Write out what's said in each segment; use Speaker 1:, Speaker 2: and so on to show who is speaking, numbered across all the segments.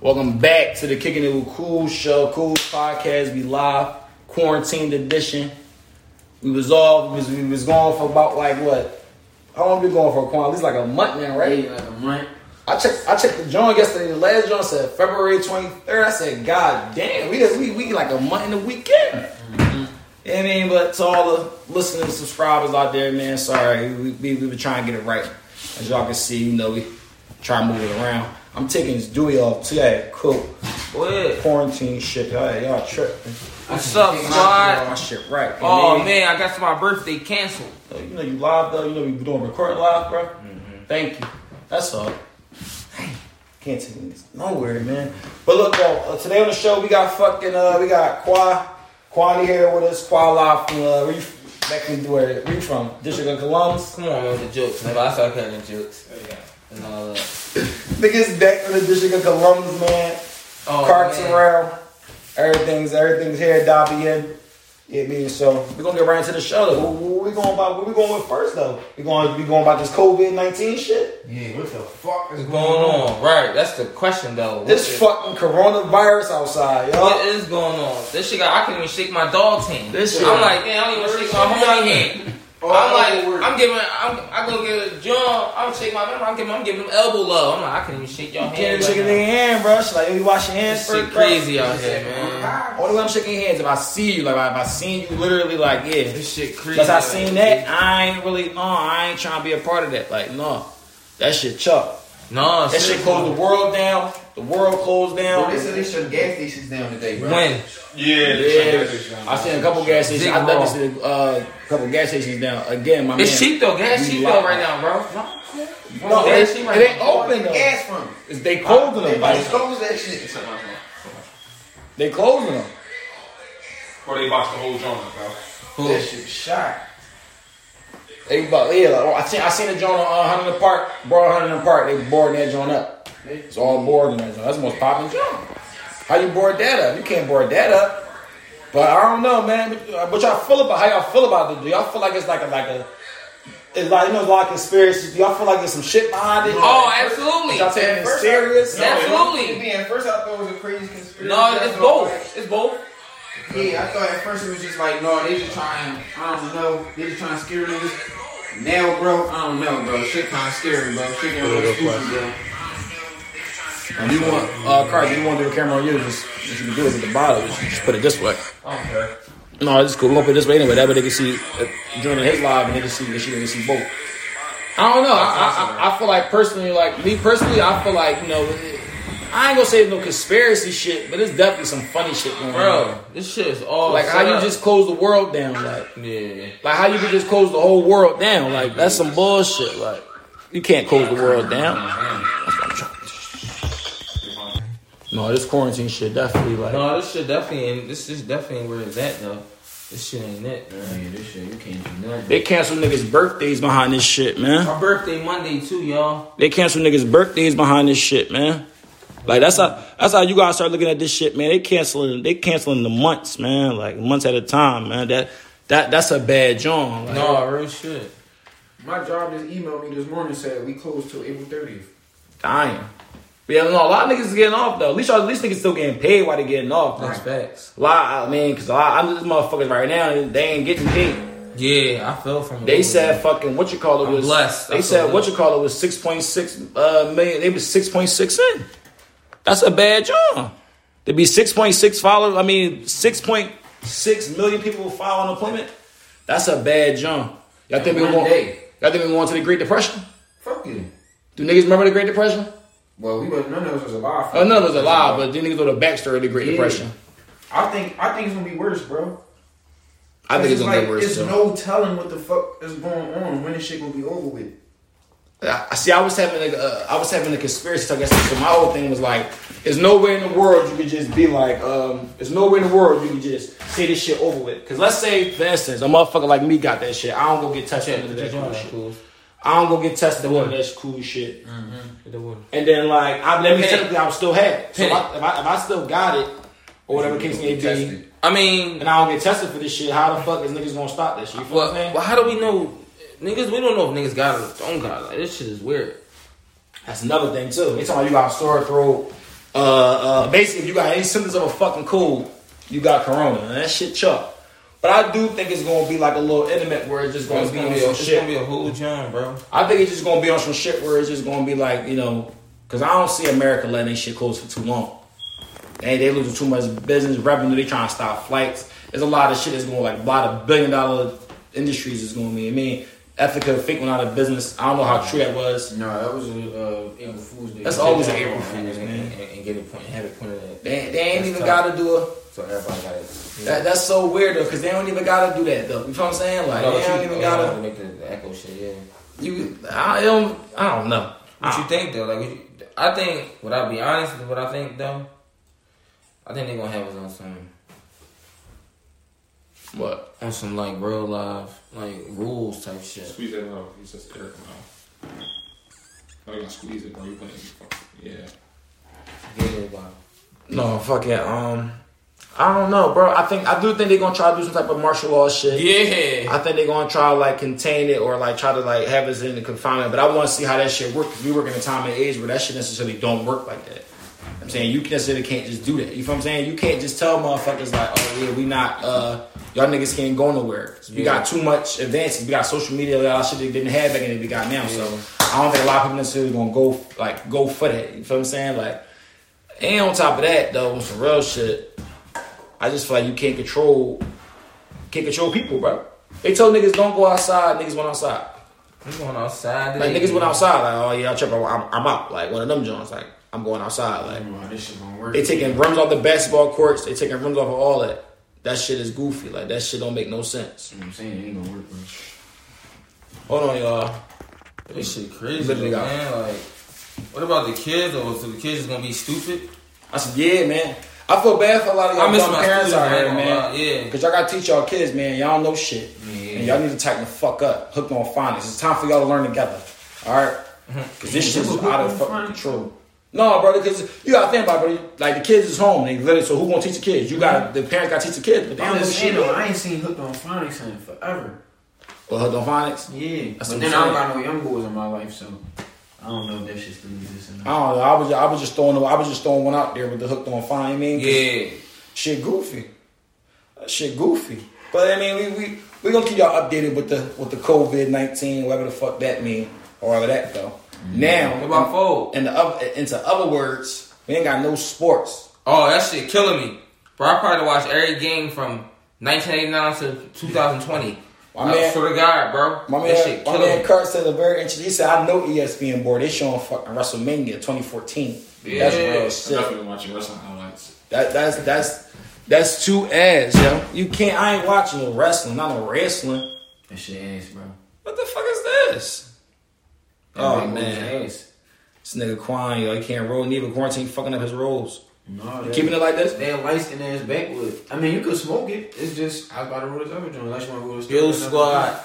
Speaker 1: Welcome back to the Kicking It With Cool Show, Cool Podcast. We live, quarantined edition. We was off, we was, we was gone for about like what? How long we been going for? Quan? At least like a month now, right?
Speaker 2: like a month.
Speaker 1: I checked. I checked the joint yesterday. The last joint said February twenty third. I said, God damn, we just we we like a month in the weekend. You know what I mean, but to all the listeners, and subscribers out there, man, sorry, we we, we were trying to get it right. As y'all can see, you know, we try to move it around. I'm taking this Dewey off today. Cool.
Speaker 2: What?
Speaker 1: Quarantine shit. Y'all, y'all tripping.
Speaker 2: What's up,
Speaker 1: Get My
Speaker 2: squad?
Speaker 1: shit right. you know what I
Speaker 2: Oh
Speaker 1: mean?
Speaker 2: man, I got my birthday canceled.
Speaker 1: Yo, You know you live though. You know we doing recording live, bro. Thank you. That's all. Can't take this nowhere, man. But look, though, uh, today on the show we got fucking uh, we got Qua Quani here with us. Qua live from uh, where you back in where where you from? District of Columbus.
Speaker 2: Come on with the jokes, nigga. I start cutting jokes and all that.
Speaker 1: Niggas back from the District of Columbus, man.
Speaker 2: Oh,
Speaker 1: Carts
Speaker 2: man.
Speaker 1: around. Everything's everything's here. Dobby in. Yeah, me. So we're gonna get right into the show. Though. What, what we going about? What we going with first though? We going we going about this COVID nineteen shit.
Speaker 3: Yeah, what the fuck is
Speaker 2: What's going on? Right, that's the question though. What
Speaker 1: This
Speaker 2: is-
Speaker 1: fucking coronavirus outside,
Speaker 2: What
Speaker 1: y'all.
Speaker 2: is going on? This shit got, I can't even shake my dog team.
Speaker 1: This shit-
Speaker 2: I'm like, man, I don't even shake my homie hand.
Speaker 3: Oh,
Speaker 2: I'm
Speaker 3: I know
Speaker 2: like,
Speaker 3: where-
Speaker 2: I'm giving, I'm, I go get a jump. I'm shake my, I'm giving, I'm giving them elbow love. I'm like, I can't even shake your hand.
Speaker 1: Can't even shake
Speaker 2: right
Speaker 1: their
Speaker 2: now.
Speaker 1: hand, bro. She's like, yo, you wash your hands
Speaker 2: This shit
Speaker 1: first, bro.
Speaker 2: crazy out here, man.
Speaker 3: Oh,
Speaker 1: Only way I'm shaking hands if I see you, like if I seen you literally, like yeah.
Speaker 2: This shit crazy.
Speaker 1: Because I seen that, I ain't really, no, I ain't trying to be a part of that. Like, no, that shit chuck.
Speaker 2: No,
Speaker 1: That shit closed the world down. The world closed
Speaker 3: Bro,
Speaker 1: down.
Speaker 3: they said they shut gas stations down today, bro.
Speaker 2: When?
Speaker 4: Yeah,
Speaker 1: Yeah, I seen a couple gas stations.
Speaker 2: Zig
Speaker 1: I thought
Speaker 2: Raw.
Speaker 1: they said uh, a couple gas stations down again. My
Speaker 2: It's
Speaker 1: man,
Speaker 2: cheap though. Gas
Speaker 1: We
Speaker 2: cheap
Speaker 1: locked.
Speaker 2: though right now, bro.
Speaker 1: no, it,
Speaker 2: Gas
Speaker 1: it
Speaker 2: cheap right
Speaker 1: ain't
Speaker 2: now.
Speaker 1: open though.
Speaker 3: Gas from.
Speaker 1: It's- They closing
Speaker 3: They
Speaker 1: them.
Speaker 3: just
Speaker 1: like,
Speaker 3: closed that shit.
Speaker 1: They closing them.
Speaker 4: Before they box the whole joint, bro.
Speaker 3: That shit shot.
Speaker 1: They about yeah. Like, oh, I seen I seen a joint on uh, Huntington Park, bro. Huntington Park, they boarding that joint up. It's all boarding that joint. That's the most popping joint. How you board that up? You can't board that up. But I don't know, man. But, but y'all feel about how y'all feel about it? Do y'all feel like it's like a like a it's like you know a lot of conspiracies? Do y'all feel like there's some shit behind it?
Speaker 2: Oh,
Speaker 1: Is
Speaker 2: absolutely.
Speaker 1: y'all taking it serious?
Speaker 2: No. Absolutely.
Speaker 3: It, was- man, at first I thought it was a crazy conspiracy.
Speaker 2: No,
Speaker 3: I
Speaker 2: it's
Speaker 3: thought,
Speaker 2: both. It's both.
Speaker 3: like, Yeah, I thought at first it was just like, no, they just trying, I don't know, they just trying to scare niggas. Now, bro, I don't know, bro. Shit kind of scary, bro. Shit getting real stupid, bro.
Speaker 1: You want uh, Carl? You want to do a camera on you? Just what you can do is at the bottom. Just put it this way.
Speaker 2: Okay.
Speaker 1: No, it's cool. We're gonna put it this way anyway. That way they can see uh, during his live and they can see they can see both. I don't know. I, I, I feel like personally, like me personally, I feel like you know, I ain't gonna say no conspiracy shit, but it's definitely some funny shit going on.
Speaker 2: Bro, this shit is all
Speaker 1: Like how
Speaker 2: set
Speaker 1: you
Speaker 2: up.
Speaker 1: just close the world down, like
Speaker 2: yeah.
Speaker 1: like how you could just close the whole world down, like that's some bullshit. Like you can't close the world down. That's what I'm trying- No, this quarantine shit definitely like.
Speaker 2: No, this shit definitely ain't. This is definitely ain't where it's at though. This shit ain't it. Man.
Speaker 3: Yeah, this shit, you can't do nothing.
Speaker 1: They cancel niggas' birthdays behind this shit, man.
Speaker 2: My birthday Monday too, y'all.
Speaker 1: They cancel niggas' birthdays behind this shit, man. Like that's how that's how you gotta start looking at this shit, man. They canceling they canceling the months, man. Like months at a time, man. That that that's a bad job. Like,
Speaker 2: No, real shit.
Speaker 3: My job just emailed me this morning said we closed till April 30th.
Speaker 1: dying. Yeah, no, a lot of niggas is getting off though. At least y'all- at least niggas still getting paid while they getting off.
Speaker 2: That's
Speaker 1: Right.
Speaker 2: facts.
Speaker 1: A lot, I mean, cause a lot of these motherfuckers right now they ain't getting paid.
Speaker 2: Yeah, I fell from.
Speaker 1: They said fucking what you call it
Speaker 2: I'm
Speaker 1: was
Speaker 2: blessed.
Speaker 1: They
Speaker 2: I'm so
Speaker 1: said what
Speaker 2: blessed.
Speaker 1: you call it was six point six uh, million. They was six point six in. That's a bad job. To be six point six followers. I mean six point six million people will file unemployment. That's a bad job. Y'all think we
Speaker 3: One
Speaker 1: going?
Speaker 3: day.
Speaker 1: Y'all think we going to the Great Depression?
Speaker 3: Fuck you.
Speaker 1: Do niggas remember the Great Depression?
Speaker 3: Well, we was none of us was alive.
Speaker 1: Oh, none of us alive, but do niggas know the backstory of the Great
Speaker 3: Yeah.
Speaker 1: Depression?
Speaker 3: I think I think it's gonna be worse, bro.
Speaker 1: I think it's gonna
Speaker 3: like,
Speaker 1: get worse.
Speaker 3: It's
Speaker 1: too.
Speaker 3: no telling what the fuck is going on. When this shit gonna be over with?
Speaker 1: I I- see. I was having like uh, I was having a conspiracy talk. yesterday, So my whole thing was like, there's no way in the world you could just be like, um, there's no way in the world you could just say this shit over with. Because let's say, for instance, a motherfucker like me got that shit. I don't go get tested
Speaker 2: Check
Speaker 1: under
Speaker 2: the
Speaker 1: that cool shit.
Speaker 2: cool.
Speaker 1: I don't go get tested under that cool shit.
Speaker 2: Hit the wood.
Speaker 1: And then like, I, that means
Speaker 2: Pay.
Speaker 1: technically I would still have it. So if
Speaker 2: Pay.
Speaker 1: I, if, I, if I still got it, or whatever the case may
Speaker 3: Get
Speaker 1: be,
Speaker 3: tested.
Speaker 2: I mean,
Speaker 1: and I don't get tested for this shit, how the fuck is niggas gonna stop this shit? You feel what
Speaker 2: well,
Speaker 1: I'm saying?
Speaker 2: well, how do we know? Niggas, we don't know if niggas got it or don't got it. Like, this shit is weird.
Speaker 1: That's another thing too. They talking about you got sore throat, Uh, uh, basically, if you got any symptoms of a fucking cold, you got corona. And that shit chuck. But I do think it's gonna be like a little intimate where it's just gonna
Speaker 2: It's
Speaker 1: be
Speaker 2: gonna
Speaker 1: on
Speaker 2: be a,
Speaker 1: some
Speaker 2: it's
Speaker 1: shit.
Speaker 2: gonna be a whole John, bro.
Speaker 1: I think it's just gonna be on some shit where it's just gonna be like, you know, because I don't see America letting their shit close for too long. They they losing too much business revenue. They trying to stop flights. There's a lot of shit that's going like a lot of billion dollar industries is going to be. I mean, Ethica fake went out of business. I don't know how true that was.
Speaker 3: No, that was a uh, April Fool's Day.
Speaker 1: That's always an
Speaker 3: Yeah.
Speaker 1: April Fool's,
Speaker 2: and,
Speaker 1: man.
Speaker 2: and, and get a point, have a point of that.
Speaker 1: They, they ain't
Speaker 2: That's
Speaker 1: even
Speaker 2: tough.
Speaker 1: got to do a.
Speaker 2: So everybody got it.
Speaker 1: That, that's so weird though, because they don't even got to do that though. You know what I'm saying? Like
Speaker 2: No,
Speaker 1: they
Speaker 2: but
Speaker 1: don't
Speaker 2: you-
Speaker 1: even
Speaker 2: oh,
Speaker 1: got
Speaker 2: yeah,
Speaker 1: to.
Speaker 2: make the, the echo shit. Yeah.
Speaker 1: You, I don't, I don't know.
Speaker 2: What you think though? Like, what you, I think. Would I be honest with what I think though? I think they gonna have us on some
Speaker 1: What?
Speaker 2: on some like real life like rules type shit.
Speaker 4: Squeeze that out. He's just Eric now. Not even squeeze it, bro. You playing? Yeah.
Speaker 2: Get everybody.
Speaker 1: No, fuck yeah. Um, I don't know, bro. I think I do think they're gonna try to do some type of martial law shit.
Speaker 2: Yeah.
Speaker 1: I think they're gonna try to like contain it or like try to like have us in the confinement. But I want to see how that shit works. Cause we work in a time and age where that shit necessarily don't work like that. I'm saying you necessarily can't just do that. You feel what I'm saying? You can't just tell motherfuckers like, oh yeah, we not uh y'all niggas can't go nowhere. You got too much advancing. We got social media, all that shit they didn't have back in the day we got now. So I don't think a lot of people necessarily gonna go like go for that. You feel what I'm saying? Like and on top of that though, on some real shit, I just feel like you can't control can't control people, bro. They told niggas don't go outside. Niggas went outside.
Speaker 2: We going outside.
Speaker 1: Like
Speaker 2: today.
Speaker 1: niggas went outside. Like oh yeah, I trip. I'm, I'm out. Like one of them joints. Like I'm going outside.
Speaker 3: I
Speaker 1: Like
Speaker 3: don't know how this shit gonna work.
Speaker 1: they taking rims off the basketball courts. They taking rims off of all that. That shit is goofy. Like that shit don't make no sense.
Speaker 3: You know what I'm saying it ain't gonna work, bro.
Speaker 1: Hold on, y'all.
Speaker 2: This shit crazy,
Speaker 1: Literally got-
Speaker 2: man. Like, what about the kids? Or so the kids just gonna be stupid?
Speaker 1: I said yeah, man. I feel bad for a lot of y'all
Speaker 2: I miss
Speaker 1: dumb
Speaker 2: my
Speaker 1: parents
Speaker 2: students,
Speaker 1: out
Speaker 2: man.
Speaker 1: here, man.
Speaker 2: Yeah.
Speaker 1: Cause y'all gotta teach y'all kids, man. Y'all don't know shit, and y'all need to tighten the fuck up. Hooked on finance. It's time for y'all to learn together. All right.
Speaker 2: Mm-hmm.
Speaker 1: Cause this shit is out of fucking control. No, brother, because you gotta think about, it, bro. Like the kids is home, they literally. So who gonna teach the kids? You got to the parents got to teach the kids, but they
Speaker 3: I
Speaker 1: don't know shit.
Speaker 3: understand though. I ain't seen Hooked on Phonics in forever.
Speaker 1: Well, hooked on phonics.
Speaker 3: Yeah,
Speaker 1: That's what
Speaker 3: but then
Speaker 1: I'm
Speaker 3: I don't
Speaker 1: saying.
Speaker 3: got no young boys in my life, so I don't know if that shit still exists. Or
Speaker 1: I
Speaker 3: not.
Speaker 1: don't know. I was I was just throwing I was just throwing one out there with the hooked on phonics. I mean, 'cause
Speaker 2: Yeah.
Speaker 1: shit goofy, That shit goofy. But I mean, we we we gonna keep y'all updated with the with the COVID nineteen, whatever the fuck that mean, or all of that though. Now,
Speaker 2: Mm-hmm. What about fold?
Speaker 1: in the other, into other words, we ain't got no sports.
Speaker 2: Oh, that shit killing me. Bro, I probably watched every game from 1989 to 2020.
Speaker 1: My
Speaker 2: I
Speaker 1: man-
Speaker 2: swear to God, bro.
Speaker 1: My
Speaker 2: that
Speaker 1: man,
Speaker 2: shit
Speaker 1: my
Speaker 2: killing
Speaker 1: man
Speaker 2: me.
Speaker 1: Kurt said a very interesting. He said, "I know E ESPN board. They showing fucking WrestleMania 2014. That's
Speaker 2: Yeah.
Speaker 1: real
Speaker 4: I'm
Speaker 1: shit.
Speaker 4: definitely watching wrestling highlights.
Speaker 1: That, that's that's that's two ass, yo. You can't. I ain't watching no wrestling. Not no wrestling.
Speaker 3: That shit ass, bro.
Speaker 1: What the fuck is this?
Speaker 3: That
Speaker 1: Oh
Speaker 3: big boy's
Speaker 1: man,
Speaker 3: ass. this
Speaker 1: this nigga Quan, yo, he can't roll. Neither quarantine fucking up his rolls.
Speaker 3: No, that-
Speaker 1: Keeping it like this.
Speaker 3: That light skin ass backwood. I mean, you could smoke it. It's just I was about to roll this other joint. Unless you want to roll this.
Speaker 2: Yo, squad.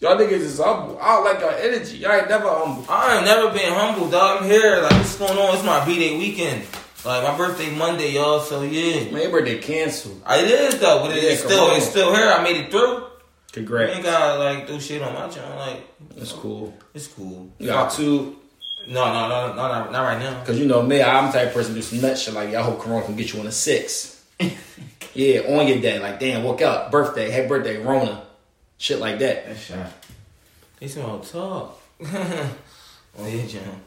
Speaker 1: Y'all niggas is humble. I don't like y'all energy. Y'all ain't never humble.
Speaker 2: I ain't never been humble, dog. I'm here. Like, what's going on? It's my B-Day weekend. Like, my birthday Monday, y'all. So, yeah.
Speaker 1: My birthday canceled.
Speaker 2: It is, though. But
Speaker 1: Yeah,
Speaker 2: it's still,
Speaker 1: corona.
Speaker 2: it's still here. I made it through. You
Speaker 1: Congrats.
Speaker 2: ain't gotta, like, do shit on my channel. Like,
Speaker 1: That's cool.
Speaker 2: it's cool.
Speaker 1: You got two
Speaker 2: No, no, no, no, not, not right now.
Speaker 1: Cause you know me, I'm the type of person who do some nut shit like y'all hope Corona can get you on a six. yeah, on your day, like damn, woke up, birthday, happy birthday, Rona, shit like that.
Speaker 3: That shot.
Speaker 2: They smell tough. oh yeah, John.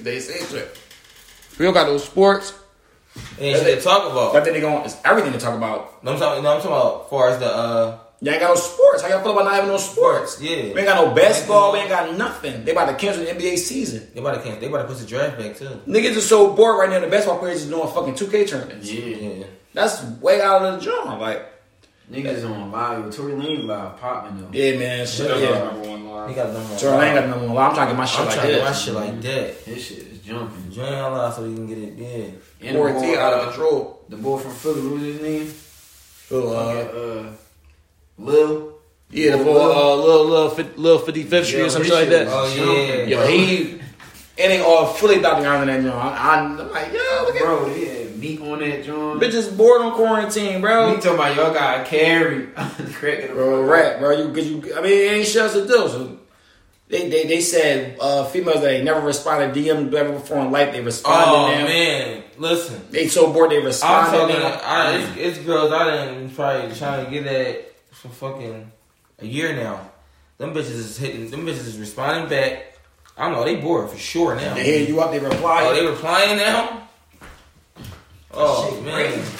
Speaker 1: They say trip. We don't got no sports.
Speaker 2: It ain't shit to talk
Speaker 1: I
Speaker 2: about.
Speaker 1: think they going it's everything to talk about.
Speaker 2: No, I'm talking. No, I'm talking about as far as the uh.
Speaker 1: Y'all ain't got no sports. How y'all feel about not having no sports?
Speaker 2: Yeah.
Speaker 1: We ain't got no basketball. We ain't got nothing. They about to cancel the NBA season.
Speaker 2: They about to can They about to push the draft back too.
Speaker 1: Niggas are so bored right now. The basketball players is doing fucking 2K tournaments.
Speaker 2: Yeah.
Speaker 1: That's way out of the genre. Like,
Speaker 3: Niggas on live. Tory Lane live popping though.
Speaker 1: yeah, man, shit,
Speaker 4: That's
Speaker 1: yeah.
Speaker 4: our number one
Speaker 2: He
Speaker 4: line.
Speaker 2: got number.
Speaker 1: So I ain't got no more. I'm trying to get my shit
Speaker 2: I'm
Speaker 1: like
Speaker 2: trying to do
Speaker 1: this.
Speaker 2: my shit like that.
Speaker 3: This shit is jumping.
Speaker 2: Join our live so you can get it. Yeah.
Speaker 3: And
Speaker 1: Or T
Speaker 3: the boy,
Speaker 1: out
Speaker 3: uh,
Speaker 1: of control.
Speaker 3: The boy from Philly, who's his name?
Speaker 1: So, uh,
Speaker 3: Uh, Lil.
Speaker 1: yeah, the
Speaker 3: Lil
Speaker 1: boy,
Speaker 3: Lil.
Speaker 1: uh, little little fif- little fifty fifth Street or
Speaker 3: Yo, this
Speaker 1: something like
Speaker 3: shit
Speaker 1: that.
Speaker 2: Oh,
Speaker 3: is
Speaker 2: yeah.
Speaker 3: jumping,
Speaker 1: Yo,
Speaker 3: bro.
Speaker 1: he uh, it ain't all fully Dr. Iron that joint. I, I, am like, yo, look at
Speaker 3: Bro, they had meat on that joint. Me
Speaker 1: bitches bored on quarantine, bro.
Speaker 3: talking about y'all got carry. Cracking the
Speaker 1: Bro, rap, bro. You, cause you, I mean, it ain't shit else to do. So They, they, they said uh, females that ain't never responded DM never before in life they responded
Speaker 2: Oh
Speaker 1: now.
Speaker 2: man, listen.
Speaker 1: They so bored they
Speaker 2: I'm
Speaker 1: responded
Speaker 2: talking.
Speaker 1: now.
Speaker 2: I, it's, it's girls I done probably trying to get at for fucking a year now. Them bitches is hitting. Them bitches is responding back. I don't know. They bored for sure now.
Speaker 1: they hear you up they reply.
Speaker 2: Oh, they replying now. Oh
Speaker 5: Shit,
Speaker 2: man,
Speaker 5: crazy.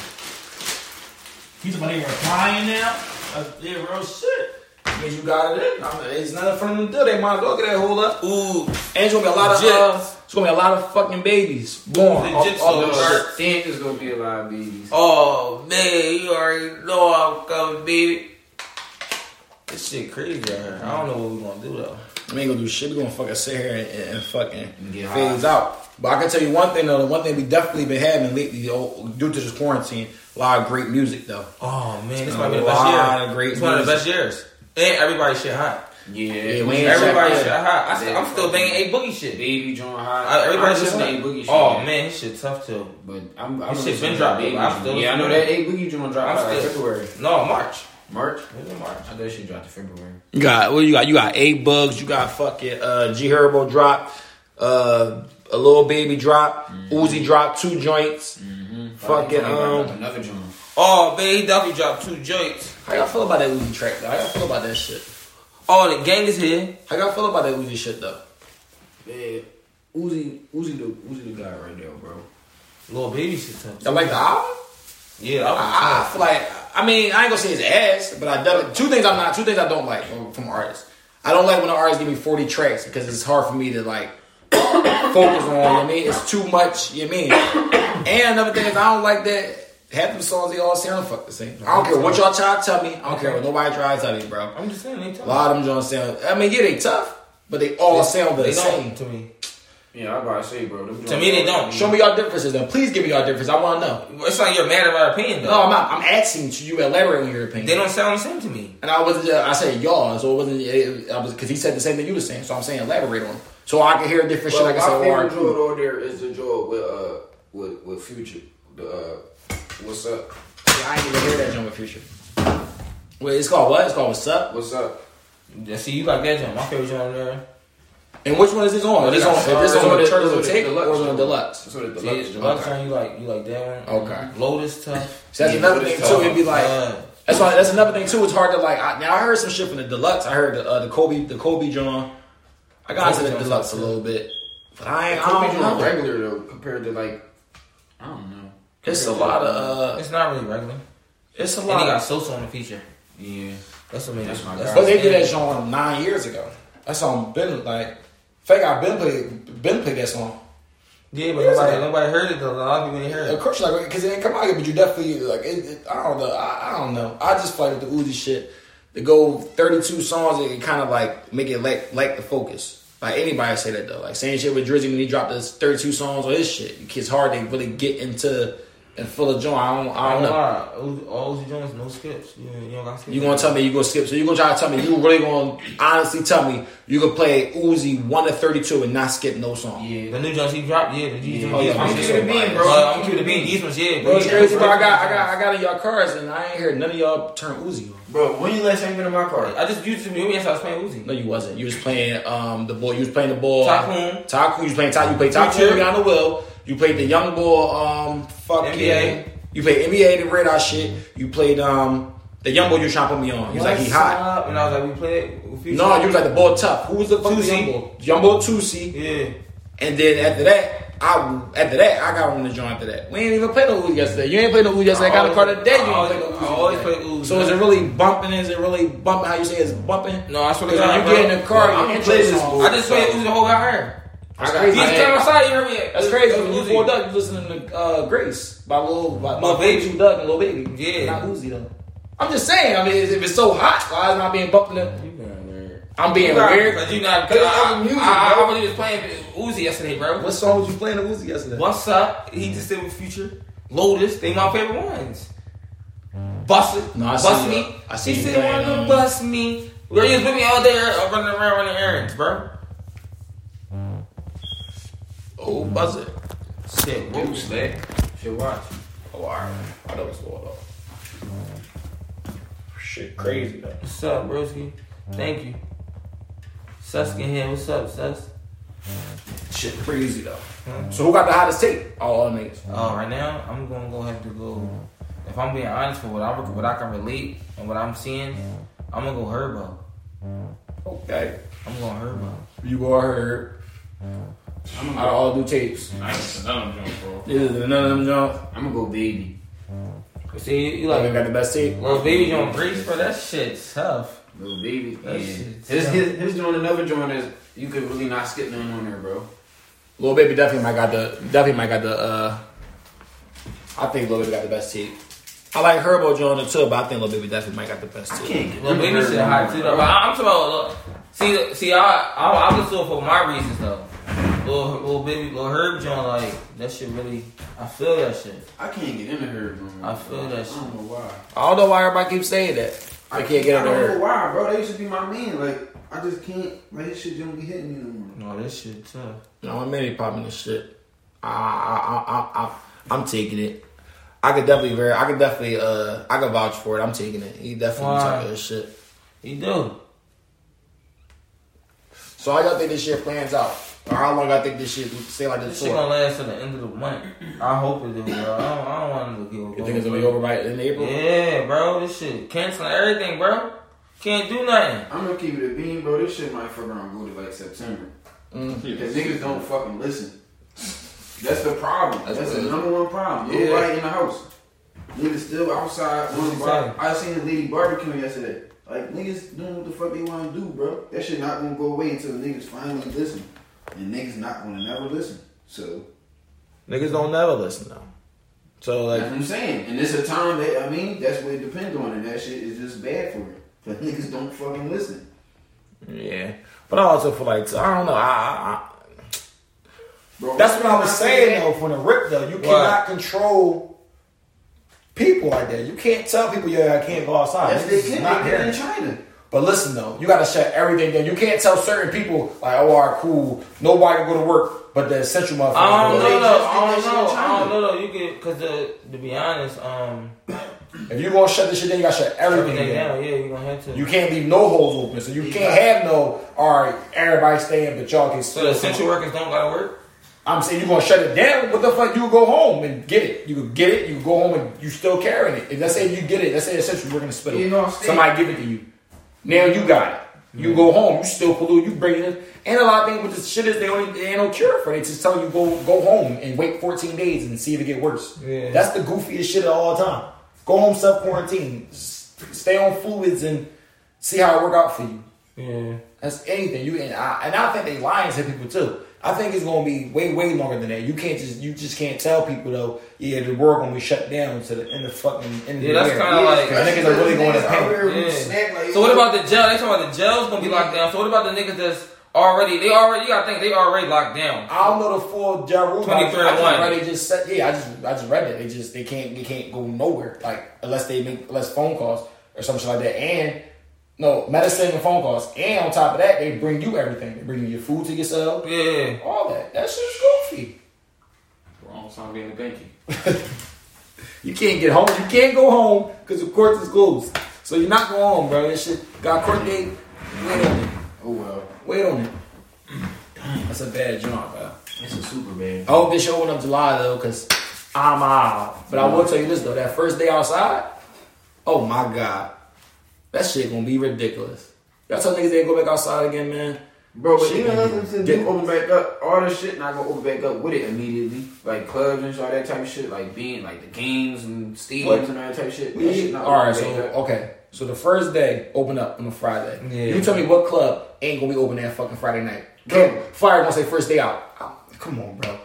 Speaker 5: He's about to replying now. Uh, yeah, real shit.
Speaker 1: Because you got it in. I mean, it's nothing for them to do. They might as well get that hold up.
Speaker 2: ooh,
Speaker 1: And it's gonna be a lot of
Speaker 2: Legit.
Speaker 1: uh, it's gonna be a lot of fucking babies born.
Speaker 2: Legit
Speaker 1: off- off
Speaker 2: so
Speaker 1: this
Speaker 2: dark.
Speaker 1: shit.
Speaker 3: Then there's gonna be a lot of babies.
Speaker 2: oh man, you already know I'm coming, baby. This shit crazy out here. I don't know what we gonna do though.
Speaker 1: We ain't gonna do shit. We gonna fucking sit here and, and, and fucking
Speaker 3: Get high.
Speaker 1: phase out. But I can tell you one thing though. The one thing we definitely been having lately, though, due to this quarantine, a lot of great music though.
Speaker 2: Oh man, this
Speaker 1: a
Speaker 2: might be the best
Speaker 1: lot
Speaker 2: year.
Speaker 1: of great
Speaker 2: It's one of the best
Speaker 1: music.
Speaker 2: years. And everybody shit hot.
Speaker 3: Yeah,
Speaker 1: Yeah, we ain't
Speaker 2: Everybody
Speaker 1: checked
Speaker 2: shit hot. I
Speaker 3: Yeah.
Speaker 2: am still banging a boogie shit.
Speaker 3: baby John High.
Speaker 2: I, everybody shit
Speaker 3: listening
Speaker 2: hot.
Speaker 3: to A Boogie.
Speaker 2: Oh
Speaker 3: shit.
Speaker 2: man, this shit tough too.
Speaker 3: but I'm, I'm
Speaker 2: This shit
Speaker 3: listening
Speaker 2: been
Speaker 3: to
Speaker 2: dropped,
Speaker 3: Baby
Speaker 2: but I'm
Speaker 3: John.
Speaker 2: still
Speaker 3: Yeah, I know
Speaker 2: listening.
Speaker 3: that A Boogie John dropped
Speaker 2: I'm
Speaker 3: out in
Speaker 2: still-
Speaker 3: February,
Speaker 2: No, March.
Speaker 3: March.
Speaker 2: Where's the March?
Speaker 3: I bet she dropped in February.
Speaker 1: You got well, you got you got eight bugs. You got fucking uh, G Herbo drop, uh, a little baby drop, Uzi drop two joints. Fucking um,
Speaker 3: another John.
Speaker 2: Oh, Baby Duffy dropped two joints.
Speaker 1: how y'all feel about that Uzi track though? How y'all feel about that shit?
Speaker 2: Oh, the gang is here.
Speaker 1: How y'all feel about that Uzi shit though?
Speaker 3: Man, Uzi, Uzi the Uzi the guy right now, bro.
Speaker 2: Little baby shit tough.
Speaker 1: Y'all like the album?
Speaker 2: Yeah, I was
Speaker 1: I, I feel like I mean I ain't gonna say his ass, but I definitely two things I'm not two things I don't like from, from artists. I don't like when an artist give me 40 tracks because it's hard for me to like focus on. You know what I mean, it's too much. You know what I mean? And another thing is I don't like that half the songs they all sound fuck the same. I don't care what y'all try to tell me. I don't care what nobody try to tell me, bro.
Speaker 2: I'm just saying they
Speaker 1: A
Speaker 2: tough.
Speaker 1: lot of them Jones sound. I mean, yeah, they tough, but they all sound the
Speaker 2: they
Speaker 1: same.
Speaker 2: don't to me.
Speaker 3: Yeah, I about to say, bro. Them
Speaker 2: To me, they don't.
Speaker 1: Show me y'all differences, then. Please give me y'all differences. I want to know.
Speaker 2: It's like you're mad at my opinion though.
Speaker 1: No, I'm not. I'm asking you. You elaborate on your opinion.
Speaker 2: They don't sound the same to me.
Speaker 1: And I wasn't. uh, I said y'all, so it wasn't. It, I was because he said the same thing you were saying. So I'm saying elaborate on. it. So I can hear different
Speaker 3: Well,
Speaker 1: shit. I
Speaker 3: my
Speaker 1: can say,
Speaker 3: favorite
Speaker 1: "Alright,
Speaker 3: Joel
Speaker 1: cool."
Speaker 3: over there is the Joel with uh with with Future. The uh, what's up?
Speaker 1: Yeah, I ain't even hear that joint with Future. Wait, it's called what? It's called What's Up.
Speaker 3: What's up?
Speaker 2: Yeah, See, you like that joint. My favorite joint on there.
Speaker 1: And which one is this on?
Speaker 2: Oh,
Speaker 1: Is this
Speaker 2: they
Speaker 1: on,
Speaker 2: got
Speaker 1: is this on the
Speaker 3: Sorry.
Speaker 1: Turtles and
Speaker 3: Those are the
Speaker 1: Take or
Speaker 3: deluxe
Speaker 1: is it on the
Speaker 3: joint.
Speaker 1: Deluxe?
Speaker 3: That's what it- the
Speaker 2: Yeah,
Speaker 3: Deluxe
Speaker 2: the
Speaker 3: Joel.
Speaker 2: last time you like, you like that one.
Speaker 1: Okay.
Speaker 2: Lotus tough.
Speaker 1: So that's
Speaker 3: Yeah,
Speaker 1: another
Speaker 3: but
Speaker 1: thing
Speaker 3: it's
Speaker 1: too.
Speaker 3: tough.
Speaker 1: It'd be like
Speaker 2: Uh,
Speaker 1: that's why that's another thing too. It's hard to like. I, now I heard some shit from the Deluxe. I heard the uh, the Kobe the Kobe John. I got into
Speaker 2: Kobe
Speaker 1: the
Speaker 2: joint's
Speaker 1: Deluxe a
Speaker 2: tough,
Speaker 1: little bit, but I ain't. I
Speaker 3: Kobe
Speaker 1: don't
Speaker 3: Joel
Speaker 1: know.
Speaker 3: regular though compared to like I don't know.
Speaker 1: It's a lot of. Uh,
Speaker 2: it's not really regular.
Speaker 1: it's a
Speaker 2: And they
Speaker 1: lot.
Speaker 2: got
Speaker 1: Of,
Speaker 2: Sosa on the feature.
Speaker 3: yeah.
Speaker 2: That's what made
Speaker 3: That's
Speaker 2: it-
Speaker 3: my
Speaker 2: that's
Speaker 3: guy.
Speaker 1: but
Speaker 2: what
Speaker 1: they did that
Speaker 2: made it-
Speaker 1: song nine years ago. That song been like. Fake I been played been played that song.
Speaker 2: Yeah, but
Speaker 1: Years
Speaker 2: nobody,
Speaker 1: ago.
Speaker 2: nobody heard it though. A lot of people didn't hear
Speaker 1: Of
Speaker 2: it.
Speaker 1: course, like because it didn't come out yet, but you definitely like. It, it, I don't know. I, I don't know. I just play with the Uzi shit. To go thirty-two songs and kind of like make it like like the focus. Like anybody say that though. Like same shit with Drizzy when he dropped his thirty-two songs or his shit. It's hard to really get into and full of joint. I don't. I don't know.
Speaker 2: know. All Uzi Jones, no skips. You, you don't got skips.
Speaker 1: You gonna tell me you gonna skip? So you gonna try to tell me you really gonna honestly tell me you gonna play Uzi one to thirty-two and not skip no song?
Speaker 2: The new Jones he dropped, yeah. The new
Speaker 3: Yeah.
Speaker 2: Jones.
Speaker 1: Oh, yeah,
Speaker 2: I'm
Speaker 1: I'm
Speaker 2: keeping
Speaker 1: keeping
Speaker 2: it
Speaker 1: it
Speaker 2: being,
Speaker 1: being,
Speaker 2: bro.
Speaker 3: bro.
Speaker 2: I'm keeping it being. These ones, yeah.
Speaker 1: Bro, it's crazy. Bro,
Speaker 2: but
Speaker 1: I got I got I got in y'all cars and I ain't hear none of y'all turn Uzi on.
Speaker 3: Bro, when you last ain't been in my car?
Speaker 2: I just used to me. Yes, I was playing Uzi.
Speaker 1: No, you wasn't. You was playing um the ball. You was playing the ball.
Speaker 2: Tycoon.
Speaker 1: Tycoon. You was playing Tycoon. You played Tycoon.
Speaker 2: Future.
Speaker 1: You on the will. You played the young ball. Um, fucking.
Speaker 2: NBA.
Speaker 1: You played NBA the red eye shit. You played um the young boy. You was trying to put me on. He was like he
Speaker 2: What's
Speaker 1: hot.
Speaker 2: up? And I was like, we played. Future.
Speaker 1: No, you was like the ball tough. Who was the fucking
Speaker 2: Tusi.
Speaker 1: young ball? Young ball Tusi.
Speaker 2: Yeah.
Speaker 1: And then after that, I after that I got on the joint after that. We ain't even play no Uzi yesterday. You ain't played no Uzi yesterday. I got a
Speaker 2: always-
Speaker 1: car today. You
Speaker 2: I
Speaker 1: ain't
Speaker 2: always-
Speaker 1: played no Uzi.
Speaker 2: I always
Speaker 1: yesterday.
Speaker 2: play Uzi.
Speaker 1: So is it really bumping? Is it really bumping? How you say it's bumping?
Speaker 2: No, I swear to
Speaker 1: Because
Speaker 2: God,
Speaker 1: when you get
Speaker 2: bro.
Speaker 1: in the car,
Speaker 3: I'm
Speaker 1: your
Speaker 3: gonna
Speaker 1: intro
Speaker 3: play this
Speaker 1: song-
Speaker 3: bull.
Speaker 2: I just played Uzi the whole guy here.
Speaker 1: That's
Speaker 3: I got-
Speaker 2: These
Speaker 1: crazy.
Speaker 3: I
Speaker 2: came outside, you heard me?
Speaker 1: That's crazy. When you
Speaker 2: Uzi.
Speaker 1: pulled up, you listening to uh, Grace by Lil by,
Speaker 2: Lil
Speaker 1: by
Speaker 2: Baby.
Speaker 1: Lil Doug and Lil Baby.
Speaker 2: Yeah.
Speaker 1: not Uzi though. I'm just saying. I mean, if it's so hot, why am I being bumped? in the- I'm being weird.
Speaker 2: But you not.
Speaker 3: Cause it's
Speaker 2: I,
Speaker 3: other music,
Speaker 2: I, I,
Speaker 3: bro.
Speaker 2: I was just playing Uzi yesterday, bro.
Speaker 1: What song was you playing to Uzi yesterday?
Speaker 2: What's up? He just did with Future. Lotus, they my favorite ones. Bust it.
Speaker 1: No, I see
Speaker 2: bust
Speaker 1: you.
Speaker 2: me.
Speaker 1: I see
Speaker 2: she
Speaker 1: you
Speaker 2: said,
Speaker 1: playing,
Speaker 2: wanna
Speaker 1: um,
Speaker 2: bust me. Where you was with me all day uh, running around running errands, bro.
Speaker 1: Oh, buzz it.
Speaker 2: Shit, what was that?
Speaker 3: Should watch.
Speaker 1: Oh, all right. I know what's going on. Shit, crazy though.
Speaker 2: What's up, broski? Thank you. Sus in here. What's up, Sus?
Speaker 1: Shit, crazy though. So who got the hottest tape? All them niggas.
Speaker 2: Uh, right now, I'm gonna go ahead and go. If I'm being honest for what I what I can relate and what I'm seeing, I'm gonna go Herbo.
Speaker 1: Okay.
Speaker 2: I'm going Herbo.
Speaker 1: You go her.
Speaker 3: I'm
Speaker 1: Out of
Speaker 3: gonna
Speaker 1: all the tapes,
Speaker 4: I ain't said none of them jump, bro.
Speaker 1: yeah, none of them
Speaker 3: go,
Speaker 1: jump.
Speaker 3: I'm gonna go baby.
Speaker 2: See, you, you
Speaker 1: Like,
Speaker 2: like
Speaker 1: got the best tape.
Speaker 2: little baby John Grace, bro. That shit's tough.
Speaker 3: Little baby. Yeah.
Speaker 2: That
Speaker 3: His,
Speaker 2: shit's
Speaker 3: his, his joint, another joint is you could really not skip none on there, bro.
Speaker 1: Lil Baby definitely might got the definitely might got the. uh I think Lil Baby got the best tape. I like Herbo Jones too, but I think Lil Baby definitely might got the best tape.
Speaker 3: get
Speaker 2: Little baby shit hot too. Though. But I'm talking about. Look, see, see, I I, I listen to it for my reasons though. Little little baby, little Herb John, like that shit really. I feel that shit.
Speaker 3: I can't get into her. no more,
Speaker 2: I feel
Speaker 3: bro.
Speaker 2: that
Speaker 3: I don't know why.
Speaker 1: I don't know why everybody keeps saying that. I can't get
Speaker 3: I
Speaker 1: into
Speaker 3: don't know
Speaker 1: her.
Speaker 3: why, bro. That used to be my man. Like I just can't. Like his shit don't be hitting me no more.
Speaker 2: No, that shit tough.
Speaker 1: No, I'm many popping this shit. I I I I I I'm taking it. I could definitely very I could definitely uh I could vouch for it. I'm taking it. He definitely
Speaker 2: Why?
Speaker 1: talking this shit.
Speaker 2: You do.
Speaker 1: So how y'all think this shit plans out? Or how long I think this shit stay like this
Speaker 2: This shit
Speaker 1: for?
Speaker 2: gonna last till the end of the month. I hope it do, bro. I don't, I don't want to get.
Speaker 1: You think it's gonna be over by in April?
Speaker 2: Yeah, bro. This shit canceling everything, bro. Can't do nothing.
Speaker 3: I'm gonna keep it a bean, bro. This shit might fuck around go to like September.
Speaker 1: Mm.
Speaker 4: Yeah.
Speaker 3: Because niggas don't fucking listen. That's the problem.
Speaker 1: That's
Speaker 3: That's,
Speaker 1: what it
Speaker 3: the
Speaker 1: is.
Speaker 3: number one problem.
Speaker 1: Yeah.
Speaker 3: Nobody in the house. Niggas still outside.
Speaker 2: What
Speaker 3: on
Speaker 2: you
Speaker 3: the
Speaker 2: saying?
Speaker 3: bar- I seen a lady barbecuing yesterday. Like, niggas doing what the fuck they want to do, bro. That shit not going to go away until niggas finally listen. And niggas not going to never listen. So,
Speaker 1: Niggas don't never listen though. So
Speaker 3: that's what I'm saying. And it's a time that, I mean, that's what it depends on. And that shit is just bad for it. But niggas don't fucking listen.
Speaker 1: Yeah, but I also feel like I don't know. I,
Speaker 3: Bro,
Speaker 1: that's what I was
Speaker 3: I'm
Speaker 1: saying though. From the rip though, you cannot control people like that. You can't tell people, yeah, I can't go outside.
Speaker 3: Yes,
Speaker 1: This
Speaker 3: they
Speaker 1: is
Speaker 3: can.
Speaker 1: not
Speaker 3: They can
Speaker 1: here.
Speaker 3: in China.
Speaker 1: But listen though, you gotta shut everything down. You can't tell certain people like, oh, all right, cool, nobody can go to work, but the essential motherfuckers.
Speaker 2: I
Speaker 1: go.
Speaker 2: don't know
Speaker 3: They
Speaker 2: though. I
Speaker 3: just
Speaker 2: don't
Speaker 3: did that shit
Speaker 2: know. I don't
Speaker 3: in China.
Speaker 2: know though. You can, cause uh, to be honest, um,
Speaker 1: If you gonna shut this shit down, you gotta shut everything
Speaker 2: everything
Speaker 1: down.
Speaker 2: down. Yeah, you gonna have to.
Speaker 1: You can't leave no holes open, so you can't have no. All right, everybody staying, but y'all can.
Speaker 2: so the essential workers don't gotta work.
Speaker 1: I'm saying you're gonna shut it down. What the fuck? You go home and get it. You could get it. You go home and you still carrying it. If let's say you get it, let's say essentially we're gonna split
Speaker 3: You
Speaker 1: it.
Speaker 3: know what I'm saying? Mm-hmm.
Speaker 1: Somebody give it to you. Now you got it. You go home. You still pollute. You bring it. And a lot of things with this shit is they only they ain't no cure for it. They just tell you go go home and wait 14 days and see if it get worse.
Speaker 2: Yeah.
Speaker 1: That's the goofiest shit of all time. Go home self quarantine. Stay on fluids and see how it work out for you.
Speaker 2: Yeah.
Speaker 1: That's anything you and I and I think they lying to people too. I think it's gonna be way way longer than that. You can't just you just can't tell people though. Yeah, the world gonna be shut down to the end of fucking end of
Speaker 2: Yeah, that's
Speaker 1: the year.
Speaker 2: kinda like-
Speaker 1: I think it's like really going to pay.
Speaker 3: Niggas out here
Speaker 2: Yeah.
Speaker 3: snap like-
Speaker 2: So what about the jail? They talking about the jail's gonna be locked down. So what about the niggas that's already? They already. You gotta think they already locked down.
Speaker 1: I don't know the full ja Rule. but I just-
Speaker 2: 23 and
Speaker 1: I just
Speaker 2: one.
Speaker 1: read it just said yeah. I just I just read it. They just they can't they can't go nowhere like unless they make less phone calls or something like that. And no medicine and phone calls. And on top of that, they bring you everything. They bring you your food to yourself.
Speaker 2: Yeah.
Speaker 1: All that. That shit's goofy.
Speaker 4: Wrong song being a banky.
Speaker 1: You can't get home. You can't go home because the court is closed. So you're not going home, bro. This shit got court date. Wait on it.
Speaker 3: Oh well,
Speaker 1: Wait on it. That's a bad job, bro.
Speaker 3: it's a super band.
Speaker 1: I hope this shit open up July though, cause I'm out. But I will tell you this though, that first day outside, oh my god, that shit gonna be ridiculous. Y'all tell niggas they ain't go back outside again, man.
Speaker 3: Bro, but
Speaker 1: Shit
Speaker 3: you know
Speaker 1: gonna
Speaker 3: nothing
Speaker 1: be
Speaker 3: since you
Speaker 1: ridiculous.
Speaker 3: open back up, all this shit not gonna open back up with it immediately. Like clubs and shit, all that type of shit, like being like the games and stadiums
Speaker 1: What?
Speaker 3: and all that type of shit. That shit
Speaker 1: We,
Speaker 3: not
Speaker 1: all right, so
Speaker 3: open back up.
Speaker 1: okay, so the first day open up on a Friday.
Speaker 2: Yeah.
Speaker 1: You tell me what club ain't gonna be open that fucking Friday night?
Speaker 3: Go.
Speaker 1: Fire gonna say first day out. Oh, Come on, bro.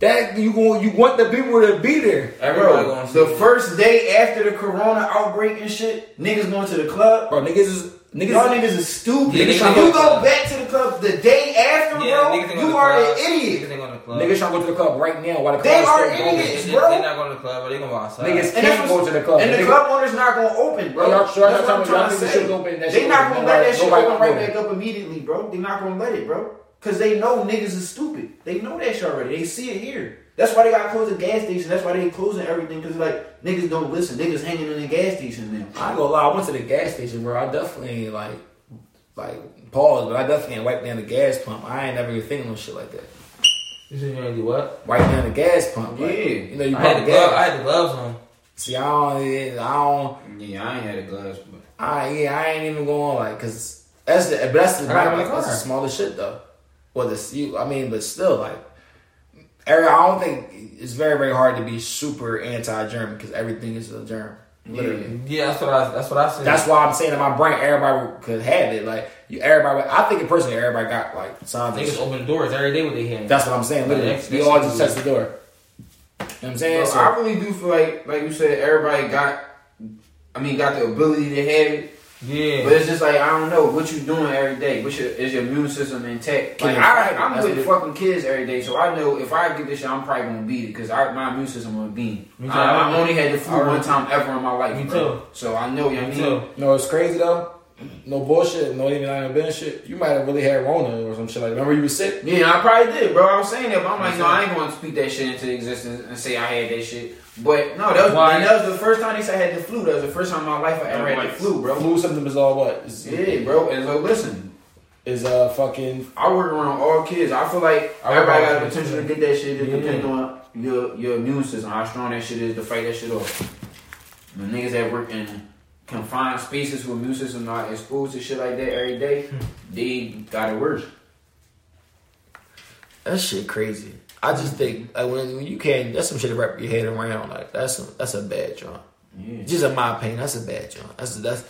Speaker 1: That you going you want the people to be there,
Speaker 2: Everybody
Speaker 3: Bro,
Speaker 2: gonna
Speaker 3: the
Speaker 2: see it.
Speaker 3: first day after the corona outbreak and shit, niggas going to the club.
Speaker 1: bro. Niggas is niggas.
Speaker 3: Y'all niggas is stupid.
Speaker 2: Yeah,
Speaker 3: If
Speaker 2: niggas
Speaker 3: you
Speaker 2: ain't going to
Speaker 3: go
Speaker 2: the club.
Speaker 3: back to the club the day after,
Speaker 2: Yeah, niggas ain't
Speaker 3: bro,
Speaker 2: going to
Speaker 3: you
Speaker 2: the
Speaker 3: are
Speaker 2: club.
Speaker 3: an
Speaker 2: Niggas
Speaker 3: idiot.
Speaker 2: ain't going to the club.
Speaker 1: niggas trying to go to the club right now while the
Speaker 3: They
Speaker 1: club
Speaker 3: are
Speaker 1: is still
Speaker 3: idiots.
Speaker 1: going.
Speaker 2: They-
Speaker 3: bro.
Speaker 2: They not going to the club, but they gonna go outside.
Speaker 1: Niggas
Speaker 3: And that's
Speaker 1: can't go
Speaker 3: what's-
Speaker 1: to the club.
Speaker 3: And the
Speaker 1: Niggas-
Speaker 3: club owner's not gonna open, bro.
Speaker 1: Y'all- y'all
Speaker 3: That's what
Speaker 1: trying
Speaker 3: I'm
Speaker 1: to tell me
Speaker 3: trying
Speaker 1: y'all
Speaker 3: to
Speaker 1: think this
Speaker 3: say.
Speaker 1: shit open, that
Speaker 3: They
Speaker 1: shit
Speaker 3: not
Speaker 1: open,
Speaker 3: gonna let
Speaker 1: nobody-
Speaker 3: that shit
Speaker 1: nobody
Speaker 3: open
Speaker 1: gonna
Speaker 3: right
Speaker 1: open.
Speaker 3: back up immediately, bro. They not gonna let it, bro. Cause they know niggas is stupid. They know that shit already. They see it here. That's why they gotta close the gas station. That's why they closing everything. Cause like niggas don't listen. Niggas hanging in the gas station now.
Speaker 1: I ain't gonna lie, I went to the gas station, bro. I definitely ain't like like pause, but I definitely ain't wipe down the gas pump. I ain't never even thinking on shit like that.
Speaker 2: You said you ain't do what?
Speaker 1: Wipe down the gas pump. Like,
Speaker 3: Yeah.
Speaker 1: You know you
Speaker 2: I had,
Speaker 1: pump
Speaker 2: the
Speaker 1: the
Speaker 2: glove, I
Speaker 1: gas.
Speaker 2: had the gloves on.
Speaker 1: See, I don't, I don't,
Speaker 3: Yeah, I ain't had a glass, but
Speaker 1: I Ah, yeah, I ain't even going like because that's the but that's the
Speaker 2: I got
Speaker 1: bike,
Speaker 2: my
Speaker 1: like, that's the
Speaker 2: car.
Speaker 1: smallest shit though. Well, this you I mean, but still like, every, I don't think it's very very hard to be super anti-germ because everything is a germ. Literally,
Speaker 2: Yeah, that's what I. That's what I said.
Speaker 1: that's why I'm saying in my brain everybody could have it. Like you, everybody. I think personally everybody got like signs. and
Speaker 2: niggas
Speaker 1: shit.
Speaker 2: open doors every day with their hands.
Speaker 1: That's what I'm saying. Literally,
Speaker 2: That's-
Speaker 1: we
Speaker 2: that's
Speaker 1: all just
Speaker 2: what
Speaker 1: touch the door. You know what I'm saying?
Speaker 3: Bro,
Speaker 1: So-
Speaker 3: I really do feel like, like you said, everybody got, I mean, got the ability to have it,
Speaker 2: yeah.
Speaker 3: but it's just like I don't know what you doing every day. What's your is your immune system intact? Like
Speaker 1: Kids.
Speaker 3: I, I'm
Speaker 1: That's
Speaker 3: with
Speaker 1: it.
Speaker 3: fucking kids every day, so I know if I get this shit, I'm probably gonna beat it because my immune system gonna beat
Speaker 2: Me
Speaker 3: it.
Speaker 2: too.
Speaker 3: I, I only had the
Speaker 2: I
Speaker 3: flu one
Speaker 2: really-
Speaker 3: time ever in my life,
Speaker 2: Me
Speaker 3: bro.
Speaker 2: too.
Speaker 3: So I know, you know what I
Speaker 2: Me
Speaker 3: mean?
Speaker 2: too.
Speaker 1: No, it's crazy though. No bullshit. No even I ain't been shit. You might have really had Rona or some shit like. Remember you was sick.
Speaker 3: Yeah, I probably did, bro. I was saying that, but I'm like,
Speaker 2: Me
Speaker 3: no,
Speaker 2: too.
Speaker 3: I ain't going to speak that shit into existence and say I had that shit. But no, that was,
Speaker 2: Why?
Speaker 3: and that was the first time they said I had the flu. That was the first time in my life I ever had the
Speaker 4: Like,
Speaker 3: flu, bro.
Speaker 1: Flu symptoms is all what is
Speaker 3: Yeah, bro. And so listen,
Speaker 1: is uh fucking
Speaker 3: I work around all kids. I feel like
Speaker 2: I work
Speaker 3: everybody
Speaker 2: around
Speaker 3: got the
Speaker 2: kids,
Speaker 3: potential to
Speaker 2: too.
Speaker 3: get that shit. It
Speaker 2: Yeah.
Speaker 3: depends on your your immune system, how strong that shit is to fight that shit off. The niggas that work in confined spaces who immune system not exposed to shit like that every day, they got it worse.
Speaker 1: that shit crazy. I just think like, when, when you can that's some shit to wrap your head around. Like that's some, that's a bad joint.
Speaker 3: Yeah.
Speaker 1: Just in my opinion, that's a bad joint. That's that's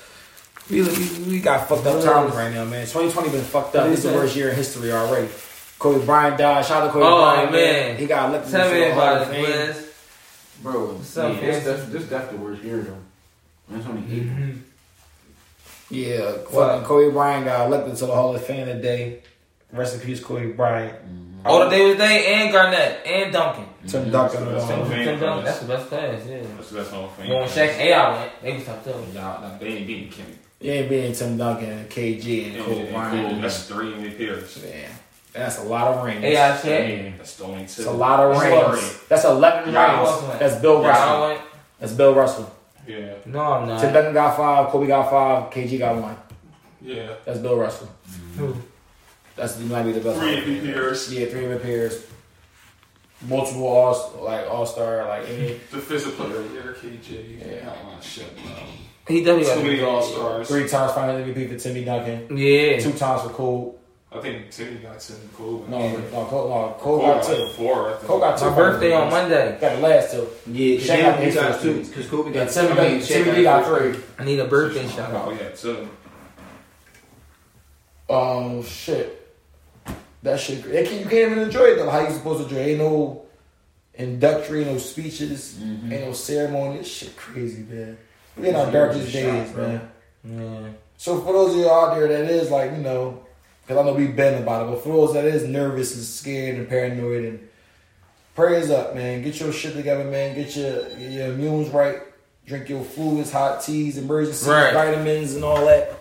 Speaker 1: we we, we got fucked up times right now, man. Twenty twenty been fucked up. It's the worst year in history already. Kobe Bryant died. Shout out to Kobe
Speaker 2: Oh,
Speaker 1: Bryant.
Speaker 2: man.
Speaker 1: he got elected
Speaker 2: Tell
Speaker 1: to
Speaker 2: me
Speaker 1: the Hall
Speaker 2: about
Speaker 1: of
Speaker 2: it,
Speaker 1: Fame.
Speaker 2: Blizz.
Speaker 3: Bro,
Speaker 2: What's up,
Speaker 3: yeah, this,
Speaker 2: man?
Speaker 3: that's, this that's the worst year though. That's only April.
Speaker 1: Yeah,
Speaker 2: Wow.
Speaker 1: fucking Kobe Bryant got elected to the Hall of Fame today. Rest in peace, Kobe Bryant.
Speaker 2: Oh, the day was day and Garnett and Duncan.
Speaker 1: Tim Duncan.
Speaker 4: That's
Speaker 1: um,
Speaker 4: Fame
Speaker 2: Tim Duncan,
Speaker 4: class.
Speaker 2: That's the best class. Yeah.
Speaker 4: That's that's all.
Speaker 2: When Shaq and AI went, they was top two.
Speaker 4: Nah, nah, they ain't beating Kenny.
Speaker 1: You ain't being Tim Duncan, KG,
Speaker 4: Yeah,
Speaker 1: and Kobe Bryant.
Speaker 4: cool. That's three in their peers.
Speaker 1: Man, that's a lot of rings.
Speaker 2: AI Shaq.
Speaker 4: Yeah, that's the only two.
Speaker 1: That's a lot of
Speaker 4: That's a lot of
Speaker 1: rings.
Speaker 4: rings.
Speaker 1: That's eleven
Speaker 2: Y'all
Speaker 1: rings.
Speaker 2: wasn't.
Speaker 1: That's Bill
Speaker 2: Y'all
Speaker 1: Russell.
Speaker 2: went.
Speaker 1: That's Bill Russell.
Speaker 4: Yeah,
Speaker 2: No, I'm not.
Speaker 1: Tim Duncan got five. Kobe got five. KG got one.
Speaker 4: yeah.
Speaker 1: That's Bill Russell.
Speaker 2: Who?
Speaker 1: That's might be the best.
Speaker 4: Three in
Speaker 1: one.
Speaker 4: their peers.
Speaker 1: Yeah, three repairs. Multiple all like all star like any
Speaker 4: Defensive player, Eric KJ.
Speaker 1: Yeah.
Speaker 4: Yeah, oh, shit, no.
Speaker 2: He definitely got
Speaker 4: Too many All Stars.
Speaker 1: three times final MVP for Timmy Duncan.
Speaker 2: Yeah.
Speaker 1: Two times for Cole.
Speaker 4: I think Timmy got ten. Cole.
Speaker 1: No,
Speaker 4: Yeah.
Speaker 1: no, Cole, no, Cole
Speaker 4: Cole
Speaker 1: got
Speaker 4: got
Speaker 1: two.
Speaker 4: four. I think.
Speaker 1: Cole got two.
Speaker 2: My birthday on Monday.
Speaker 1: Got the last two.
Speaker 3: Yeah,
Speaker 1: Shaq
Speaker 3: Shaq
Speaker 1: got
Speaker 3: got,
Speaker 1: got
Speaker 3: got two. Because Kobe
Speaker 1: And
Speaker 3: got
Speaker 1: Timmy,
Speaker 3: I mean, Shaq
Speaker 1: Timmy D got three.
Speaker 2: I need a birthday shout out.
Speaker 4: Oh yeah, two.
Speaker 1: Um, shit. That shit. It can, you can't even enjoy it though. How you supposed to enjoy? it? Ain't no inductory, no speeches,
Speaker 3: Mm-hmm.
Speaker 1: ain't no ceremony. This shit crazy, man. We in our
Speaker 3: These
Speaker 1: darkest
Speaker 3: niggas
Speaker 1: days,
Speaker 3: is shocked, bro.
Speaker 1: man.
Speaker 2: Yeah.
Speaker 1: So for those of you out there that is like, you know, because I know we've been about it, but for those that is nervous and scared and paranoid and prayers up, man. Get your shit together, man. Get your get your immunes right. Drink your fluids, hot teas, emergency
Speaker 2: Right.
Speaker 1: vitamins, and all that.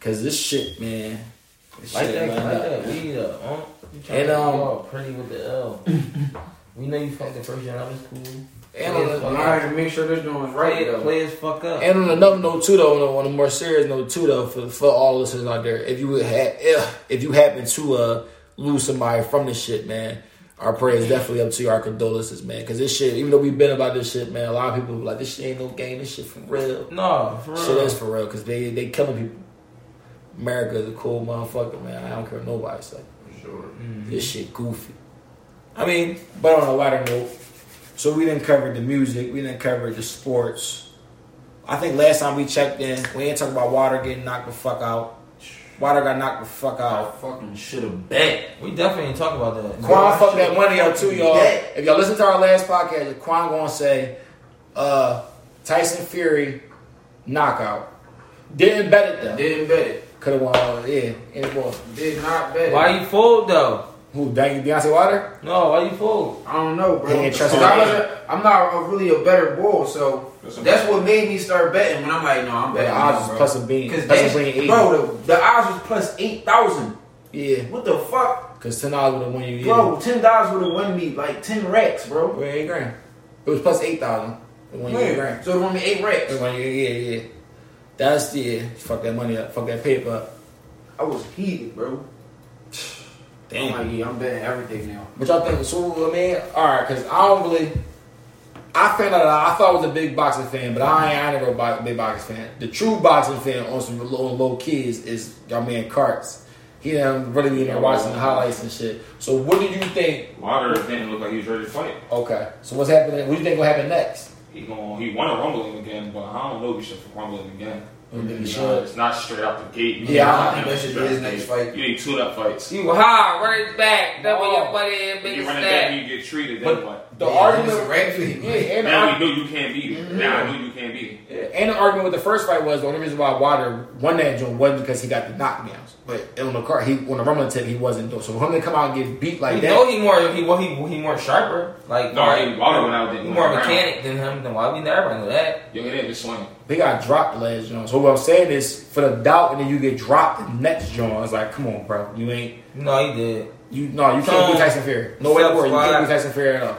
Speaker 1: Cause this shit, man. This
Speaker 2: Like
Speaker 1: shit
Speaker 2: that, like
Speaker 1: lined up,
Speaker 2: that.
Speaker 1: man.
Speaker 2: We uh, um, you tryna
Speaker 1: And,
Speaker 2: be
Speaker 1: um,
Speaker 2: all pretty with the L. we know you fucked the first year out of school.
Speaker 1: And
Speaker 2: Players
Speaker 1: on,
Speaker 2: fuck
Speaker 1: the-
Speaker 3: I had to make sure this doing right,
Speaker 2: Play,
Speaker 3: though.
Speaker 2: players fuck up.
Speaker 1: and on another note too, though, on a more serious note too, though, for, for all listeners out there, if you would ha- if, if you happen to uh, lose somebody from this shit, man, our prayers definitely up to you, our condolences, man, because this shit, even though we've been about this shit, man, a lot of people be like this shit ain't no game, this shit for real.
Speaker 2: no, for real.
Speaker 1: Shit is for real, cause they they killing people. America's a cool motherfucker, man. I don't care what nobody say.
Speaker 3: Sure.
Speaker 2: Mm.
Speaker 1: This shit goofy. I mean, but on a lighter note, so we didn't cover the music, we didn't cover the sports. I think last time we checked in, we ain't talking about Water getting knocked the fuck out. Water got knocked the fuck
Speaker 3: I
Speaker 1: out.
Speaker 3: fucking should have bet.
Speaker 2: Hey, we definitely ain't talk about that.
Speaker 1: Quan fucked that money up too, y'all.
Speaker 3: Yeah.
Speaker 1: If y'all listen to our last podcast, Quan gonna say, uh, Tyson Fury knockout. Didn't bet it though.
Speaker 3: Didn't bet it.
Speaker 1: Could have won. uh, Yeah, and it was.
Speaker 3: Did not bet it.
Speaker 2: Why you fooled though?
Speaker 1: Who? Dang- Beyonce Water?
Speaker 2: No, why you fooled?
Speaker 3: I don't know, bro.
Speaker 1: He ain't trust
Speaker 3: 'Cause I
Speaker 1: me.
Speaker 3: wasn't, I'm not a, really a better bull, so
Speaker 4: That's
Speaker 3: that's,
Speaker 4: okay.
Speaker 3: what made me start betting. When I'm like, no, I'm
Speaker 1: The
Speaker 3: betting.
Speaker 1: odds
Speaker 3: now,
Speaker 1: was
Speaker 3: Oh, bro.
Speaker 1: plus a bean.
Speaker 3: Cause
Speaker 1: Plus a
Speaker 3: that's-
Speaker 1: bean eighty.
Speaker 3: bro, the, the odds was plus eight thousand.
Speaker 1: Yeah.
Speaker 3: What the fuck,
Speaker 1: Cause ten dollars would have won you. Yeah.
Speaker 3: bro? Ten dollars would have won me like ten racks, bro.
Speaker 1: Well, eight grand. It was plus eight thousand. It won you eight
Speaker 3: Yeah.
Speaker 1: grand.
Speaker 3: So it won me eight racks.
Speaker 1: It won you, yeah, yeah. That's the yeah. Fuck that money up. Fuck that paper up.
Speaker 3: I was heated, bro. I'm like, yeah, I'm betting everything now.
Speaker 1: But y'all think so? I mean, all right, because I don't really. I found out I thought I was a big boxing fan, but I ain't, I ain't never a bo- big boxing fan. The true boxing fan on some low, low kids is y'all man Carts. He done really even watching the highlights and shit. So what do you think?
Speaker 4: Wilder didn't look like he was ready to fight.
Speaker 1: Okay, so what's happening? What do you think will happen next?
Speaker 4: He going he won a rumbling again, but I don't know if he should rumble him again.
Speaker 1: You
Speaker 4: Nah, it's not straight out the gate.
Speaker 1: Yeah, I
Speaker 3: think that should be his next fight.
Speaker 4: You need two up fights.
Speaker 2: You high, run it back. That way your buddy and
Speaker 4: If
Speaker 2: make
Speaker 4: you
Speaker 2: a
Speaker 4: run it back,
Speaker 2: snap.
Speaker 4: you get treated. Then
Speaker 1: But
Speaker 4: what?
Speaker 1: the argument, yeah,
Speaker 3: Exactly.
Speaker 1: and the
Speaker 4: Now you know you can't beat him. Now I know you can't beat him.
Speaker 1: And the argument with the first fight was the only reason why Wilder won that joint wasn't because he got the knockdowns, but on the car he on the rumbling tip he wasn't doing. So for him to come out and get beat like
Speaker 2: You
Speaker 1: that,
Speaker 2: know he more he well, he he more sharper. Like
Speaker 4: No,
Speaker 2: more,
Speaker 4: he- Wilder went out there
Speaker 2: he
Speaker 4: and
Speaker 2: more
Speaker 4: went around.
Speaker 2: mechanic than him. Then why we everybody know that?
Speaker 4: Yo, he didn't just swing.
Speaker 1: they got dropped last joint. So what I'm saying is for the doubt, and then you get dropped the next joint. It's like, come on, bro, you ain't
Speaker 2: No, he did.
Speaker 1: you no, you can't
Speaker 2: So-
Speaker 1: beat Tyson Fury. No way, in the world. you can't
Speaker 2: Squad.
Speaker 1: beat Tyson Fury at all.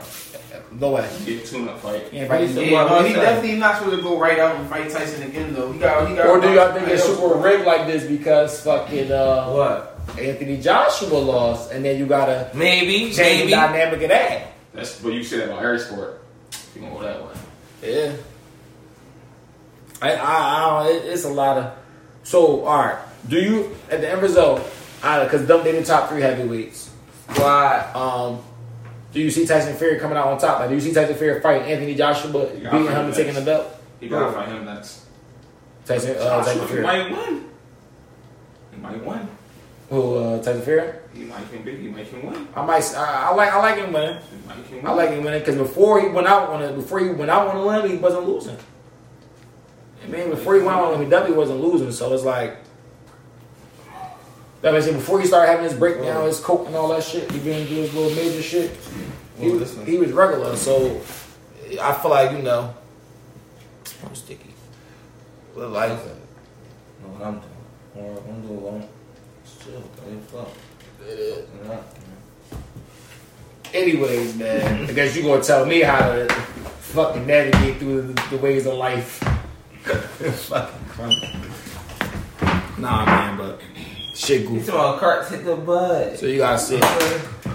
Speaker 1: No way.
Speaker 4: Get a two up fight.
Speaker 1: You ain't fight
Speaker 2: Yeah.
Speaker 1: him.
Speaker 3: Yeah, well, he definitely not supposed to go right out and fight Tyson again, though. He got, he got.
Speaker 1: Or do y'all think it's super rigged like this because fucking uh,
Speaker 2: What?
Speaker 1: Anthony Joshua lost, and then you gotta
Speaker 2: Maybe,
Speaker 1: change the
Speaker 2: maybe.
Speaker 1: dynamic of that?
Speaker 4: That's but you said that about every sport. You gonna go that way.
Speaker 1: Yeah. I, I, I don't, it, it's a lot of. So, all right. Do you at the end result? Because them they the top three heavyweights.
Speaker 2: Why?
Speaker 1: Um, do you see Tyson Fury coming out on top? Like, do you see Tyson Fury fighting Anthony Joshua, beating
Speaker 4: Yeah, I
Speaker 1: him
Speaker 4: think
Speaker 1: and taking the
Speaker 4: that's-
Speaker 1: belt?
Speaker 4: He gotta fight him next.
Speaker 1: Tyson, uh, Tyson
Speaker 4: he
Speaker 1: Fury.
Speaker 4: might win. He might win.
Speaker 1: Who? Uh, Tyson Fury.
Speaker 4: He might can be. He might can win.
Speaker 1: I might. I, I like. I like him winning.
Speaker 4: He might can win.
Speaker 1: I like him winning because before he went out on a before he went out on a win, he wasn't losing. I mean, before he went out on a win, he definitely wasn't losing. So it's like, that means before he started having his breakdown, his coke and all that shit, he been doing his little major shit. He,
Speaker 2: Well,
Speaker 1: was-
Speaker 2: this one.
Speaker 1: he was regular, so I feel like you know,
Speaker 2: I'm sticky.
Speaker 1: but like
Speaker 2: Know what I'm doing? Or I'm doing alone. Just chill. Don't give a fuck. You know?
Speaker 1: anyways, man. I guess you gonna tell me how to fucking navigate through the, the ways of life. fucking crunk. Nah, man, but shit
Speaker 2: You
Speaker 1: goofy.
Speaker 2: talking about carts hit the bud.
Speaker 1: So you gotta sit.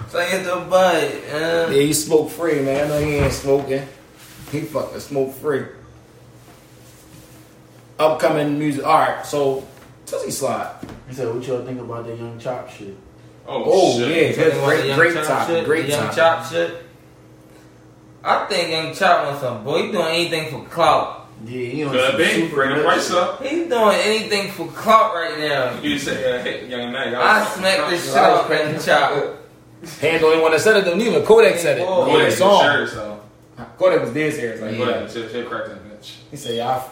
Speaker 2: So hit the bud. Uh,
Speaker 1: Yeah, he smoke free, man. I know he ain't smoking. He fucking smoke free. Upcoming music. All right, so Tizzy Slide.
Speaker 3: He said, "What y'all think about the young chop shit?"
Speaker 4: Oh,
Speaker 1: Oh,
Speaker 4: shit.
Speaker 1: yeah, that's
Speaker 2: Talking about the
Speaker 1: great,
Speaker 2: Young
Speaker 1: great
Speaker 2: Chop
Speaker 1: topic.
Speaker 2: shit,
Speaker 1: Great
Speaker 2: the Young
Speaker 1: topic.
Speaker 2: Chop shit. I think Young Chop wants some boy. He doing anything for clout.
Speaker 3: Yeah, he on
Speaker 4: Could
Speaker 3: some
Speaker 4: be.
Speaker 3: super
Speaker 4: Bring the
Speaker 3: nut
Speaker 4: price
Speaker 3: shit.
Speaker 4: up.
Speaker 2: He's doing anything for clout right now.
Speaker 4: You say, uh, hey, young man,
Speaker 2: I smacked this shit out of Young Chop.
Speaker 1: Hand the only one that said it. Don't even Kodak said it.
Speaker 2: Whoa.
Speaker 4: Go
Speaker 1: Kodak
Speaker 4: ahead,
Speaker 1: song.
Speaker 4: Oh, sure, so.
Speaker 1: Kodak was dead serious.
Speaker 4: Like,
Speaker 1: Like,
Speaker 4: go ahead, shit, shit, crack that bitch.
Speaker 1: He said, "Yeah." I f-"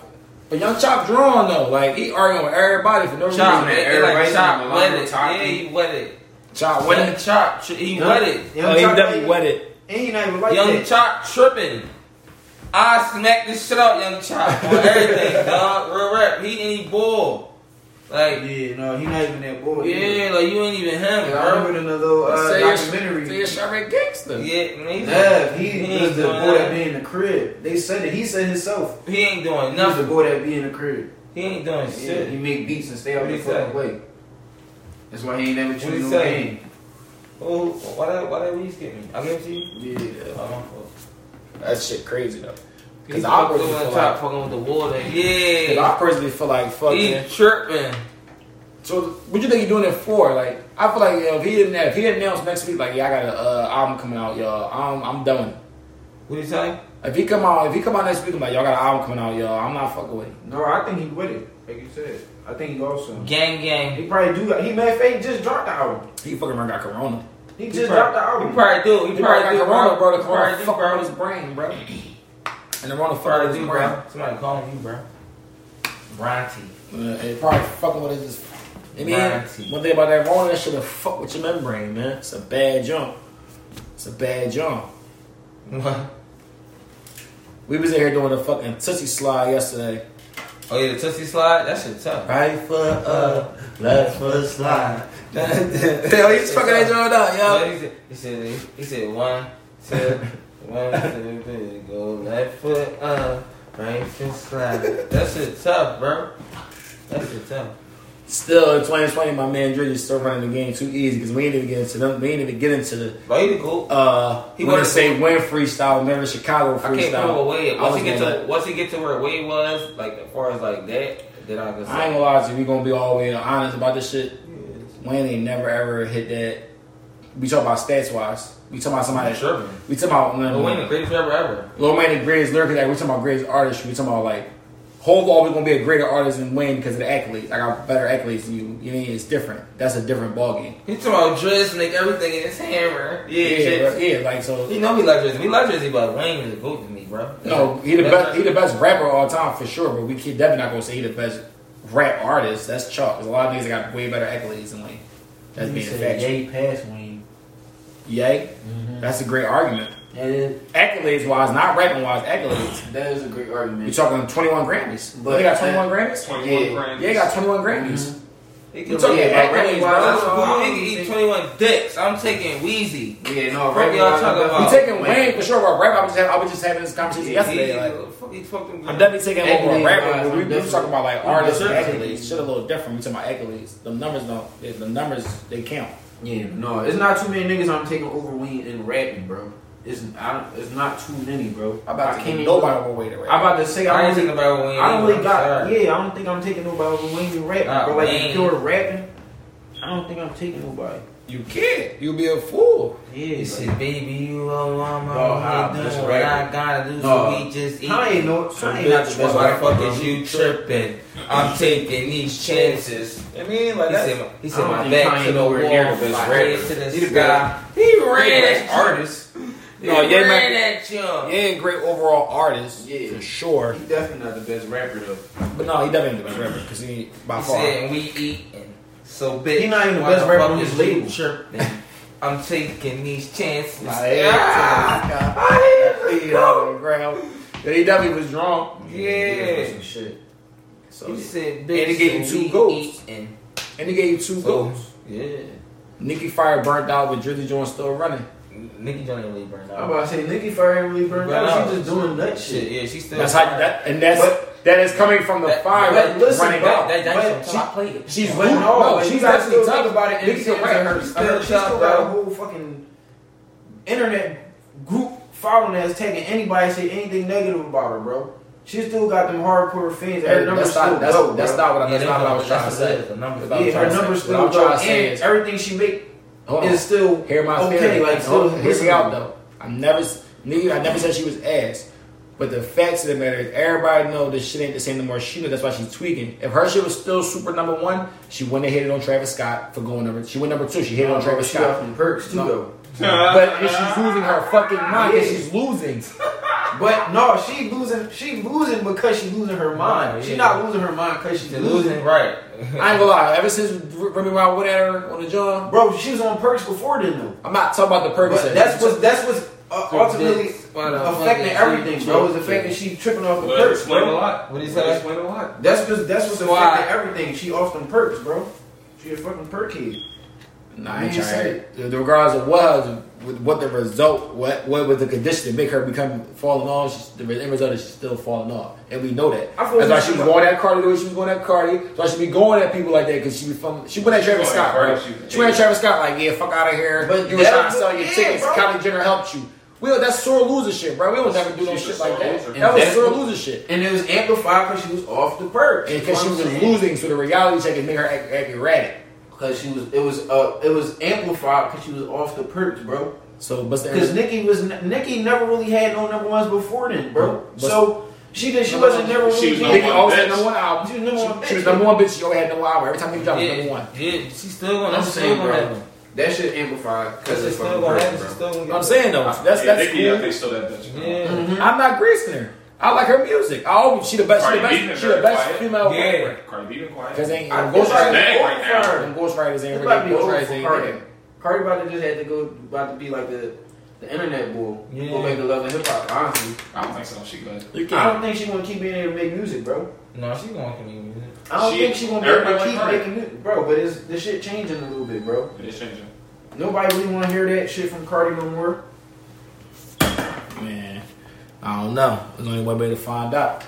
Speaker 1: But Young Chop drawing though, like he arguing with everybody for no reason.
Speaker 2: Chop, man.
Speaker 3: Everybody's
Speaker 2: Like
Speaker 3: in
Speaker 2: Chop
Speaker 3: the
Speaker 2: wet
Speaker 3: line
Speaker 2: it.
Speaker 3: talking.
Speaker 2: Yeah, he wet it.
Speaker 1: Chop
Speaker 2: Young
Speaker 1: wet.
Speaker 2: Chop, tri- he
Speaker 3: Young-
Speaker 2: wet it.
Speaker 1: Oh, he definitely wet it.
Speaker 3: And he not even like
Speaker 2: Young
Speaker 3: that.
Speaker 2: Chop tripping. I smacked this shit out, Young Chop, on everything, dog. Real rap. He ain't even bull. Like,
Speaker 3: Yeah, no, he not even that boy.
Speaker 2: yeah, like you ain't even him,
Speaker 3: I
Speaker 2: bro.
Speaker 3: remember in the little uh,
Speaker 1: Say your- Say
Speaker 3: documentary.
Speaker 1: your Charmaine gangster.
Speaker 2: Yeah, man, he's-
Speaker 3: Yeah, he
Speaker 2: He
Speaker 3: was
Speaker 2: ain't
Speaker 3: the
Speaker 2: doing
Speaker 3: boy that
Speaker 2: that.
Speaker 3: be in the crib. They said it. He said himself.
Speaker 2: he ain't doing
Speaker 3: He was the
Speaker 2: nothing.
Speaker 3: boy that be in the crib.
Speaker 2: He ain't doing
Speaker 3: Yeah, he
Speaker 2: shit.
Speaker 3: make beats and stay out
Speaker 2: What
Speaker 3: the
Speaker 2: he say?
Speaker 3: fucking way. That's why he ain't never
Speaker 2: he
Speaker 3: choose no
Speaker 2: say?
Speaker 3: game.
Speaker 2: Oh, why that? Why that Reese get me? I gave it to you.
Speaker 3: Yeah.
Speaker 2: Oh, my fault.
Speaker 1: That shit crazy though. Cause
Speaker 2: He's
Speaker 1: I
Speaker 2: fucking
Speaker 1: personally
Speaker 2: on
Speaker 1: feel
Speaker 2: top,
Speaker 1: like,
Speaker 2: fucking with the water.
Speaker 1: 'cause
Speaker 2: Yeah,
Speaker 1: I personally feel like fucking.
Speaker 2: he tripping.
Speaker 1: So what you think he doing it for? Like I feel like you know, if he didn't if he announced next week, like yeah, I got a uh, album coming out, y'all. I'm I'm done.
Speaker 2: What you say?
Speaker 1: If he come out if he come out next week, I'm like y'all got an album coming out, y'all. I'm not fucking with him.
Speaker 3: No, I think he with it. Like you said, I think he also.
Speaker 2: Gang, gang.
Speaker 3: He probably do. He mad fake just dropped the album.
Speaker 1: He fucking around got corona.
Speaker 3: He
Speaker 2: He
Speaker 3: just
Speaker 2: probably-
Speaker 3: dropped the
Speaker 2: He
Speaker 3: album.
Speaker 2: probably do. He,
Speaker 1: He
Speaker 2: probably
Speaker 1: probably
Speaker 2: do,
Speaker 1: got corona, bro. The
Speaker 2: He
Speaker 1: corona
Speaker 2: probably do,
Speaker 1: fuck
Speaker 2: bro.
Speaker 1: around his brain, bro. And the corona fuck
Speaker 2: Sorry,
Speaker 1: around
Speaker 2: dude,
Speaker 1: his brain.
Speaker 2: bro. Somebody calling you, bro. Bronte.
Speaker 1: Yeah, it probably fucking with his. I mean,
Speaker 2: Right.
Speaker 1: one thing about that wrong, that should have fucked with your membrane, man. It's a bad jump. It's a bad jump.
Speaker 2: What?
Speaker 1: We was in here doing a fucking tootsie slide yesterday.
Speaker 2: Oh yeah, the Tootsie Slide. That shit tough.
Speaker 1: Right foot up, left foot slide. Yo, he's fucking that joint up, yo.
Speaker 2: What He said, he said, he said one, two, one, two, three, go left foot up, right foot slide. That shit tough, bro. That shit tough.
Speaker 1: Still in 2020, my man Drizzy's still running the game too easy because we ain't even get into them. We ain't even get into the
Speaker 2: Like, he the goat.
Speaker 1: uh, he
Speaker 2: He
Speaker 1: want to
Speaker 2: wasn't
Speaker 1: say win freestyle, never Chicago
Speaker 2: I can't come
Speaker 1: freestyle.
Speaker 2: away.
Speaker 1: I
Speaker 2: Once
Speaker 1: was
Speaker 2: he get
Speaker 1: gonna-
Speaker 2: to once he get to where Wade was, like as far as like that, then I can
Speaker 1: I ain't
Speaker 2: say.
Speaker 1: gonna lie to you, we gonna be all the way honest about this shit. Wayne ain't never ever hit that. We talk about stats wise. We talk about somebody.
Speaker 2: Sure, man.
Speaker 1: We talk about
Speaker 2: But Wayne the greatest rapper ever.
Speaker 1: Lil Wayne the greatest lyrical like we talking about greatest artist. We talking about like Hov always gonna be a greater artist than Wayne because of the accolades. I got better accolades than you. You know, what I mean? it's different. That's a different ballgame.
Speaker 2: He talking about Driz and like everything in his hammer. Yeah,
Speaker 1: yeah,
Speaker 2: shit.
Speaker 1: bro. yeah. Like so,
Speaker 2: You know we like Drizzy. We like Drizzy, but Wayne is a goat to me, bro.
Speaker 1: no, he the
Speaker 2: That's
Speaker 1: best.
Speaker 2: not-
Speaker 1: He the best rapper of all time for sure. But we can definitely not gonna say he the best rap artist. That's chalk. Because a lot of niggas got way better accolades than Wayne. That's being a fact. Yay,
Speaker 3: Jay passed Wayne.
Speaker 1: that's a great argument.
Speaker 3: That is
Speaker 1: Accolades wise, not rapping wise, accolades.
Speaker 3: that is a great
Speaker 1: You
Speaker 3: argument.
Speaker 1: talking 21 Grammys?
Speaker 3: But-
Speaker 1: they got 21 Grammys.
Speaker 4: 21
Speaker 3: Yeah.
Speaker 4: grand.
Speaker 1: Yeah, they got 21 Grammys.
Speaker 2: He
Speaker 1: You
Speaker 2: can
Speaker 1: talking
Speaker 3: Yeah,
Speaker 1: about
Speaker 3: accolades,
Speaker 1: accolades,
Speaker 3: bro.
Speaker 1: bro.
Speaker 2: That's
Speaker 3: Uh,
Speaker 2: cool.
Speaker 3: I
Speaker 2: He
Speaker 3: don't
Speaker 2: can eat
Speaker 3: think-
Speaker 2: 21 dicks. I'm taking Wheezy.
Speaker 3: Yeah, no,
Speaker 2: Fuck y'all
Speaker 3: regular-
Speaker 2: talking about?
Speaker 1: I'm taking
Speaker 3: Wayne.
Speaker 1: Wayne for sure about rap. I was, just, I was just having this conversation yesterday.
Speaker 2: He,
Speaker 1: like,
Speaker 2: fuck, he fucking
Speaker 1: I'm definitely taking
Speaker 3: Accolades,
Speaker 1: him over a
Speaker 3: guys,
Speaker 1: rapper.
Speaker 3: I'm
Speaker 1: but We, we
Speaker 3: definitely-
Speaker 1: was talking about like
Speaker 3: I'm
Speaker 1: artists and
Speaker 3: definitely
Speaker 1: accolades.
Speaker 3: taking-
Speaker 1: Shit a little different. We talking about accolades. The numbers don't. The the numbers they count.
Speaker 3: Yeah, no, it's not too many niggas I'm taking over Wayne and rapping, bro. It's I, don't- it's not too many, bro.
Speaker 1: I'm about
Speaker 3: I
Speaker 1: to
Speaker 3: can't
Speaker 1: take
Speaker 3: even-
Speaker 1: nobody over Wayne to
Speaker 3: I'm
Speaker 1: rap.
Speaker 3: about to say I,
Speaker 2: I ain't
Speaker 3: don't
Speaker 2: taking
Speaker 3: really,
Speaker 2: about Wayne.
Speaker 3: I don't
Speaker 2: I'm
Speaker 3: really got.
Speaker 2: sorry.
Speaker 3: Yeah, I don't think I'm taking nobody over Wayne and rapping,
Speaker 2: Nah,
Speaker 3: bro. Like
Speaker 2: Wayne.
Speaker 3: if you're rapping, I don't think I'm taking nobody.
Speaker 1: You can't. You'll be a fool.
Speaker 3: Yeah,
Speaker 2: He
Speaker 3: like,
Speaker 2: said, baby, you all want my
Speaker 3: No, I-
Speaker 2: money,
Speaker 3: that's
Speaker 2: doing what
Speaker 3: right.
Speaker 2: I gotta do,
Speaker 3: No.
Speaker 2: so we just eat.
Speaker 3: Kanye no,
Speaker 2: So
Speaker 3: Kanye not the
Speaker 2: bitch,
Speaker 3: best
Speaker 2: why the
Speaker 3: rapper.
Speaker 2: fuck
Speaker 3: bro.
Speaker 2: is you tripping? I'm taking these chances.
Speaker 1: I mean,
Speaker 2: He
Speaker 1: like
Speaker 2: said, he said
Speaker 3: I don't
Speaker 2: my
Speaker 3: think
Speaker 2: back
Speaker 3: Kanye
Speaker 2: to the wall,
Speaker 3: nowhere
Speaker 2: my
Speaker 3: near the best
Speaker 2: head
Speaker 3: rapper.
Speaker 2: to the
Speaker 3: He the
Speaker 2: sky. He ran at
Speaker 3: artist.
Speaker 2: you.
Speaker 1: No,
Speaker 2: He
Speaker 1: yeah, man.
Speaker 2: ran at you.
Speaker 1: Yeah, great overall artist
Speaker 3: Yeah.
Speaker 1: for sure.
Speaker 3: He definitely not the best rapper though.
Speaker 1: But no, he definitely the best rapper because he by
Speaker 2: He
Speaker 1: far.
Speaker 2: said, we eating. So bitch,
Speaker 3: He not even the
Speaker 2: why
Speaker 3: best rapper
Speaker 2: fuck
Speaker 3: on
Speaker 2: is
Speaker 3: this
Speaker 2: you
Speaker 3: label.
Speaker 2: Tripping? I'm taking these chances.
Speaker 1: My head to the sky.
Speaker 2: Ah!
Speaker 1: He on the ground. Yeah, He definitely was drunk.
Speaker 2: Yeah.
Speaker 3: Some shit.
Speaker 1: So,
Speaker 2: He said, bitch,
Speaker 1: they gave him
Speaker 2: so
Speaker 1: two
Speaker 2: we
Speaker 1: goats.
Speaker 2: eating.
Speaker 1: and he gave you two
Speaker 2: So,
Speaker 1: goals.
Speaker 2: yeah.
Speaker 1: Nicki Fire burnt out with Drizzy Jones still running.
Speaker 2: Nicki Jones ain't really burned out.
Speaker 3: I'm about to say Nicki Fire ain't really burned
Speaker 2: Burned
Speaker 3: out.
Speaker 2: out.
Speaker 3: She just doing that shit.
Speaker 2: Yeah, she's still.
Speaker 1: That's how that and that's that is coming from the
Speaker 2: That-
Speaker 1: fire
Speaker 3: but listen,
Speaker 1: running
Speaker 3: bro,
Speaker 1: out.
Speaker 2: That, that,
Speaker 3: But
Speaker 2: she, I played it.
Speaker 1: She's
Speaker 3: But
Speaker 1: rude.
Speaker 3: no,
Speaker 1: No,
Speaker 3: like,
Speaker 1: she's
Speaker 3: you gotta
Speaker 1: actually
Speaker 3: still
Speaker 1: tough.
Speaker 3: think about it.
Speaker 1: Nicki
Speaker 3: Nicki
Speaker 1: a rapper.
Speaker 3: her,
Speaker 2: She's
Speaker 3: her,
Speaker 2: still
Speaker 3: she
Speaker 2: tough,
Speaker 3: still got
Speaker 2: bro.
Speaker 3: a whole fucking internet group following that's taking anybody say anything negative about her, bro. She still got them hardcore fans. Her numbers
Speaker 1: That's
Speaker 3: still
Speaker 1: not that's,
Speaker 3: go,
Speaker 1: that's
Speaker 3: bro.
Speaker 1: not what I, that's
Speaker 2: Yeah,
Speaker 1: not what I was
Speaker 2: that's
Speaker 1: trying to
Speaker 2: the
Speaker 1: say.
Speaker 2: list, the numbers.
Speaker 1: That's not what I
Speaker 3: Yeah,
Speaker 1: was trying
Speaker 3: her
Speaker 1: to say.
Speaker 3: numbers
Speaker 1: What
Speaker 3: still
Speaker 1: I'm
Speaker 3: go,
Speaker 1: trying to say
Speaker 3: and
Speaker 1: is
Speaker 3: everything she make
Speaker 1: hold on.
Speaker 3: is still
Speaker 1: Hear my
Speaker 3: okay.
Speaker 1: theory.
Speaker 3: Like,
Speaker 1: Hold
Speaker 3: still
Speaker 1: on, hear me out though. I never s- Nicki, I never said she was ass. But the facts of the matter is everybody know this shit ain't the same no more. She know that's why she's tweaking. If her shit was still super number one, she wouldn't have hated on Travis Scott for going number she went number two. She hated on Travis
Speaker 3: She got
Speaker 1: Scott.
Speaker 3: some perks too,
Speaker 1: No.
Speaker 3: though.
Speaker 1: But if she's losing her fucking mind,
Speaker 3: Yeah.
Speaker 1: if she's losing.
Speaker 3: But no, she losing. She losing because she losing her mind. She
Speaker 2: Yeah.
Speaker 3: not losing her mind because she
Speaker 2: She's
Speaker 3: losing.
Speaker 2: losing, right?
Speaker 1: I ain't gonna lie. Ever since R- Remy Ma went at her on the job,
Speaker 3: Bro, she was on perks before then though.
Speaker 1: I'm not talking about the
Speaker 3: But
Speaker 1: Percocet.
Speaker 3: that's what's that's what's uh,
Speaker 2: So
Speaker 3: ultimately
Speaker 2: this- why the fuck
Speaker 3: affecting
Speaker 2: is she
Speaker 3: everything, bro. Is
Speaker 2: tripping?
Speaker 3: affecting she tripping off the
Speaker 4: Well,
Speaker 3: perks,
Speaker 4: explain a
Speaker 3: bro.
Speaker 4: lot.
Speaker 2: What he
Speaker 4: Well,
Speaker 2: say?
Speaker 4: Explain a lot.
Speaker 3: That's what's that's what's
Speaker 2: That's why-
Speaker 3: affecting everything. She off them perks, bro. She a fucking perk kid.
Speaker 1: nah, I ain't
Speaker 3: You
Speaker 1: trying
Speaker 3: said
Speaker 1: it. The regards of what her- with what the result, what what was the condition to make her become falling off? She's, the end result is she's still falling off, and we know that.
Speaker 3: I feel
Speaker 1: That's
Speaker 3: like
Speaker 1: why she
Speaker 3: she
Speaker 1: was
Speaker 3: was-
Speaker 1: going at Cardi the way she was going at Cardi. That's why she be going at people like that because she was from. She went at Travis
Speaker 4: going at
Speaker 1: Scott.
Speaker 4: Cardi,
Speaker 1: right?
Speaker 4: she-
Speaker 1: She went at Travis Scott like, yeah, fuck out of here.
Speaker 3: But
Speaker 1: But you were
Speaker 3: that-
Speaker 1: trying to sell your
Speaker 3: yeah,
Speaker 1: tickets.
Speaker 3: bro.
Speaker 1: Kylie Jenner helped you. We don't- that's sore loser shit, bro. We don't never do no
Speaker 4: She's a
Speaker 1: shit like
Speaker 4: sore
Speaker 1: that.
Speaker 4: loser.
Speaker 1: That was
Speaker 3: That's-
Speaker 1: sore loser shit.
Speaker 3: And it was amplified because she was off the perks.
Speaker 1: And because she
Speaker 3: You know
Speaker 1: was
Speaker 3: what I'm saying?
Speaker 1: losing, so the reality check is made her act, act erratic.
Speaker 3: Because she was, it was, uh, it was amplified because she was off the perks, bro.
Speaker 1: So, but the
Speaker 3: Because Nikki was, Nikki never really had no number ones before then, bro.
Speaker 1: But-
Speaker 3: so she did, she wasn't never really.
Speaker 4: She was
Speaker 1: Nicki
Speaker 4: number
Speaker 1: always
Speaker 4: one
Speaker 1: had
Speaker 4: bitch.
Speaker 1: number one album.
Speaker 3: She was number one
Speaker 1: She was
Speaker 3: bitch.
Speaker 1: number one bitch. She always had no album. Every time she dropped,
Speaker 2: yeah,
Speaker 1: number one.
Speaker 2: yeah, she's still gonna.
Speaker 3: I'm
Speaker 2: she's
Speaker 3: saying,
Speaker 2: still gonna
Speaker 3: bro.
Speaker 2: have him.
Speaker 3: that shit amplified because
Speaker 2: She's
Speaker 3: it's
Speaker 2: still
Speaker 3: fucking
Speaker 2: gonna
Speaker 3: perks,
Speaker 2: have him. She's
Speaker 3: bro.
Speaker 2: still gonna. get
Speaker 1: I'm
Speaker 2: him.
Speaker 1: saying though, that's
Speaker 4: yeah,
Speaker 1: that's
Speaker 4: Nicki, I
Speaker 1: cool.
Speaker 4: think still that bitch.
Speaker 2: Yeah.
Speaker 3: Mm-hmm.
Speaker 1: I'm not greasing her. I like her music. I always she the best. She the
Speaker 4: Cardi B
Speaker 1: best.
Speaker 4: been
Speaker 1: She the
Speaker 4: very
Speaker 1: best
Speaker 4: quiet.
Speaker 1: female
Speaker 2: Yeah.
Speaker 1: rapper.
Speaker 4: Cardi B been
Speaker 1: Because
Speaker 4: ghostwriters
Speaker 1: ain't
Speaker 3: I-
Speaker 1: them ghostwriters.
Speaker 4: bad right now.
Speaker 1: Them ghostwriters ain't
Speaker 3: It's about
Speaker 1: really
Speaker 3: to be over
Speaker 1: ghostwriters
Speaker 3: for
Speaker 1: ain't.
Speaker 3: Cardi.
Speaker 1: there.
Speaker 3: Cardi about to just had to go about to be like the the internet bull.
Speaker 2: Yeah.
Speaker 3: Go back to love and hip hop. Honestly,
Speaker 4: I don't think so. She good.
Speaker 1: You
Speaker 3: I
Speaker 1: can't.
Speaker 3: don't think she gonna keep being able to make music, bro.
Speaker 2: No, she's gonna come in.
Speaker 3: I don't
Speaker 4: She-
Speaker 3: think she gonna be able to
Speaker 4: everybody
Speaker 3: keep
Speaker 4: like her.
Speaker 3: making music, bro. But it's the shit changing a little bit, bro.
Speaker 4: It is changing.
Speaker 3: Nobody really want to hear that shit from Cardi no more.
Speaker 1: Man, I don't know. There's only one way to find out.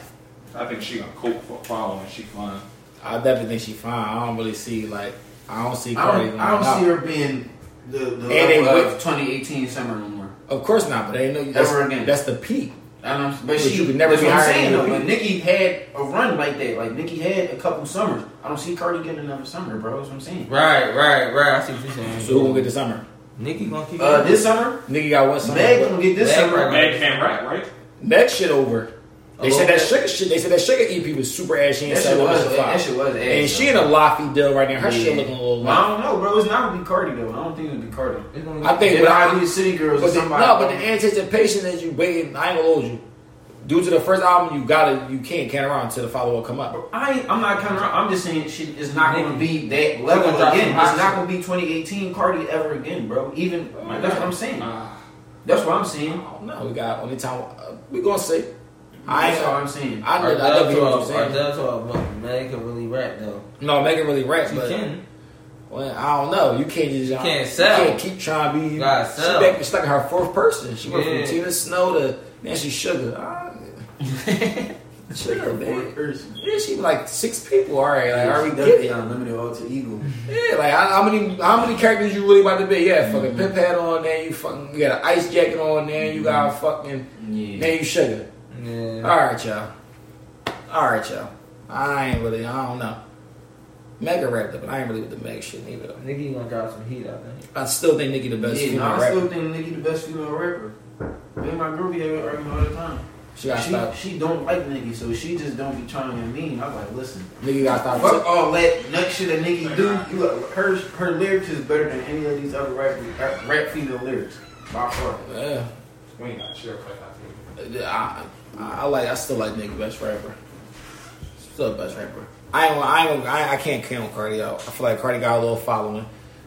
Speaker 4: I think she gonna cope for following. She fine.
Speaker 1: I definitely think she fine. I don't really see like I don't see
Speaker 3: I
Speaker 1: Cardi.
Speaker 3: don't, I don't
Speaker 1: lining
Speaker 3: see
Speaker 1: up.
Speaker 3: her being the, the
Speaker 1: they
Speaker 3: level of
Speaker 1: with-
Speaker 3: 2018 summer no more.
Speaker 1: Of course not, but ain't no that's,
Speaker 3: Ever again.
Speaker 1: That's the peak.
Speaker 3: I don't, but,
Speaker 1: But
Speaker 3: she,
Speaker 1: you could never
Speaker 3: that's
Speaker 1: be
Speaker 3: what I'm
Speaker 1: hired
Speaker 3: saying
Speaker 1: to
Speaker 3: though.
Speaker 1: be-
Speaker 3: But Nikki had a run like that. Like Nikki had a couple summers. I don't see Cardi getting another summer, bro. That's what I'm saying.
Speaker 2: Right, right, right. I see what you're saying.
Speaker 1: So who gonna get the summer?
Speaker 2: Nikki gonna keep
Speaker 3: Uh,
Speaker 2: it?
Speaker 3: this summer,
Speaker 1: Nigga got one summer.
Speaker 3: Meg gonna get
Speaker 2: Meg
Speaker 3: this summer.
Speaker 2: right
Speaker 4: Meg can't rap, right?
Speaker 1: Next shit over. They
Speaker 2: Oh,
Speaker 1: said that
Speaker 2: okay.
Speaker 1: sugar shit. They said that sugar EP was super ass. She ain't
Speaker 3: That shit
Speaker 1: selling
Speaker 3: was.
Speaker 1: was
Speaker 3: That
Speaker 1: fire.
Speaker 3: shit was. ass,
Speaker 1: And she
Speaker 3: though.
Speaker 1: in a lofty deal right now. Her shit
Speaker 3: Yeah.
Speaker 1: looking a little.
Speaker 3: Well, I
Speaker 1: Low.
Speaker 3: don't know, bro. It's not gonna be Cardi though. I don't think it'll be Cardi.
Speaker 2: It's gonna
Speaker 1: I
Speaker 2: get-
Speaker 1: think,
Speaker 3: It
Speaker 1: but I,
Speaker 3: might be the City Girls or
Speaker 1: But the, no,
Speaker 3: somebody.
Speaker 1: but the anticipation that you waiting, I ain't gonna hold you. Due to the first album, you gotta, you can't count around until the follow up come up.
Speaker 3: I ain't, I'm not counting. I'm just saying shit is not going to be that
Speaker 2: We're
Speaker 3: level
Speaker 2: gonna drop
Speaker 3: again.
Speaker 2: some hot
Speaker 3: It's not
Speaker 2: shit.
Speaker 3: going to be 2018 Cardi ever again, bro. Even that's what I'm saying.
Speaker 4: Nah.
Speaker 3: That's what I'm saying.
Speaker 1: No, we got only time uh, we gonna see. I
Speaker 3: That's all
Speaker 1: ain't,
Speaker 3: I'm saying.
Speaker 1: I,
Speaker 2: Our
Speaker 1: know- I love
Speaker 2: dub
Speaker 1: you. What
Speaker 2: talk,
Speaker 1: you're
Speaker 2: our
Speaker 1: saying.
Speaker 2: dub talk, but Meg can really rap though.
Speaker 1: No, Megan really rap,
Speaker 2: She
Speaker 1: but
Speaker 2: can.
Speaker 1: well, I don't know. You can't just uh,
Speaker 2: Can't sell.
Speaker 1: You can't keep trying to be.
Speaker 2: You gotta
Speaker 1: she
Speaker 2: sell.
Speaker 1: back- stuck in her fourth person. She went
Speaker 2: Yeah.
Speaker 1: from Tina Snow to now she's Sugar. Ah, sugar, man. Yeah, she like six people. All right, like, are we getting?
Speaker 3: unlimited alter ego?
Speaker 1: Yeah, like how, how many how many characters you really about to be? Yeah, fucking pimp hat on there, you fucking you got an ice jacket on there, you got a fucking now
Speaker 3: Yeah.
Speaker 1: you sugar.
Speaker 2: Yeah.
Speaker 1: All right, y'all. All right, y'all. I ain't really, I don't know. Mega wrapped up, but I ain't really with the Meg shit neither. Though.
Speaker 2: Nikki gonna drop some heat, I think.
Speaker 1: I still think Nicki the best
Speaker 3: Yeah,
Speaker 1: female
Speaker 3: nah, I
Speaker 1: rapper.
Speaker 3: still think Nicki the best female rapper. Me and my girl be having argument all the time.
Speaker 1: she gotta stop.
Speaker 3: She, she don't like Nicki, so she just don't be trying to be mean. I'm like, listen,
Speaker 1: Nicki gotta stop.
Speaker 3: Fuck all that nut shit that Nicki do. You look, her her lyrics is better than any of these other rap rap, rap female lyrics by far.
Speaker 1: Yeah,
Speaker 4: We ain't got shit, but I think.
Speaker 1: I, I, I like. I still like Nicki best rapper. Still best rapper. I ain't. I ain't. I, I can't count Cardi out. I feel like Cardi got a little following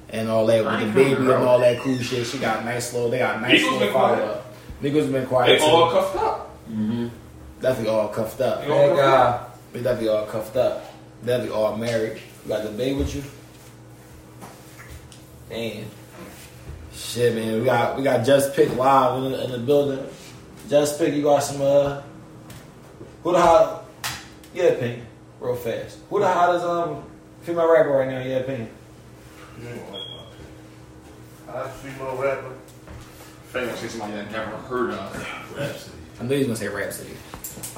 Speaker 1: and all that
Speaker 3: I
Speaker 1: with the
Speaker 3: ain't
Speaker 1: baby
Speaker 3: counting
Speaker 1: and
Speaker 3: her out.
Speaker 1: all that cool shit. She got nice little. They got nice
Speaker 4: Migos
Speaker 1: little
Speaker 4: been
Speaker 1: follow
Speaker 4: quiet.
Speaker 1: up. Niggas been
Speaker 4: They
Speaker 1: quiet.
Speaker 4: all
Speaker 1: Too.
Speaker 4: cuffed up.
Speaker 1: Mm-hmm. Definitely all cuffed up.
Speaker 4: They all
Speaker 2: Meg,
Speaker 4: cuffed up.
Speaker 2: uh,
Speaker 1: They definitely all cuffed up. Definitely all married. You got the baby with you. Man, shit, man. We got we got just pick live in the, in the building. Just pick. You got some uh. Who the hot? Your opinion, real fast. Who the hottest um female rapper right now? in Your opinion.
Speaker 6: I female rapper.
Speaker 4: Famous say somebody that never heard of.
Speaker 6: Rhapsody.
Speaker 1: I knew he was gonna say Rhapsody.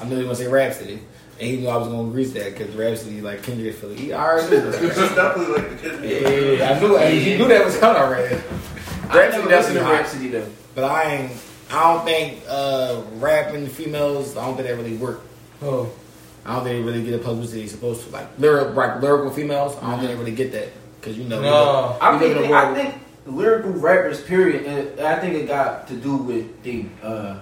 Speaker 1: I knew he was gonna say Rhapsody, and he knew I was gonna grease that because Rhapsody like Kendrick Philly. He already knew. that.
Speaker 6: It's definitely like the kid.
Speaker 1: Yeah, yeah, yeah, I knew. He knew that was coming already. Rhapsody definitely hot.
Speaker 3: Rhapsody though.
Speaker 1: But I ain't. I don't think uh, rapping females. I don't think they really work.
Speaker 2: oh,
Speaker 1: I don't think they really get the publicity they're supposed to. Like lyrical, like, lyrical females. I don't think they really get that because you know. we
Speaker 2: No.
Speaker 1: live-
Speaker 3: I
Speaker 1: we
Speaker 3: think
Speaker 1: live in a
Speaker 3: I
Speaker 1: world-
Speaker 3: think lyrical rappers period. And I think it got to do with the uh,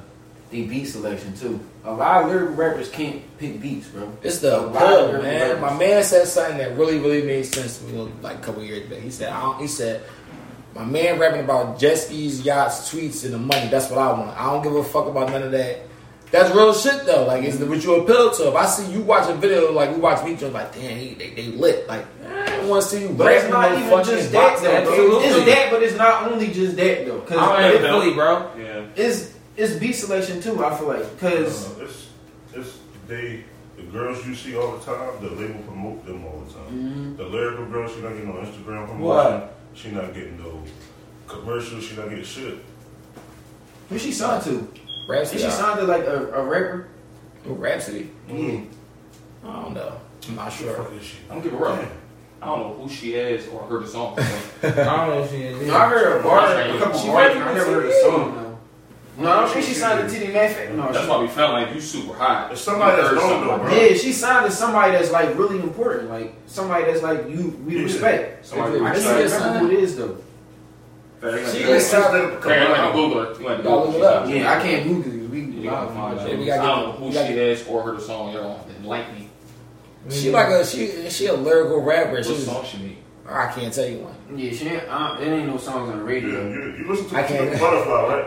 Speaker 3: the beat selection too. A lot of lyrical rappers can't pick beats, bro.
Speaker 1: It's the
Speaker 3: A lot of
Speaker 1: pull,
Speaker 3: lyrical
Speaker 1: man.
Speaker 3: rappers.
Speaker 1: My man said something that really, really made sense to me like a couple years back. He said, I don't, he said, my man rapping about jet skis, yachts, tweets, and the money. That's what I want. I don't give a fuck about none of that. That's real shit though. Like, it's what you appeal to. If I see you watch a video, like we watch me, like, damn, he, they, they lit. Like, I don't want to see you
Speaker 3: But it's
Speaker 1: rapping
Speaker 3: not
Speaker 1: no
Speaker 3: even
Speaker 1: fucking
Speaker 3: just that
Speaker 1: box
Speaker 3: though.
Speaker 1: though, bro.
Speaker 3: bro.
Speaker 2: Absolutely.
Speaker 3: It's that, but it's not only just that though. Cause
Speaker 2: I
Speaker 3: it-
Speaker 2: am Philly, bro.
Speaker 4: Yeah.
Speaker 3: it's it's beat selection too. I feel like
Speaker 1: Uh-huh.
Speaker 3: because
Speaker 6: Uh, it's it's they the girls you see all the time. The label promote them all the time. The lyrical girl, she not getting no Instagram promotion.
Speaker 2: What?
Speaker 6: She not getting no commercials. She not getting shit.
Speaker 3: who she signed to? She
Speaker 1: Rhapsody. I-
Speaker 3: signed to like a, a rapper.
Speaker 1: Rhapsody?
Speaker 3: Yeah,
Speaker 1: I don't know. I'm not sure.
Speaker 6: Fuck this shit.
Speaker 4: I don't give a rub. I don't know who she is or heard the song. but-
Speaker 2: I don't know if she is.
Speaker 3: no, I heard a bar, a couple
Speaker 4: She
Speaker 3: bars. but
Speaker 4: might be
Speaker 3: I never heard a song. though. No, I don't think she signed to Titty Mac. No,
Speaker 4: That's
Speaker 3: she
Speaker 4: why we felt like you super hot.
Speaker 6: It's somebody that's
Speaker 4: Heard
Speaker 6: known,
Speaker 4: something
Speaker 6: though,
Speaker 4: like
Speaker 6: bro.
Speaker 3: Yeah, she signed to somebody that's like really important, like somebody that's like you we
Speaker 6: Yeah.
Speaker 3: respect.
Speaker 4: Somebody
Speaker 1: If
Speaker 4: we
Speaker 1: it-
Speaker 3: I just
Speaker 1: She
Speaker 4: respect.
Speaker 1: is
Speaker 3: remember who it is though.
Speaker 1: She
Speaker 6: They
Speaker 1: is-
Speaker 6: just let it come
Speaker 4: Okay, I'm like
Speaker 6: out.
Speaker 4: a Googler. You like a
Speaker 1: Y'all look it
Speaker 4: Googler.
Speaker 1: up.
Speaker 3: Yeah, I can't move because we
Speaker 4: You gotta find
Speaker 1: Yeah, we
Speaker 4: it.
Speaker 1: gotta get-
Speaker 4: I don't know
Speaker 1: we
Speaker 4: who
Speaker 1: gotta
Speaker 4: she is or heard the song. Y'all enlighten me.
Speaker 1: She like a she she a lyrical rapper.
Speaker 4: What
Speaker 1: She's
Speaker 4: song she made?
Speaker 1: I can't tell you one.
Speaker 3: Yeah, she ain't, uh, it ain't no songs on the
Speaker 6: Yeah,
Speaker 3: radio.
Speaker 6: you, you listen to
Speaker 1: I can't-
Speaker 6: the Butterfly, right?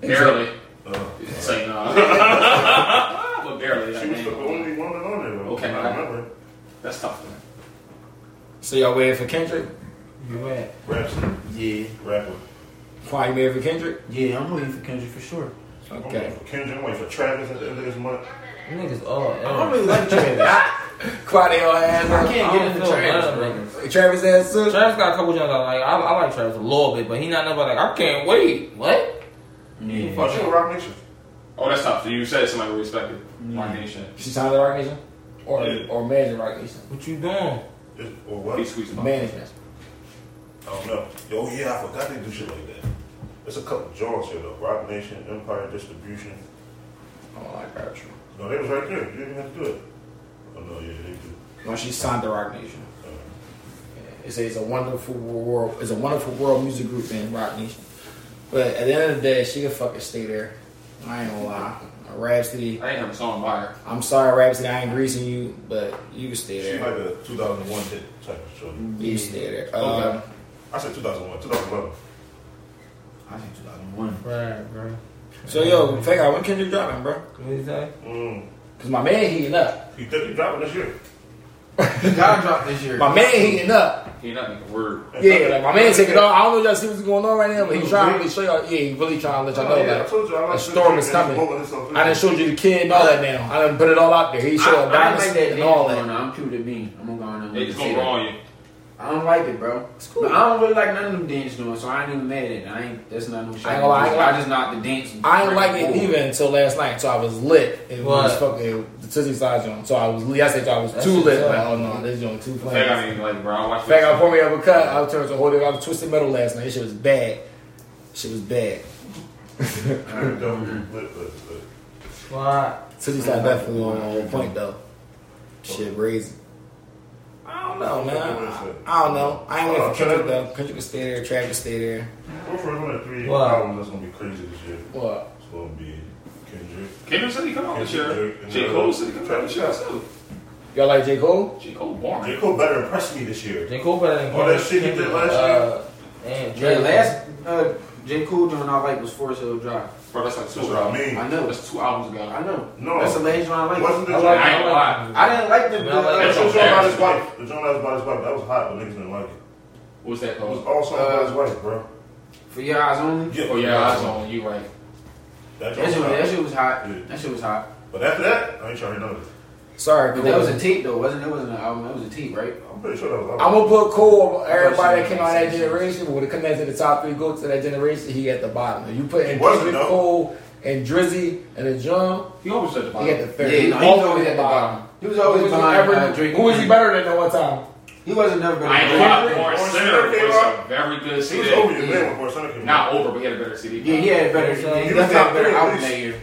Speaker 4: Barely.
Speaker 6: Uh,
Speaker 4: Say no. But barely.
Speaker 6: she was the
Speaker 4: that name.
Speaker 6: only woman on there. though.
Speaker 4: Okay,
Speaker 6: I
Speaker 4: alright.
Speaker 6: remember.
Speaker 4: That's tough. man.
Speaker 1: So y'all waiting for Kendrick?
Speaker 2: You right.
Speaker 6: Rhapsody,
Speaker 3: Yeah,
Speaker 6: rapper.
Speaker 1: Why you waiting for Kendrick?
Speaker 3: yeah, I'm waiting for Kendrick for sure.
Speaker 6: I'm waiting
Speaker 1: Okay.
Speaker 6: for Kendrick. I'm waiting for Travis at the end of this month.
Speaker 2: Niggas all.
Speaker 3: I don't
Speaker 2: Arabs.
Speaker 3: really like Travis. I,
Speaker 1: Quaddy on ass.
Speaker 3: I
Speaker 1: up.
Speaker 3: can't
Speaker 2: I
Speaker 3: get
Speaker 2: don't
Speaker 3: into
Speaker 2: feel
Speaker 3: Travis,
Speaker 2: bad,
Speaker 3: bro.
Speaker 2: nigga.
Speaker 1: Travis ass up.
Speaker 2: Travis got a couple jumps. I like. I, I like Travis a little bit, but he not nobody like. I can't wait. What?
Speaker 3: Yeah.
Speaker 6: Fuck you, Rock Nation.
Speaker 4: Oh, that's tough. You said somebody would respect it.
Speaker 1: Mm.
Speaker 4: Rock Nation.
Speaker 1: She signed to Rock Nation? Or,
Speaker 6: Yeah.
Speaker 1: or managing Rock Nation?
Speaker 2: What you doing?
Speaker 6: It's, or what?
Speaker 4: He
Speaker 6: I
Speaker 4: squeezed him out.
Speaker 1: Management.
Speaker 6: don't know. Oh yeah, I forgot they do shit like that. There's a couple joints here though. Rock Nation, Empire Distribution.
Speaker 1: I don't like her. true.
Speaker 6: No, they was right there. You didn't even have to do it. Oh no, yeah, they do. Uh,
Speaker 1: No, she signed to Rock Nation. Yeah, It's a, it's a wonderful world. It's a wonderful world music group in Rock Nation. But at the end of the day, she could fucking stay there. I ain't gonna lie. Rhapsody,
Speaker 4: I ain't have a song by her.
Speaker 1: I'm sorry, Rhapsody, I ain't greasing you, but you can stay
Speaker 6: She
Speaker 1: there.
Speaker 6: like a 2001 hit type of show.
Speaker 1: You can stay there.
Speaker 6: Okay.
Speaker 1: Um,
Speaker 6: I said 2001, 2011.
Speaker 3: I think 2001.
Speaker 2: Right, bro.
Speaker 1: so yo, fake out when Kendrick dropping, bro?
Speaker 2: What is that?
Speaker 6: Mm.
Speaker 1: Cause my man heating up.
Speaker 6: He think he dropping this year.
Speaker 3: He got dropped this year.
Speaker 1: My man heating up.
Speaker 4: He not making a word.
Speaker 1: Yeah, like my man taking off. I don't know if y'all see what's going on right now, but he's trying to really show y'all. Yeah, he really trying to let y'all know.
Speaker 6: Oh, yeah,
Speaker 1: Like,
Speaker 6: I told you, I like
Speaker 1: a storm is coming. I done showed you the kid and all that now. I done put it all out there. He
Speaker 3: I,
Speaker 1: showed
Speaker 3: I didn't like
Speaker 1: Adonis
Speaker 3: that
Speaker 1: and
Speaker 3: name.
Speaker 1: all
Speaker 3: No,
Speaker 1: that.
Speaker 3: no, I'm true to me. I'm gonna go on and
Speaker 4: They just
Speaker 3: say
Speaker 4: gonna
Speaker 3: that.
Speaker 4: wrong you.
Speaker 3: I don't like it, bro.
Speaker 1: It's cool.
Speaker 3: But I don't really like none of them dance doing, so I ain't even mad at it. I ain't. That's not no shit.
Speaker 1: I ain't gonna lie, I ain't
Speaker 3: I
Speaker 1: like-
Speaker 3: just not the dance.
Speaker 1: I didn't like it either until last night, so I was lit. It was
Speaker 2: What?
Speaker 1: fucking the Tizzy side joint. So I was lit. I said I was
Speaker 2: That's
Speaker 1: too
Speaker 2: what's
Speaker 1: lit.
Speaker 2: up.
Speaker 1: Like, oh no, this joint too
Speaker 4: Fake out
Speaker 1: plain.
Speaker 4: ain't like, bro. I watch
Speaker 1: Fact, I pour me up a cut. I turned to hold it. I was twisted metal last night. This shit was bad. Shit was bad.
Speaker 6: But
Speaker 2: Why?
Speaker 1: Tizzy side definitely on on point though. Shit raising. I don't know, man. I, I don't know. I ain't waiting for Kendrick though. Kendrick can stay there. Travis can stay there.
Speaker 6: we're for one of three
Speaker 2: Wow.
Speaker 6: albums that's gonna be crazy this year.
Speaker 1: What?
Speaker 6: It's gonna be Kendrick.
Speaker 4: Kendrick said he come out this year.
Speaker 6: Kendrick,
Speaker 4: J.
Speaker 6: and, uh,
Speaker 4: Cole said he come out this year too.
Speaker 1: Y'all like J Cole?
Speaker 4: J. Cole born.
Speaker 6: J. Cole better impress me this year.
Speaker 2: J. Cole better than
Speaker 6: Oh, that shit he did last
Speaker 2: Uh, and
Speaker 3: Yeah,
Speaker 2: Drake.
Speaker 3: last uh, J. Cool joint I like was Forest Hill Drive.
Speaker 4: Bro, that's like two
Speaker 6: That's what I
Speaker 4: albums.
Speaker 6: mean.
Speaker 3: I know.
Speaker 4: That's two albums ago.
Speaker 3: I know.
Speaker 6: No.
Speaker 3: That's the last joint I
Speaker 6: Wasn't
Speaker 3: like.
Speaker 2: I
Speaker 6: the joint?
Speaker 2: like-
Speaker 4: I ain't gonna lie.
Speaker 3: I didn't like the.
Speaker 2: No, I like
Speaker 6: That's
Speaker 4: That's
Speaker 6: the
Speaker 3: uh,
Speaker 6: joint about his
Speaker 4: embarrassing.
Speaker 6: wife. The joint that was about his wife. That was hot, but niggas didn't like it.
Speaker 4: What was that
Speaker 6: It was
Speaker 4: called?
Speaker 6: all songs about his wife, bro.
Speaker 3: for your eyes only.
Speaker 6: Uh, Yeah.
Speaker 4: Oh yeah, I was on you right.
Speaker 6: That
Speaker 3: That
Speaker 6: joint
Speaker 3: shit,
Speaker 6: was
Speaker 3: that
Speaker 6: hot.
Speaker 3: shit was hot.
Speaker 6: Yeah.
Speaker 3: That shit was hot.
Speaker 6: But after that, I ain't trying to know this.
Speaker 1: Sorry,
Speaker 3: But
Speaker 1: Cole.
Speaker 3: that was a tape though, wasn't it? Wasn't an album? That was a tape, right?
Speaker 6: I'm pretty sure that was.
Speaker 1: I'm
Speaker 6: all-
Speaker 1: gonna put Cole. on Everybody that came out of that generation would have come into the top three. Go to that generation. He at the bottom. If you put in
Speaker 6: He wasn't,
Speaker 1: Kendrick,
Speaker 6: though.
Speaker 1: Cole, and Drizzy and the John,
Speaker 4: He always said the
Speaker 1: he at the
Speaker 4: bottom.
Speaker 1: third.
Speaker 3: Yeah, no, he was always at the bottom. He was always
Speaker 1: Who was he
Speaker 3: behind
Speaker 1: ever-
Speaker 3: uh, Drake.
Speaker 1: Who was he better than at one time?
Speaker 3: He wasn't never better.
Speaker 4: I ain't
Speaker 3: than
Speaker 4: gonna lie.
Speaker 6: Kendrick?
Speaker 4: Born
Speaker 6: Born
Speaker 4: Sinner
Speaker 6: Sinner came
Speaker 4: was
Speaker 6: out?
Speaker 4: a very good
Speaker 6: He was over
Speaker 4: CD.
Speaker 6: your man before Sonic came out.
Speaker 4: Not over, but he had a better CD.
Speaker 3: Yeah, he had a better.
Speaker 2: Yeah,
Speaker 3: He
Speaker 6: he
Speaker 3: definitely
Speaker 6: was
Speaker 3: had a better
Speaker 6: top
Speaker 3: album
Speaker 6: three.
Speaker 3: that year.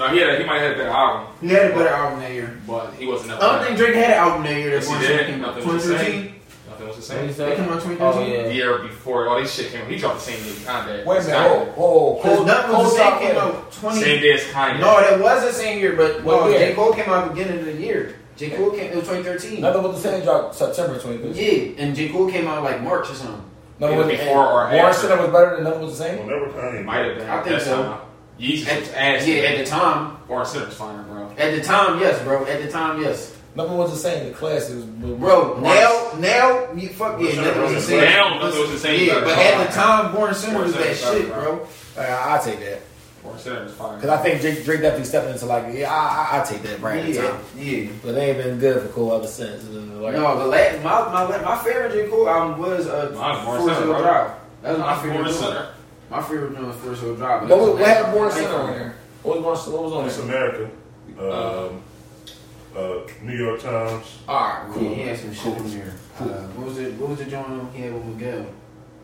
Speaker 4: No, he had. A, he might have had a better album,
Speaker 3: He had a better album that year.
Speaker 4: but he wasn't.
Speaker 3: I
Speaker 4: up
Speaker 3: don't
Speaker 4: there.
Speaker 3: think Drake had an album that year. That
Speaker 4: Yes, he
Speaker 3: one
Speaker 4: did.
Speaker 3: came out.
Speaker 4: Nothing was the
Speaker 3: 2013.
Speaker 4: Nothing was the
Speaker 2: What you
Speaker 4: same.
Speaker 2: say?
Speaker 3: They come out 2013?
Speaker 2: Oh
Speaker 4: The
Speaker 2: yeah.
Speaker 4: year before, all this shit came. out. He dropped the same day. Kanye.
Speaker 1: Wait a minute. Oh, oh, Cole,
Speaker 3: Because nothing
Speaker 1: Cole
Speaker 3: was the same
Speaker 1: stopped
Speaker 3: came
Speaker 1: winning.
Speaker 3: out 20.
Speaker 6: oh.
Speaker 4: Same day as Kanye.
Speaker 3: No, that was the same year, but
Speaker 1: What
Speaker 3: no,
Speaker 1: year?
Speaker 3: J. Cole came out beginning of the year. J. Cole came, it was 2013.
Speaker 1: Nothing was the same. Dropped September 25th.
Speaker 3: Yeah, and J. Cole came out like March or something.
Speaker 1: Nothing was
Speaker 4: Before or
Speaker 1: Warren
Speaker 4: after.
Speaker 1: Center was better than nothing was the same.
Speaker 6: Whenever Kanye.
Speaker 4: It might have been.
Speaker 3: I think
Speaker 4: That's
Speaker 3: so.
Speaker 4: how- Yeezus was
Speaker 3: At,
Speaker 4: ass.
Speaker 3: yeah, at the time.
Speaker 4: Born Sinner was fire, bro.
Speaker 3: At the time, yes, bro. At the time, yes.
Speaker 1: Nothing was the same. The class is
Speaker 3: Bro, now, now, you fuck yeah,
Speaker 6: Sure,
Speaker 3: nothing was
Speaker 6: bro.
Speaker 3: the same.
Speaker 4: Now, nothing was the same.
Speaker 3: Yeah,
Speaker 4: better.
Speaker 3: but at the time, Born Sinner
Speaker 4: Born
Speaker 3: was
Speaker 4: Sinner
Speaker 3: that
Speaker 4: was better,
Speaker 3: shit,
Speaker 4: bro.
Speaker 3: bro.
Speaker 1: Like, I, I take that
Speaker 4: Born Sinner was fire.
Speaker 1: because I think Drake, Drake definitely stepped into like yeah, I, I, I take that right at the
Speaker 3: Yeah,
Speaker 1: time.
Speaker 3: yeah.
Speaker 1: But they ain't been good for Cole ever since. Like,
Speaker 3: No, the last, my, my, la- my favorite J. Cole album was uh,
Speaker 4: Mine's Born
Speaker 3: Forest
Speaker 4: Sinner,
Speaker 3: Hill
Speaker 4: bro.
Speaker 3: Drive. That was my
Speaker 4: Not Born
Speaker 3: favorite one.
Speaker 4: Sinner.
Speaker 3: My favorite one was Forest Hill Drive.
Speaker 1: What, was- what had Born Center on there? What was, Born- what was on
Speaker 6: It's
Speaker 1: there?
Speaker 6: America. Um, uh, New York Times.
Speaker 1: Alright,
Speaker 3: Yeah,
Speaker 1: cool.
Speaker 3: he had some shit in there. Uh, what was it? What was the joint he had with Miguel?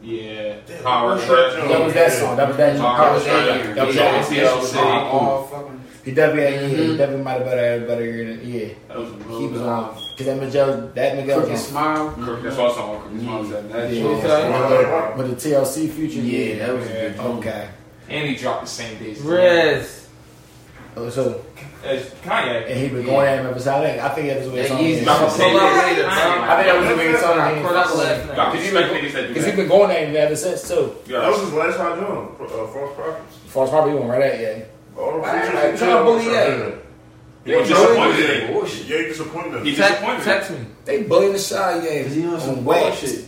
Speaker 4: Yeah.
Speaker 6: Damn,
Speaker 4: Power
Speaker 6: Born
Speaker 4: Trip.
Speaker 6: Sinner.
Speaker 1: That was that song. That was that
Speaker 4: Alright,
Speaker 3: How
Speaker 1: song.
Speaker 3: was that
Speaker 4: Australia.
Speaker 3: year?
Speaker 1: That was
Speaker 3: Yeah,
Speaker 1: all
Speaker 3: that
Speaker 4: CLC.
Speaker 3: was all- all fucking.
Speaker 1: He definitely had, yeah, he
Speaker 3: Mhm.
Speaker 1: definitely might have better had a better year than, yeah.
Speaker 4: That was a little
Speaker 1: He was
Speaker 4: bit-
Speaker 1: on, cause that Miguel, that Miguel
Speaker 3: Um, Crooked
Speaker 1: was
Speaker 3: smile.
Speaker 4: Crooked- That's what I saw on Crooked Mom said that
Speaker 1: Yeah.
Speaker 4: shit.
Speaker 1: on.
Speaker 6: That's
Speaker 1: But the TLC future,
Speaker 3: Yeah, that was a good joint.
Speaker 1: Okay.
Speaker 4: And he dropped the same day. as
Speaker 2: Riz.
Speaker 1: Oh, So,
Speaker 4: as Kanye.
Speaker 1: and he been going at him ever since, I think, I think that was where
Speaker 3: That
Speaker 1: it's on.
Speaker 3: Yeezy
Speaker 4: Dropped the
Speaker 1: I
Speaker 4: same
Speaker 1: think
Speaker 2: Yeah.
Speaker 4: day as Kanye.
Speaker 1: that was the way it's on.
Speaker 2: I caught up last night.
Speaker 4: Nah, 'cause you like niggas that do
Speaker 1: Cause he
Speaker 4: that.
Speaker 1: been going at him ever since too.
Speaker 4: Yeah.
Speaker 6: was his last hot joint, Pro- uh, False Prophets.
Speaker 1: False probably went right at yeah.
Speaker 6: All the
Speaker 1: Why
Speaker 6: features
Speaker 1: are you
Speaker 6: and
Speaker 1: trying to bully
Speaker 6: shit,
Speaker 1: that?
Speaker 4: He was
Speaker 1: Yeah,
Speaker 4: disappointed in it.
Speaker 3: Bullshit.
Speaker 6: Yeah, you disappointed
Speaker 4: He
Speaker 6: him.
Speaker 2: Text,
Speaker 4: disappointed.
Speaker 2: text me.
Speaker 1: They bullying the shy yeah.
Speaker 3: Cause he on some
Speaker 1: wax.
Speaker 3: bullshit.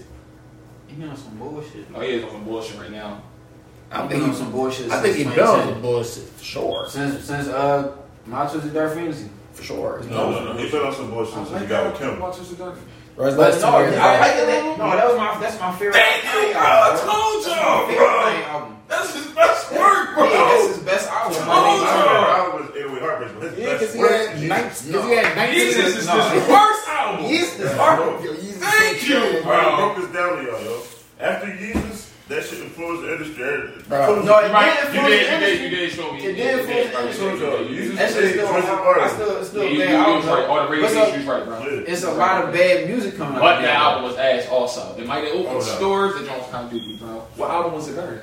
Speaker 3: He on some bullshit.
Speaker 4: Oh, he is on some bullshit right now.
Speaker 1: I
Speaker 3: He
Speaker 1: think
Speaker 3: been on
Speaker 1: he's
Speaker 3: some bullshit.
Speaker 1: I think
Speaker 3: since
Speaker 1: he done
Speaker 3: 2010.
Speaker 1: some bullshit for sure.
Speaker 3: Since since uh, my choice is Dark Fantasy.
Speaker 1: for sure.
Speaker 6: No, no, no. He's been on some bullshit since he got with Kim.
Speaker 4: Watch this documentary.
Speaker 1: Or it's less
Speaker 3: no,
Speaker 1: than two years
Speaker 3: I
Speaker 1: ago.
Speaker 3: like that. No, that was my that's my favorite.
Speaker 2: Bro, I
Speaker 3: Favorite Kanye album.
Speaker 2: That's his best work,
Speaker 3: Yeah, that's his best album. My nigga.
Speaker 6: My favorite album is 808 Heartbreak, but his
Speaker 1: Yeah, because
Speaker 6: best
Speaker 1: he
Speaker 6: work
Speaker 1: had
Speaker 6: is Jesus.
Speaker 1: nights.
Speaker 3: If you had 19
Speaker 4: Jesus is
Speaker 3: no,
Speaker 4: his worst album.
Speaker 1: this
Speaker 6: hard.
Speaker 4: Thank you,
Speaker 6: I
Speaker 4: bro.
Speaker 6: broke this down to y'all, yo. After Yeezus, that shit influenced the industry. It-
Speaker 1: Bro.
Speaker 3: No, it
Speaker 4: Right,
Speaker 3: did
Speaker 4: you
Speaker 3: for the
Speaker 4: did, you did,
Speaker 3: industry.
Speaker 4: you did show me.
Speaker 3: It did for the
Speaker 6: I told y'all, Yeezus
Speaker 3: That shit's
Speaker 6: is
Speaker 3: still,
Speaker 6: Prince of
Speaker 3: I
Speaker 6: Artists.
Speaker 3: still, it's still
Speaker 4: Yeah, you,
Speaker 3: a
Speaker 4: you,
Speaker 3: bad
Speaker 4: you was
Speaker 3: album.
Speaker 4: right. All the radio
Speaker 3: What's up?
Speaker 4: stations, right, bro.
Speaker 6: Yeah.
Speaker 3: It's a lot of bad music coming out.
Speaker 4: But the
Speaker 3: there.
Speaker 4: album was ass also. It might have opened
Speaker 6: Hold up.
Speaker 4: stores that Jones kind of do, bro. What album was it better?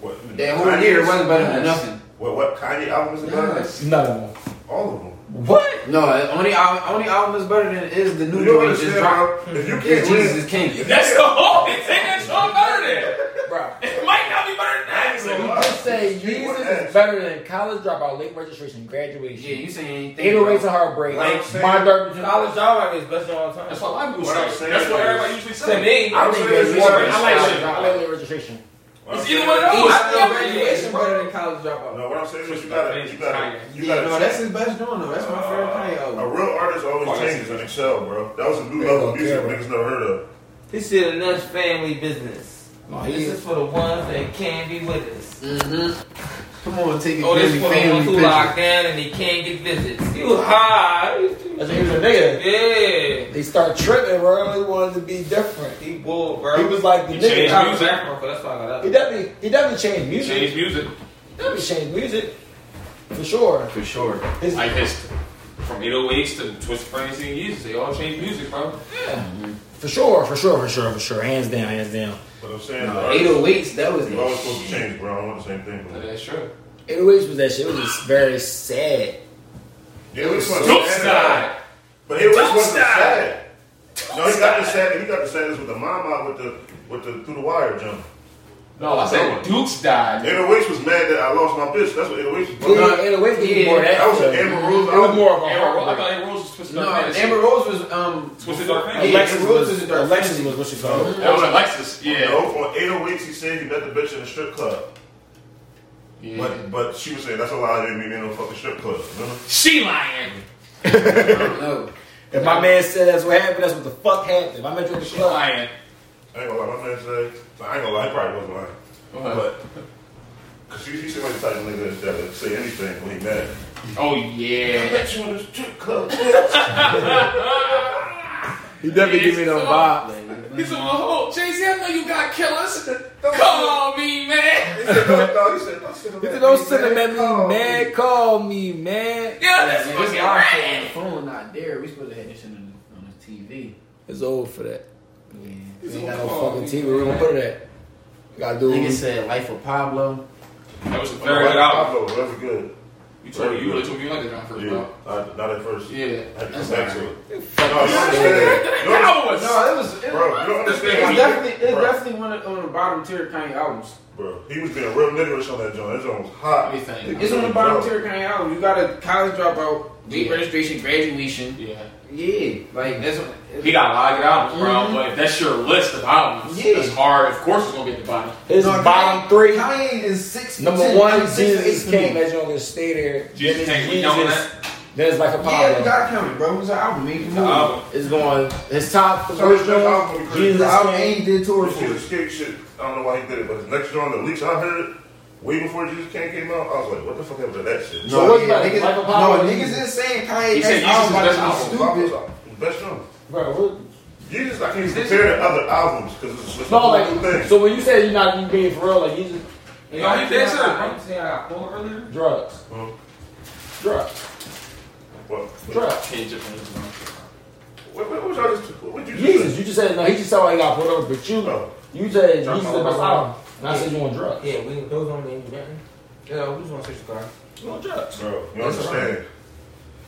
Speaker 6: What?
Speaker 3: That whole year wasn't better than nothing.
Speaker 6: What, what Kanye album is about?
Speaker 1: None of them.
Speaker 6: All of them.
Speaker 1: What?
Speaker 3: No, the only album, only album that's better than is the new
Speaker 6: You don't
Speaker 3: joint just
Speaker 6: understand,
Speaker 3: dropped.
Speaker 6: bro. If you
Speaker 3: Is
Speaker 6: can't
Speaker 3: Jesus
Speaker 6: win,
Speaker 3: is King.
Speaker 4: That's the whole thing. That's Jones better than.
Speaker 1: Bro.
Speaker 4: It might not be better than that.
Speaker 1: You
Speaker 4: so-
Speaker 1: just say
Speaker 6: You want
Speaker 1: Jesus
Speaker 6: that.
Speaker 1: is better than college dropout, late registration, graduation.
Speaker 3: Yeah, you saying anything? bro.
Speaker 1: 808 to heartbreak.
Speaker 6: Like I'm saying-
Speaker 1: my dark
Speaker 2: College job like his best job all time.
Speaker 4: That's what a lot of people
Speaker 6: What I'm
Speaker 4: say.
Speaker 6: saying
Speaker 4: That's what
Speaker 6: is-
Speaker 4: everybody usually
Speaker 2: to
Speaker 4: says.
Speaker 2: me.
Speaker 1: I think it's more.
Speaker 6: Registration.
Speaker 4: I like
Speaker 1: college
Speaker 4: shit.
Speaker 1: dropout, late registration.
Speaker 6: What I'm
Speaker 4: It's
Speaker 6: saying-
Speaker 4: either one of
Speaker 2: He
Speaker 4: those.
Speaker 2: still
Speaker 4: Yeah,
Speaker 2: graduation
Speaker 4: bro.
Speaker 2: better than college dropout.
Speaker 6: No, what I'm saying is you gotta, you gotta, you
Speaker 3: Yeah,
Speaker 6: gotta.
Speaker 3: no, that's his best joint though. That's my favorite Kanye
Speaker 6: a
Speaker 3: album.
Speaker 6: real artist always changes and excel, bro. That was a new level of music niggas never heard of.
Speaker 2: He said enough family business. This is for the ones that can't be with us.
Speaker 3: Come on, take it.
Speaker 2: Oh, this
Speaker 3: easy,
Speaker 2: is for the ones who
Speaker 3: picture.
Speaker 2: locked down and they can't get visits. You high.
Speaker 1: That's he was a nigga.
Speaker 2: Yeah.
Speaker 1: They start tripping, bro. He wanted to be different.
Speaker 2: He bull, bro.
Speaker 1: He was like the
Speaker 4: He
Speaker 1: nigga.
Speaker 4: changed
Speaker 2: Out
Speaker 1: out-
Speaker 2: of Africa, that's why I got up.
Speaker 1: He definitely, he definitely changed music.
Speaker 4: Change music.
Speaker 1: Definitely changed music for sure.
Speaker 3: For sure.
Speaker 1: His,
Speaker 4: Like his from 808s to Twist Fancy and Yeezus, they all changed music, bro.
Speaker 1: for sure, for sure, for sure, for sure. Hands down, hands down.
Speaker 6: But I'm saying, the artist,
Speaker 3: 808s, that was
Speaker 6: you always supposed
Speaker 3: the
Speaker 6: to change, bro. I don't want the same thing. Bro.
Speaker 4: That's true.
Speaker 1: 808 was that shit. It was just very sad.
Speaker 6: Yeah, it was
Speaker 4: Don't stop.
Speaker 6: But it was
Speaker 4: Don't
Speaker 6: wasn't
Speaker 4: stop.
Speaker 6: sad. No, he got the sad. He got the saddest with the mama with the with the through the wire jump.
Speaker 4: No, I said Dukes died.
Speaker 6: 808 was mad that I lost my bitch. That's what 808 was about.
Speaker 1: Yeah, 808 gave you more of that.
Speaker 6: That was an
Speaker 1: shit.
Speaker 6: Amber Rose.
Speaker 1: It was more of a
Speaker 4: Amber Rose, I
Speaker 1: heartbreak.
Speaker 4: thought Amber Rose was Twisted
Speaker 3: No,
Speaker 4: Dark Fantasy.
Speaker 3: Amber Rose was um.
Speaker 4: Twisted Dark Fantasy.
Speaker 3: Yeah,
Speaker 1: Alexis
Speaker 3: Amber Rose
Speaker 1: was,
Speaker 3: was a dark.
Speaker 1: Alexis was what you call it.
Speaker 4: That was Alexis.
Speaker 6: Yeah.
Speaker 4: Yeah.
Speaker 6: on 808 he said he met the bitch in a strip club.
Speaker 4: yeah.
Speaker 6: But but she was saying that's a lie. I didn't meet me in no fucking strip club. Remember?
Speaker 4: She lying.
Speaker 3: No.
Speaker 1: If my man said that's what happened, that's what the fuck happened. If I met you at the
Speaker 4: She
Speaker 1: club,
Speaker 4: lying.
Speaker 6: I ain't gonna lie, my man said, I ain't gonna lie, he probably wasn't lying.
Speaker 4: What?
Speaker 6: But, cause he, he seemed like the type of nigga that would say anything when he mad.
Speaker 4: Oh
Speaker 6: I
Speaker 4: yeah.
Speaker 6: met you in a strip club.
Speaker 1: he
Speaker 4: definitely give me them
Speaker 1: vibe.
Speaker 4: He's on hold. Jay Z, I know you got killers. Call me, man.
Speaker 6: He said, no, no, he said, don't send him that
Speaker 1: Don't
Speaker 6: mean
Speaker 1: send him at
Speaker 6: call.
Speaker 1: me, man. Call me, man.
Speaker 4: Yeah,
Speaker 3: Yeah,
Speaker 4: that's
Speaker 3: man,
Speaker 4: fucking
Speaker 3: this live shit on the
Speaker 4: right.
Speaker 3: phone not there. We supposed to have this shit on the, on the TV.
Speaker 1: It's old for that.
Speaker 3: Yeah.
Speaker 1: We ain't got no fucking TV. We're gonna put it at. We gotta do.
Speaker 3: Nigga said Life of Pablo.
Speaker 4: That was a
Speaker 6: Very
Speaker 4: very
Speaker 6: good
Speaker 4: good album.
Speaker 6: That was good.
Speaker 4: You told me you really told me you liked it on first,
Speaker 6: Yeah,
Speaker 4: bro.
Speaker 6: not, not at first.
Speaker 4: Yeah.
Speaker 6: I had to
Speaker 4: That's
Speaker 6: come back
Speaker 4: right.
Speaker 6: to it.
Speaker 4: That
Speaker 6: No, you don't understand. You don't-
Speaker 4: album was.
Speaker 3: No, it was. It,
Speaker 6: Bro, you don't
Speaker 3: it's
Speaker 6: understand.
Speaker 3: definitely, it's
Speaker 6: Bro.
Speaker 3: definitely one of on the bottom tier Kanye albums.
Speaker 6: Bro, he was being real niggerish on that joint. That joint was hot.
Speaker 4: Everything.
Speaker 3: It's on the bottom tier Kanye album. You got a college dropout, late
Speaker 4: Yeah.
Speaker 3: registration, graduation.
Speaker 4: Yeah.
Speaker 3: Yeah, like that's. what-
Speaker 4: He got a lot of good albums, bro. But if that's your list of albums,
Speaker 3: Yeah.
Speaker 4: it's hard. Of course, it's gonna get the bottom.
Speaker 1: His
Speaker 3: No,
Speaker 1: bottom three.
Speaker 3: Kanye is six.
Speaker 1: Number
Speaker 3: ten,
Speaker 1: one,
Speaker 3: like, six to
Speaker 1: Jesus
Speaker 3: eight for me.
Speaker 1: King. That joint gonna stay there.
Speaker 4: Jesus
Speaker 1: Then
Speaker 4: King, we know that.
Speaker 1: Then it's like a
Speaker 3: Yeah, you
Speaker 1: pop.
Speaker 3: gotta count it, bro. It was an album. Made the
Speaker 4: album.
Speaker 3: movie.
Speaker 1: It's going. His top. The
Speaker 6: So
Speaker 1: first
Speaker 6: his next
Speaker 1: joint.
Speaker 6: album gonna be crazy.
Speaker 1: Jesus
Speaker 3: The album
Speaker 1: King.
Speaker 3: ain't did tour
Speaker 6: This
Speaker 3: for.
Speaker 6: Jesus
Speaker 3: it.
Speaker 6: King shit, I don't know why he did it, but his next joint, the least I heard, way before Jesus King came out, I was like, what the fuck happened to that shit?
Speaker 1: So what's
Speaker 3: yeah,
Speaker 1: that?
Speaker 3: niggas,
Speaker 1: Life
Speaker 3: no,
Speaker 1: of Pablo?
Speaker 3: niggas is saying Kanye
Speaker 4: He said
Speaker 3: next album
Speaker 4: Jesus is
Speaker 3: about
Speaker 4: best
Speaker 3: to be
Speaker 6: Pop was
Speaker 3: stupid.
Speaker 6: the best joint.
Speaker 1: Bro, what-
Speaker 6: Jesus, I can't compare to other albums because it's, it's a
Speaker 1: No,
Speaker 6: whole new
Speaker 1: like.
Speaker 6: thing.
Speaker 1: So when you say you're not you being for real, like you just
Speaker 2: You
Speaker 4: No, he did, sir.
Speaker 2: I'm saying I got pulled earlier.
Speaker 1: drugs,
Speaker 6: Huh?
Speaker 1: drugs,
Speaker 6: What, what,
Speaker 1: drugs.
Speaker 4: Change it from
Speaker 6: what, what, what, y'all just- what, what you just Oh.
Speaker 1: Jesus,
Speaker 6: say?
Speaker 1: you just said no. He just said I got put over, but you.
Speaker 6: No.
Speaker 1: You said
Speaker 4: Drop
Speaker 1: Jesus
Speaker 4: my
Speaker 1: the best
Speaker 4: mama.
Speaker 1: album. And I said you want drugs.
Speaker 2: Yeah, we those on the internet. Yeah, who's on six car?
Speaker 1: You want drugs.
Speaker 6: Bro, you
Speaker 2: That's
Speaker 6: understand.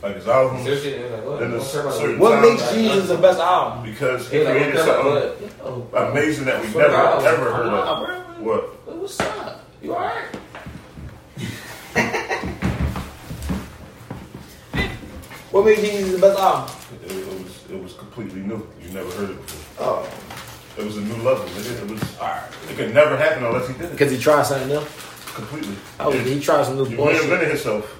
Speaker 6: Like his albums,
Speaker 2: Their shit is like what?
Speaker 6: Then
Speaker 2: Don't
Speaker 6: there's
Speaker 2: care about
Speaker 6: certain-
Speaker 2: it.
Speaker 1: What
Speaker 6: Sounds
Speaker 1: makes
Speaker 6: like
Speaker 1: Jesus the best album?
Speaker 6: because he
Speaker 2: They like don't
Speaker 6: created
Speaker 2: care about
Speaker 6: something
Speaker 2: blood.
Speaker 1: Yo,
Speaker 6: amazing that we
Speaker 2: Swear
Speaker 6: never,
Speaker 2: to God.
Speaker 6: ever heard
Speaker 1: nah,
Speaker 6: of.
Speaker 1: bro.
Speaker 6: What?
Speaker 1: What's up? You alright? What made Jesus the best album?
Speaker 6: It, it was it was completely new. You never heard it before.
Speaker 1: Oh,
Speaker 6: It was a new level. nigga. It was it could never happen unless he did it
Speaker 1: because he tried something new.
Speaker 6: completely.
Speaker 1: Oh, he tried some new
Speaker 6: You
Speaker 1: bullshit.
Speaker 6: reinvented himself.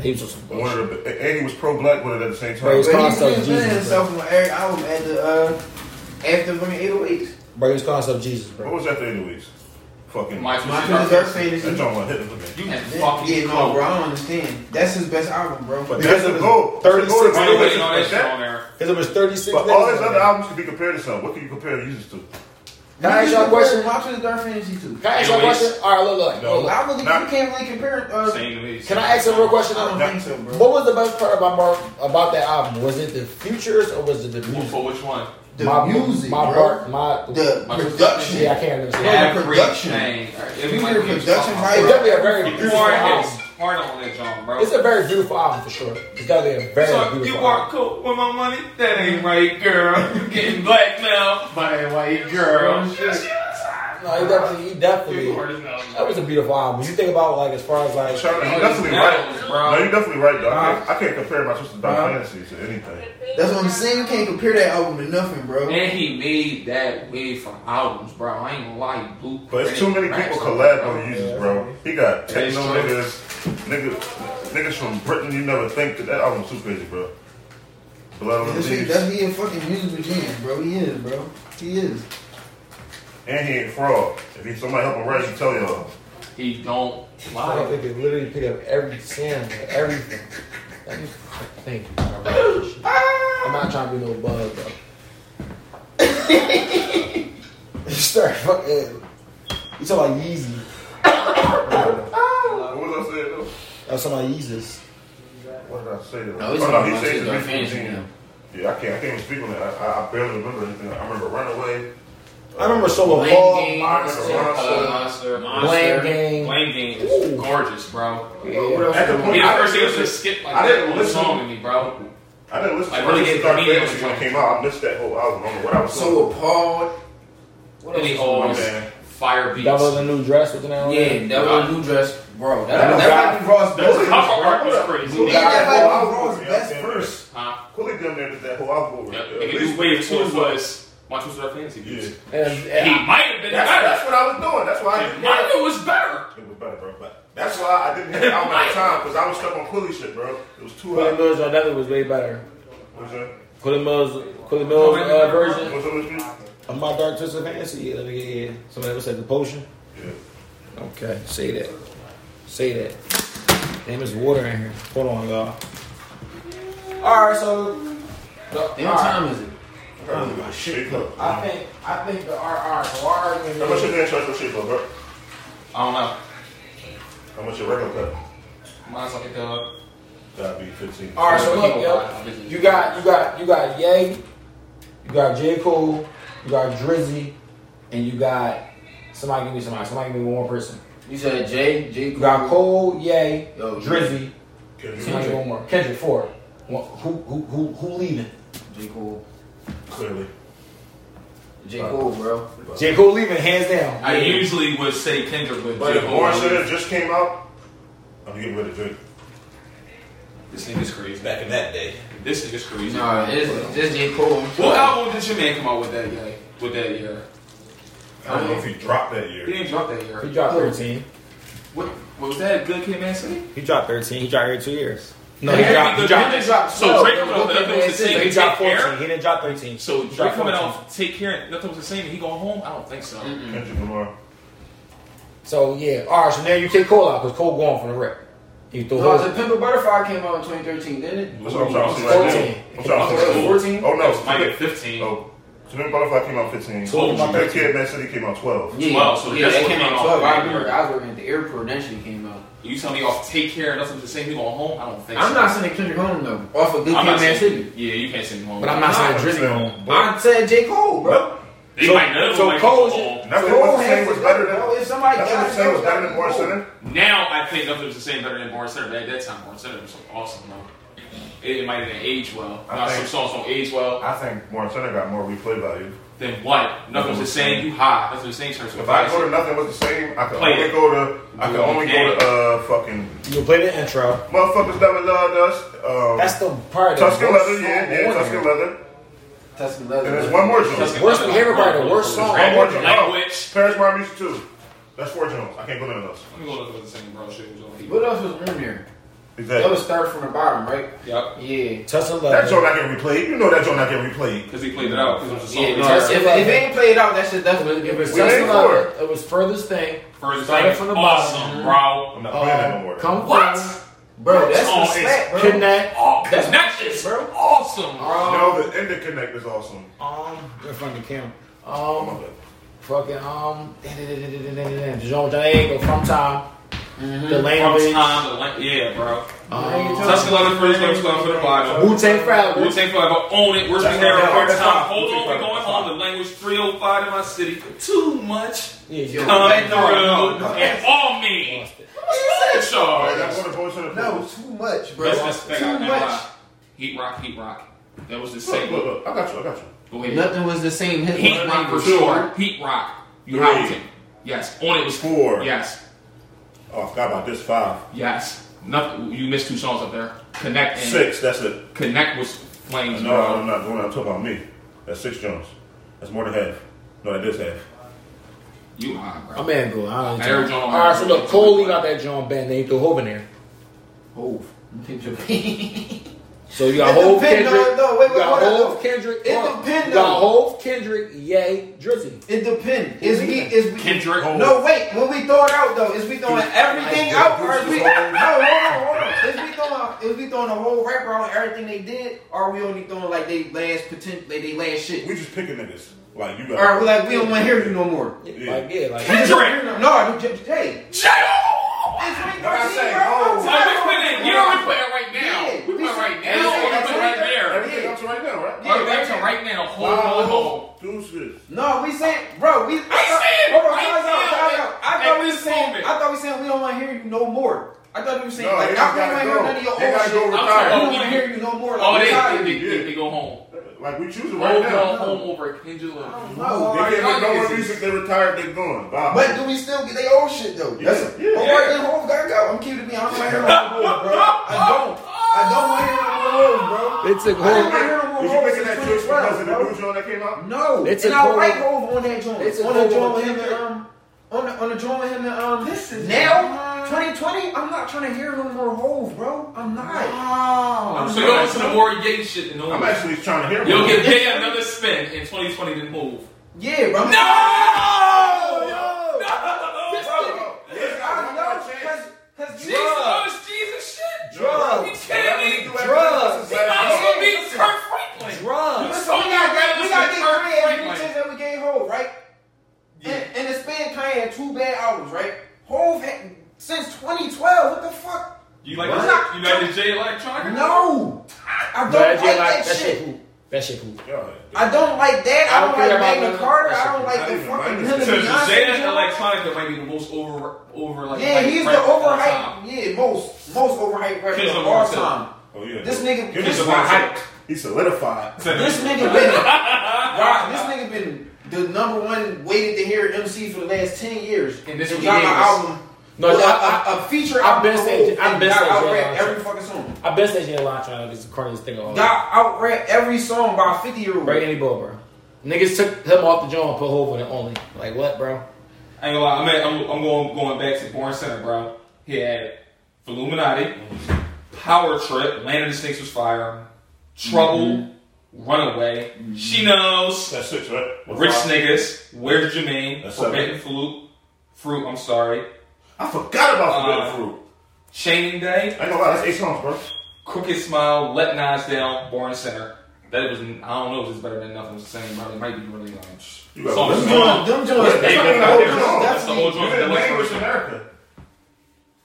Speaker 2: He was on some bullshit.
Speaker 6: One of the, and he was pro-black with it at the same
Speaker 1: Bro,
Speaker 6: time.
Speaker 1: it's
Speaker 3: But
Speaker 1: calling
Speaker 3: he still
Speaker 1: himself
Speaker 3: playing
Speaker 1: Jesus, bro.
Speaker 3: himself on every album at the uh, after oh fucking 808s.
Speaker 1: Bro, he was calling himself Jesus, bro.
Speaker 6: What was that the anyways? Fucking.
Speaker 4: My
Speaker 3: My
Speaker 4: twisted
Speaker 3: cousin
Speaker 4: dark.
Speaker 3: Dirk saying this.
Speaker 6: That joint went hit again.
Speaker 4: You
Speaker 3: Yeah,
Speaker 4: fucking
Speaker 3: no, bro,
Speaker 4: cold.
Speaker 3: I don't understand. That's his best album, bro.
Speaker 6: But that's the goal. That's the goal.
Speaker 1: 36
Speaker 6: That's
Speaker 4: Why
Speaker 6: the
Speaker 4: you
Speaker 6: goal.
Speaker 4: waiting on that
Speaker 6: That's
Speaker 4: shit
Speaker 6: that.
Speaker 4: on there?
Speaker 1: Because it was 36
Speaker 6: But
Speaker 1: niggas
Speaker 6: all his
Speaker 1: in
Speaker 6: other
Speaker 1: there.
Speaker 6: albums can be compared to something. What can you compare Jesus to?
Speaker 1: Can I ask y'all a question?
Speaker 3: Watch the Dark Fantasy too.
Speaker 1: Can I ask y'all a
Speaker 4: Anyways.
Speaker 1: question? All right, look, look.
Speaker 6: No.
Speaker 1: look.
Speaker 3: I really
Speaker 6: Nah.
Speaker 3: you can't really compare. Uh, I
Speaker 4: Same to me.
Speaker 1: Can I ask a real question?
Speaker 3: don't
Speaker 1: though?
Speaker 6: Nah.
Speaker 3: think so, bro.
Speaker 1: What was the best part about Bar- about that album? Was it the futures or was it the
Speaker 4: Well,
Speaker 1: music?
Speaker 4: For which one?
Speaker 3: the
Speaker 1: my
Speaker 3: music,
Speaker 1: my
Speaker 3: bro.
Speaker 1: Bar- my
Speaker 3: the
Speaker 4: My
Speaker 3: production.
Speaker 1: Yeah, I can't understand.
Speaker 3: Yeah. the production.
Speaker 4: Everything.
Speaker 3: If you
Speaker 4: Everything.
Speaker 3: hear production
Speaker 1: It's
Speaker 3: right,
Speaker 1: definitely a very
Speaker 4: You
Speaker 1: beautiful
Speaker 4: are his
Speaker 1: album.
Speaker 4: smart on that John, bro.
Speaker 1: It's a very beautiful album for sure. It's definitely a very
Speaker 4: so you
Speaker 1: beautiful
Speaker 4: are
Speaker 1: album.
Speaker 4: cool with my money? That ain't right, girl. You getting blackmailed by a white girl.
Speaker 1: No, he definitely, he definitely. That was a beautiful album. You think about like as far as like
Speaker 6: Charlie,
Speaker 4: Oh,
Speaker 6: you're definitely right. No,
Speaker 4: bro.
Speaker 6: you're definitely right, though. I can't, I can't compare my sister Dark Fantasy to anything.
Speaker 3: that's what I'm saying. You can't compare that album to nothing, bro.
Speaker 4: And he made that way from albums, bro. I ain't gonna lie, he blew.
Speaker 6: But it's too many people collab on Jesus, bro. He got techno niggas, niggas, niggas from Britain. You never think that that album's too crazy, bro. Blood on the
Speaker 3: That's, he-
Speaker 6: Thieves,
Speaker 3: that's he a fucking musical genius, bro. He is, bro. He is.
Speaker 6: and he ain't fraud. If he somebody help him write, he tell y'all.
Speaker 4: He don't
Speaker 1: Like,
Speaker 4: lie.
Speaker 1: they could literally pick up every sound, like, everything. Let me- Thank you. I really appreciate it. I'm not trying to be no bug, bro. you start fucking. You talking about Yeezy?
Speaker 6: What was I saying? though?
Speaker 1: I was talking about Yeezus.
Speaker 6: What did I say? though?
Speaker 3: No, it's
Speaker 6: oh,
Speaker 3: not
Speaker 6: no, he
Speaker 3: my
Speaker 6: said
Speaker 3: sister Dark
Speaker 6: it's
Speaker 3: Fantasy now.
Speaker 6: me. Yeah, I can't. I can't even speak on that. I, I, I barely remember anything. I remember Runaway.
Speaker 1: I remember so
Speaker 3: Blame
Speaker 1: evolved.
Speaker 3: Game,
Speaker 1: Monster,
Speaker 4: Monster,
Speaker 1: Blame Game.
Speaker 4: Blame Game is gorgeous, bro.
Speaker 3: Well, what else
Speaker 6: At the
Speaker 3: is-
Speaker 6: point-
Speaker 4: He the first thing was to skip like
Speaker 6: I
Speaker 4: that
Speaker 6: didn't
Speaker 4: one
Speaker 6: listen.
Speaker 4: song to me, bro.
Speaker 6: I didn't listen
Speaker 4: Like,
Speaker 6: to
Speaker 4: really
Speaker 6: really
Speaker 4: get
Speaker 6: Dark
Speaker 4: the meaning
Speaker 6: Fantasy
Speaker 4: of
Speaker 6: when
Speaker 4: it.
Speaker 6: it came out. I missed that whole album. I don't know what I was
Speaker 3: So appalled. What
Speaker 4: And he
Speaker 3: else?
Speaker 6: doing. My
Speaker 4: always
Speaker 6: bad.
Speaker 4: fire beats.
Speaker 1: That was a new dress with the name. on it?
Speaker 3: Yeah, that was a new dress, bro. That,
Speaker 1: That
Speaker 3: that, might be Ross'
Speaker 4: That
Speaker 3: best.
Speaker 4: was- cover art was crazy.
Speaker 6: Cooley
Speaker 3: Yeah,
Speaker 6: got
Speaker 3: that
Speaker 6: that
Speaker 3: might
Speaker 6: whole
Speaker 3: be
Speaker 6: album
Speaker 3: Ross'
Speaker 6: over.
Speaker 3: best
Speaker 6: Yeah,
Speaker 3: first.
Speaker 4: Huh?
Speaker 6: Cooley done there did that whole album. over.
Speaker 4: Yep.
Speaker 6: At
Speaker 4: Nigga,
Speaker 6: least
Speaker 4: this wave
Speaker 6: four
Speaker 4: two
Speaker 6: songs.
Speaker 4: was my two Dark Fantasy
Speaker 6: Yeah.
Speaker 4: beats.
Speaker 1: And,
Speaker 4: He
Speaker 1: and
Speaker 4: might have been
Speaker 6: That's, that's what I was doing. That's why I
Speaker 4: better.
Speaker 6: didn't hear it.
Speaker 4: Michael was better.
Speaker 6: It was better, bro. But that's why I didn't hear it album at the time because I was stuck on Cooley shit, bro. It was too
Speaker 1: Quilly
Speaker 6: hot.
Speaker 1: Mills on that was way better.
Speaker 6: Was that?
Speaker 1: Quilly Mills, Quilly Mills uh, version
Speaker 6: Was that with me?
Speaker 1: of my Dark Twisted Fantasy. Yeah, yeah, yeah. Somebody was at the potion. Okay, say that. Say that. Damn, there's water in here. Hold on, y'all. All right, so the, all
Speaker 3: Damn, what
Speaker 1: right,
Speaker 3: time is it?
Speaker 6: Yeah. Shape up.
Speaker 1: I think I think the R R R
Speaker 6: How much your man charge for shape up, bro?
Speaker 4: I don't know.
Speaker 6: How much your regular cut?
Speaker 4: Mine's like a.
Speaker 6: That'd be fifteen.
Speaker 1: All right, so look, yo, you got you got you got Ye, you got J Cole, you got Drizzy, and you got somebody give me somebody. Somebody give me one more person.
Speaker 3: You said J, J.
Speaker 1: You got Cole, Ye,
Speaker 3: Yo,
Speaker 1: Drizzy,
Speaker 6: Can you
Speaker 1: somebody give me one more. Kendrick four. One- Who who who who leaving?
Speaker 3: J. Cole.
Speaker 6: clearly?
Speaker 3: J.
Speaker 6: Uh,
Speaker 3: Cole, bro.
Speaker 1: J Cole leaving, hands down.
Speaker 4: I usually would say Kendrick, but
Speaker 6: But
Speaker 4: J.
Speaker 6: if
Speaker 4: Cole
Speaker 6: Orange
Speaker 4: always-
Speaker 6: Center just came out, I'm getting rid of Drake.
Speaker 4: This nigga's crazy.
Speaker 7: Back in that day.
Speaker 4: This nigga's crazy.
Speaker 3: Nah, it's, it's J. Cole.
Speaker 4: What album did your man come out with that year? With that year?
Speaker 6: I don't know if he
Speaker 4: Oh.
Speaker 6: dropped that year.
Speaker 4: He didn't drop that
Speaker 1: He
Speaker 4: year.
Speaker 1: dropped thirteen.
Speaker 4: What, what was that? Good Kid, Man City?
Speaker 1: He dropped 13. He dropped every two years. No,
Speaker 4: Yeah,
Speaker 1: he dropped.
Speaker 4: Good
Speaker 1: He
Speaker 4: Kid,
Speaker 1: dropped,
Speaker 4: Man City. So
Speaker 3: No,
Speaker 4: Drake coming off
Speaker 3: Good
Speaker 4: the
Speaker 3: Kid,
Speaker 4: nothing was
Speaker 3: Man
Speaker 4: the
Speaker 3: City.
Speaker 4: same.
Speaker 1: he dropped 14.
Speaker 4: Care?
Speaker 1: He didn't drop 13.
Speaker 4: So
Speaker 1: He
Speaker 4: Drake
Speaker 1: dropped
Speaker 4: coming
Speaker 1: 14.
Speaker 4: off Take Care, nothing was the same. He go home. I don't think so.
Speaker 6: Kendrick Lamar.
Speaker 1: So yeah. All right. So now you take Cole out because Cole going from the rip. You threw
Speaker 3: No,
Speaker 1: her.
Speaker 3: the Pimple Butterfly came out in 2013, didn't it?
Speaker 6: That's what I'm trying to see right
Speaker 1: Fourteen.
Speaker 6: now. I'm trying to see.
Speaker 3: Oh, fourteen?
Speaker 6: Oh no,
Speaker 4: That was might have been 15.
Speaker 6: Oh, Jimmy Butterfly came out 15.
Speaker 4: Told you.
Speaker 6: Big Kid, Man City came out 12.
Speaker 3: Yeah,
Speaker 4: Wow, so
Speaker 3: yeah,
Speaker 4: that's
Speaker 3: that
Speaker 4: what
Speaker 3: came out
Speaker 4: came out
Speaker 3: 12.
Speaker 4: right
Speaker 3: I remember
Speaker 4: here.
Speaker 3: I was working at the airport and that shit came out.
Speaker 4: You tell me off Take Care, nothing was the same. He go home. I don't think
Speaker 3: I'm
Speaker 4: so.
Speaker 3: not sending Kendrick home though. Off of Good Kid,
Speaker 4: I'm not
Speaker 3: Man
Speaker 4: saying-
Speaker 3: City.
Speaker 4: Yeah, you can't send him home.
Speaker 1: But I'm not saying Drizzy going.
Speaker 6: But
Speaker 3: I said J. Cole, bro.
Speaker 4: They
Speaker 1: So-
Speaker 4: might not
Speaker 1: so
Speaker 4: like
Speaker 1: Cole's-
Speaker 4: home.
Speaker 6: nothing was the same was better
Speaker 4: Oh,
Speaker 3: Bro,
Speaker 6: than.
Speaker 3: if somebody
Speaker 6: Nothing
Speaker 3: got
Speaker 6: was the same was
Speaker 3: it,
Speaker 6: better than
Speaker 3: Cole.
Speaker 6: Orange Center.
Speaker 4: Now I think nothing was the same better than Born Center. But at that time, Born Center was awesome though. It, it might have aged well.
Speaker 6: I
Speaker 4: Now some
Speaker 6: think-
Speaker 4: songs don't age well.
Speaker 6: I think Orange Center got more replay value.
Speaker 4: Then what? Nothing was the same. You high. Nothing was the same. Terms of
Speaker 6: If I go
Speaker 4: price.
Speaker 6: to nothing was the same, I could
Speaker 4: Play
Speaker 6: only
Speaker 4: it.
Speaker 6: go to I could
Speaker 4: You
Speaker 6: only go
Speaker 4: can't.
Speaker 6: to uh fucking
Speaker 1: You play the intro.
Speaker 6: motherfuckers that loved us.
Speaker 1: That's
Speaker 6: Um,
Speaker 1: the part. of the
Speaker 6: Tuscan
Speaker 1: worst
Speaker 6: leather,
Speaker 1: song
Speaker 6: yeah, yeah,
Speaker 1: on
Speaker 6: Tuscan
Speaker 1: there.
Speaker 6: leather.
Speaker 3: Tuscan Leather.
Speaker 6: And there's one more joint.
Speaker 4: Tuscan
Speaker 6: One
Speaker 1: Worst
Speaker 4: Leather,
Speaker 1: behavior by the
Speaker 4: Rock,
Speaker 1: worst
Speaker 4: Rock,
Speaker 1: song.
Speaker 4: Rock,
Speaker 6: more
Speaker 4: Rock,
Speaker 6: joint.
Speaker 4: Language.
Speaker 6: Oh, Paris Brown Music too. That's four joints. I can't go none of those.
Speaker 4: Let me go look at the same bro shit was on here.
Speaker 3: What else was on there? Let
Speaker 6: Exactly.
Speaker 3: us start from the bottom, right?
Speaker 4: Yep.
Speaker 3: Yeah.
Speaker 1: Touch the
Speaker 6: That
Speaker 1: level.
Speaker 6: joint not getting replayed. You know that joint not getting replayed.
Speaker 4: Because he played it out. 'cause it was a song.
Speaker 3: Yeah, no,
Speaker 1: Test
Speaker 3: if, if
Speaker 1: it out.
Speaker 3: it ain't played out, that shit definitely
Speaker 1: It
Speaker 3: give
Speaker 1: was
Speaker 3: us
Speaker 6: We
Speaker 1: touch
Speaker 6: ain't
Speaker 1: the level.
Speaker 6: for
Speaker 1: It was furthest thing.
Speaker 4: First
Speaker 1: Start
Speaker 4: thing,
Speaker 1: from the
Speaker 4: awesome,
Speaker 1: bottom.
Speaker 4: bro.
Speaker 6: I'm not playing that no
Speaker 3: Uh,
Speaker 6: more.
Speaker 3: come
Speaker 4: What?
Speaker 3: from- Bro, that's
Speaker 4: Oh,
Speaker 3: the
Speaker 4: it's
Speaker 3: slack, bro.
Speaker 1: Connect.
Speaker 4: Oh, connections,
Speaker 3: bro.
Speaker 4: bro. Awesome.
Speaker 6: No, the interconnect is awesome.
Speaker 1: Um, in front of the camera.
Speaker 6: My
Speaker 1: Um,
Speaker 6: bad.
Speaker 1: fucking um, Jean Diego from time. The
Speaker 4: From
Speaker 1: language.
Speaker 4: time to length. Yeah, bro.
Speaker 1: Um,
Speaker 4: Touch the leather first, let's go for the bottom.
Speaker 1: Wu Tang Forever.
Speaker 4: Wu Tang Forever, own it. We're
Speaker 6: That's
Speaker 4: there
Speaker 6: right,
Speaker 4: hard
Speaker 6: that's
Speaker 4: time.
Speaker 6: right.
Speaker 4: Hold on,
Speaker 6: Wu-Tang
Speaker 4: we're
Speaker 6: Forever.
Speaker 4: going home. The language 305 in my city. Too much.
Speaker 1: Yeah,
Speaker 3: Yo,
Speaker 4: Come
Speaker 3: man, no,
Speaker 4: through.
Speaker 3: no,
Speaker 4: And all me. What's
Speaker 6: All right,
Speaker 4: your
Speaker 6: that's what the post should
Speaker 3: No, too much, bro.
Speaker 4: That's this thing.
Speaker 3: too
Speaker 4: I can't lie.
Speaker 3: much.
Speaker 4: Heat rock, heat rock. That was the
Speaker 6: Look,
Speaker 4: same.
Speaker 6: look, look. I got you. I got you.
Speaker 4: Go ahead.
Speaker 3: Nothing was the same. Hit
Speaker 4: Heat
Speaker 3: was
Speaker 4: rock for
Speaker 3: number
Speaker 4: sure.
Speaker 3: two.
Speaker 4: Heat rock. You
Speaker 6: Three.
Speaker 4: housed it. Yes. On it was four.
Speaker 6: Four.
Speaker 4: Yes.
Speaker 6: Oh, I forgot about this. Five.
Speaker 4: Yes. Nothing. You missed two songs up there. Connect. And
Speaker 6: Six. That's it.
Speaker 4: Connect was flames,
Speaker 6: No,
Speaker 4: bro.
Speaker 6: I'm not doing that. I'm talking about me. That's six Jones. That's more than half. No, that is half.
Speaker 4: You are, bro.
Speaker 1: I'm gonna go. I don't
Speaker 4: I heard
Speaker 1: know.
Speaker 4: John.
Speaker 1: All right, so look, Cole, you got that John Bennett. Then you threw Hope in there.
Speaker 3: Hove. It depends
Speaker 1: So you got
Speaker 3: It
Speaker 1: Hove,
Speaker 3: depend-
Speaker 1: Kendrick.
Speaker 3: no, no, wait,
Speaker 1: you got
Speaker 3: wait, hold on.
Speaker 1: Hove, Kendrick.
Speaker 3: It
Speaker 1: hold on.
Speaker 3: depend
Speaker 1: You got
Speaker 3: on-
Speaker 1: Hove, Kendrick, Yay, Drizzy.
Speaker 3: It depends. Is we is we
Speaker 4: Kendrick.
Speaker 3: No wait, when we throw it out though, is we throwing everything out or is we no hold on, hold on. Is we throwing is we throwing the whole record on everything they did or are we only throwing like they last potential like they last shit?
Speaker 6: We just picking niggas. Like, you got
Speaker 3: Or we like we don't wanna hear you no more.
Speaker 6: Yeah.
Speaker 1: Like yeah, like
Speaker 4: Kendrick.
Speaker 3: No, you just hey. It's 2013,
Speaker 4: J.O.
Speaker 6: Like I say,
Speaker 3: bro.
Speaker 6: oh.
Speaker 4: So we put it. You know we put it right now.
Speaker 3: Yeah,
Speaker 4: We put
Speaker 3: we
Speaker 4: it right
Speaker 3: said-
Speaker 4: now.
Speaker 3: we
Speaker 4: Or we
Speaker 3: said
Speaker 4: put it right
Speaker 3: that's
Speaker 4: there.
Speaker 6: Everything up to right now, right?
Speaker 3: Yeah.
Speaker 4: Or we put it right now. Hold
Speaker 6: Wow.
Speaker 4: on, hold.
Speaker 6: Deuces.
Speaker 3: No, we saying, bro, we. I
Speaker 4: said
Speaker 3: hold on,
Speaker 4: right
Speaker 3: time out,
Speaker 4: now,
Speaker 3: time out. I
Speaker 4: at
Speaker 3: thought we were
Speaker 4: this
Speaker 3: saying,
Speaker 4: moment.
Speaker 3: I thought we saying we don't want to hear you no more. I thought we were saying,
Speaker 6: No,
Speaker 3: like,
Speaker 6: they
Speaker 3: I
Speaker 6: just
Speaker 3: don't want
Speaker 6: gotta
Speaker 3: to hear
Speaker 6: go.
Speaker 3: none of your old
Speaker 6: They gotta
Speaker 3: shit.
Speaker 6: go
Speaker 3: I
Speaker 6: retire.
Speaker 3: don't want to hear you no more. Like,
Speaker 4: Oh,
Speaker 3: we tired
Speaker 4: they
Speaker 3: of
Speaker 4: they,
Speaker 3: you.
Speaker 4: they, they go home.
Speaker 6: Like, we choosing
Speaker 4: Roll
Speaker 6: right
Speaker 4: go
Speaker 6: now.
Speaker 4: home over Kendrick. Lamar.
Speaker 3: No.
Speaker 6: They can't make no more
Speaker 4: Niggas is-
Speaker 6: music. They retired. They gone. Bye.
Speaker 3: But do we still get they old shit though?
Speaker 6: Yeah.
Speaker 3: That's Oh,
Speaker 6: Yeah.
Speaker 3: But where they home gotta go? I'm keeping it being. I don't want to hear no more, bro. I don't.
Speaker 4: Oh,
Speaker 3: I don't want to hear no more, bro.
Speaker 1: They took
Speaker 3: I don't
Speaker 1: Hove.
Speaker 3: want to hear no more.
Speaker 6: was you
Speaker 3: Hove
Speaker 6: picking that
Speaker 3: since
Speaker 6: choice because of the
Speaker 3: 2012, bro.
Speaker 6: new joint that came out?
Speaker 3: No,
Speaker 1: It's
Speaker 3: and
Speaker 1: a
Speaker 3: I
Speaker 1: cold-
Speaker 3: like Hov on that joint.
Speaker 1: it's a
Speaker 3: on that
Speaker 1: cold
Speaker 3: joint with him
Speaker 1: one.
Speaker 3: and um, on the on the joint with him and um. This is now 2020. I'm not trying to hear no more Hov, bro. I'm not.
Speaker 4: I'm so going to the Warrior Gate shit and all
Speaker 6: I'm
Speaker 4: that.
Speaker 6: actually trying to hear
Speaker 4: You'll
Speaker 6: one.
Speaker 4: get paid another spin in 2020 to move.
Speaker 3: Yeah, bro.
Speaker 4: No!
Speaker 3: I know, cause, cause
Speaker 4: Jesus,
Speaker 3: drugs.
Speaker 4: Jesus shit!
Speaker 3: Drugs.
Speaker 4: You kidding me?
Speaker 3: Drugs.
Speaker 4: He might as well be Kirk Franklin.
Speaker 3: Drugs. So we got we got these Kanye bitches that we gave Hov, right? And, and the span Kanye had two bad albums, right? Hov had since 2012. What the fuck?
Speaker 4: You like
Speaker 3: What?
Speaker 4: this? You like this J Electronica?
Speaker 3: No, I don't
Speaker 1: No, that
Speaker 3: like
Speaker 1: shit like- that
Speaker 3: that, shit.
Speaker 1: shit poop. That shit poop.
Speaker 6: God.
Speaker 3: I don't like that.
Speaker 1: I
Speaker 3: I
Speaker 1: don't
Speaker 3: don't,
Speaker 1: care about
Speaker 3: like
Speaker 1: none of
Speaker 3: Magna
Speaker 1: that
Speaker 3: Carter.
Speaker 1: shit.
Speaker 3: I don't
Speaker 6: I
Speaker 3: like the
Speaker 6: don't even
Speaker 3: fucking
Speaker 6: like
Speaker 3: him
Speaker 4: So
Speaker 3: and
Speaker 6: this.
Speaker 4: the Jada
Speaker 3: Beyonce. joint.
Speaker 4: Electronica might be the most over, over like.
Speaker 3: Yeah,
Speaker 4: hyped
Speaker 3: he's the
Speaker 4: rapper of all time.
Speaker 3: overhyped. Yeah, most most overhyped rapper
Speaker 4: Kendrick
Speaker 3: of all
Speaker 4: Lamar, too.
Speaker 3: time.
Speaker 6: Oh, yeah.
Speaker 3: This nigga-
Speaker 6: He
Speaker 3: this
Speaker 6: just
Speaker 3: nigga-
Speaker 6: hype. He solidified.
Speaker 3: This nigga been Rob, this nigga been the number one waited to hear MC for the last ten years.
Speaker 4: And this
Speaker 3: And
Speaker 4: is
Speaker 3: got my
Speaker 4: Yeezus.
Speaker 3: album.
Speaker 1: No,
Speaker 3: No, well,
Speaker 1: I-
Speaker 3: a, a, a feature.
Speaker 1: I've been
Speaker 3: album
Speaker 1: saying-
Speaker 3: and
Speaker 1: I've been
Speaker 3: got
Speaker 1: saying
Speaker 3: out
Speaker 1: Jay
Speaker 3: rap
Speaker 1: Lawrence.
Speaker 3: every fucking song.
Speaker 1: I bet that shit line trying to is the corniest thing of all. time.
Speaker 3: Got out rap every song by fifty year old.
Speaker 1: Right, Andy Bo, bro. Niggas took him off the joint and put Hove on it only. Like what, bro?
Speaker 4: I ain't gonna lie, I'm, at, I'm, I'm going going back to Born Center, bro. He had Illuminati, Power Trip, Land of the Snakes was fire, Trouble, Runaway, She Knows,
Speaker 6: Mm-hmm. That's six, right? What's
Speaker 4: Rich
Speaker 6: five?
Speaker 4: Niggas, Where's Jermaine,
Speaker 6: That's
Speaker 4: Forbidden Fruit, Fruit, I'm sorry,
Speaker 6: I forgot about
Speaker 4: Uh,
Speaker 6: Forbidden Fruit.
Speaker 4: Chaining Day,
Speaker 6: I ain't gonna lie, that's eight songs, bro.
Speaker 4: Crooked Smile, Let Nas Down, Born Center. That was, I don't know if it's better than nothing was the same, bro. It might be really like,
Speaker 6: You
Speaker 3: Them
Speaker 4: songs-
Speaker 6: got Rich Niggas.
Speaker 3: joints-
Speaker 4: songs-
Speaker 3: them joints.
Speaker 6: Yeah, they
Speaker 3: that's
Speaker 6: got
Speaker 3: the
Speaker 6: that
Speaker 3: whole
Speaker 6: whole
Speaker 3: joint.
Speaker 6: song.
Speaker 4: That's the whole
Speaker 6: You
Speaker 4: joint.
Speaker 6: didn't
Speaker 4: Deluxe
Speaker 6: name Rich
Speaker 4: version.
Speaker 6: America.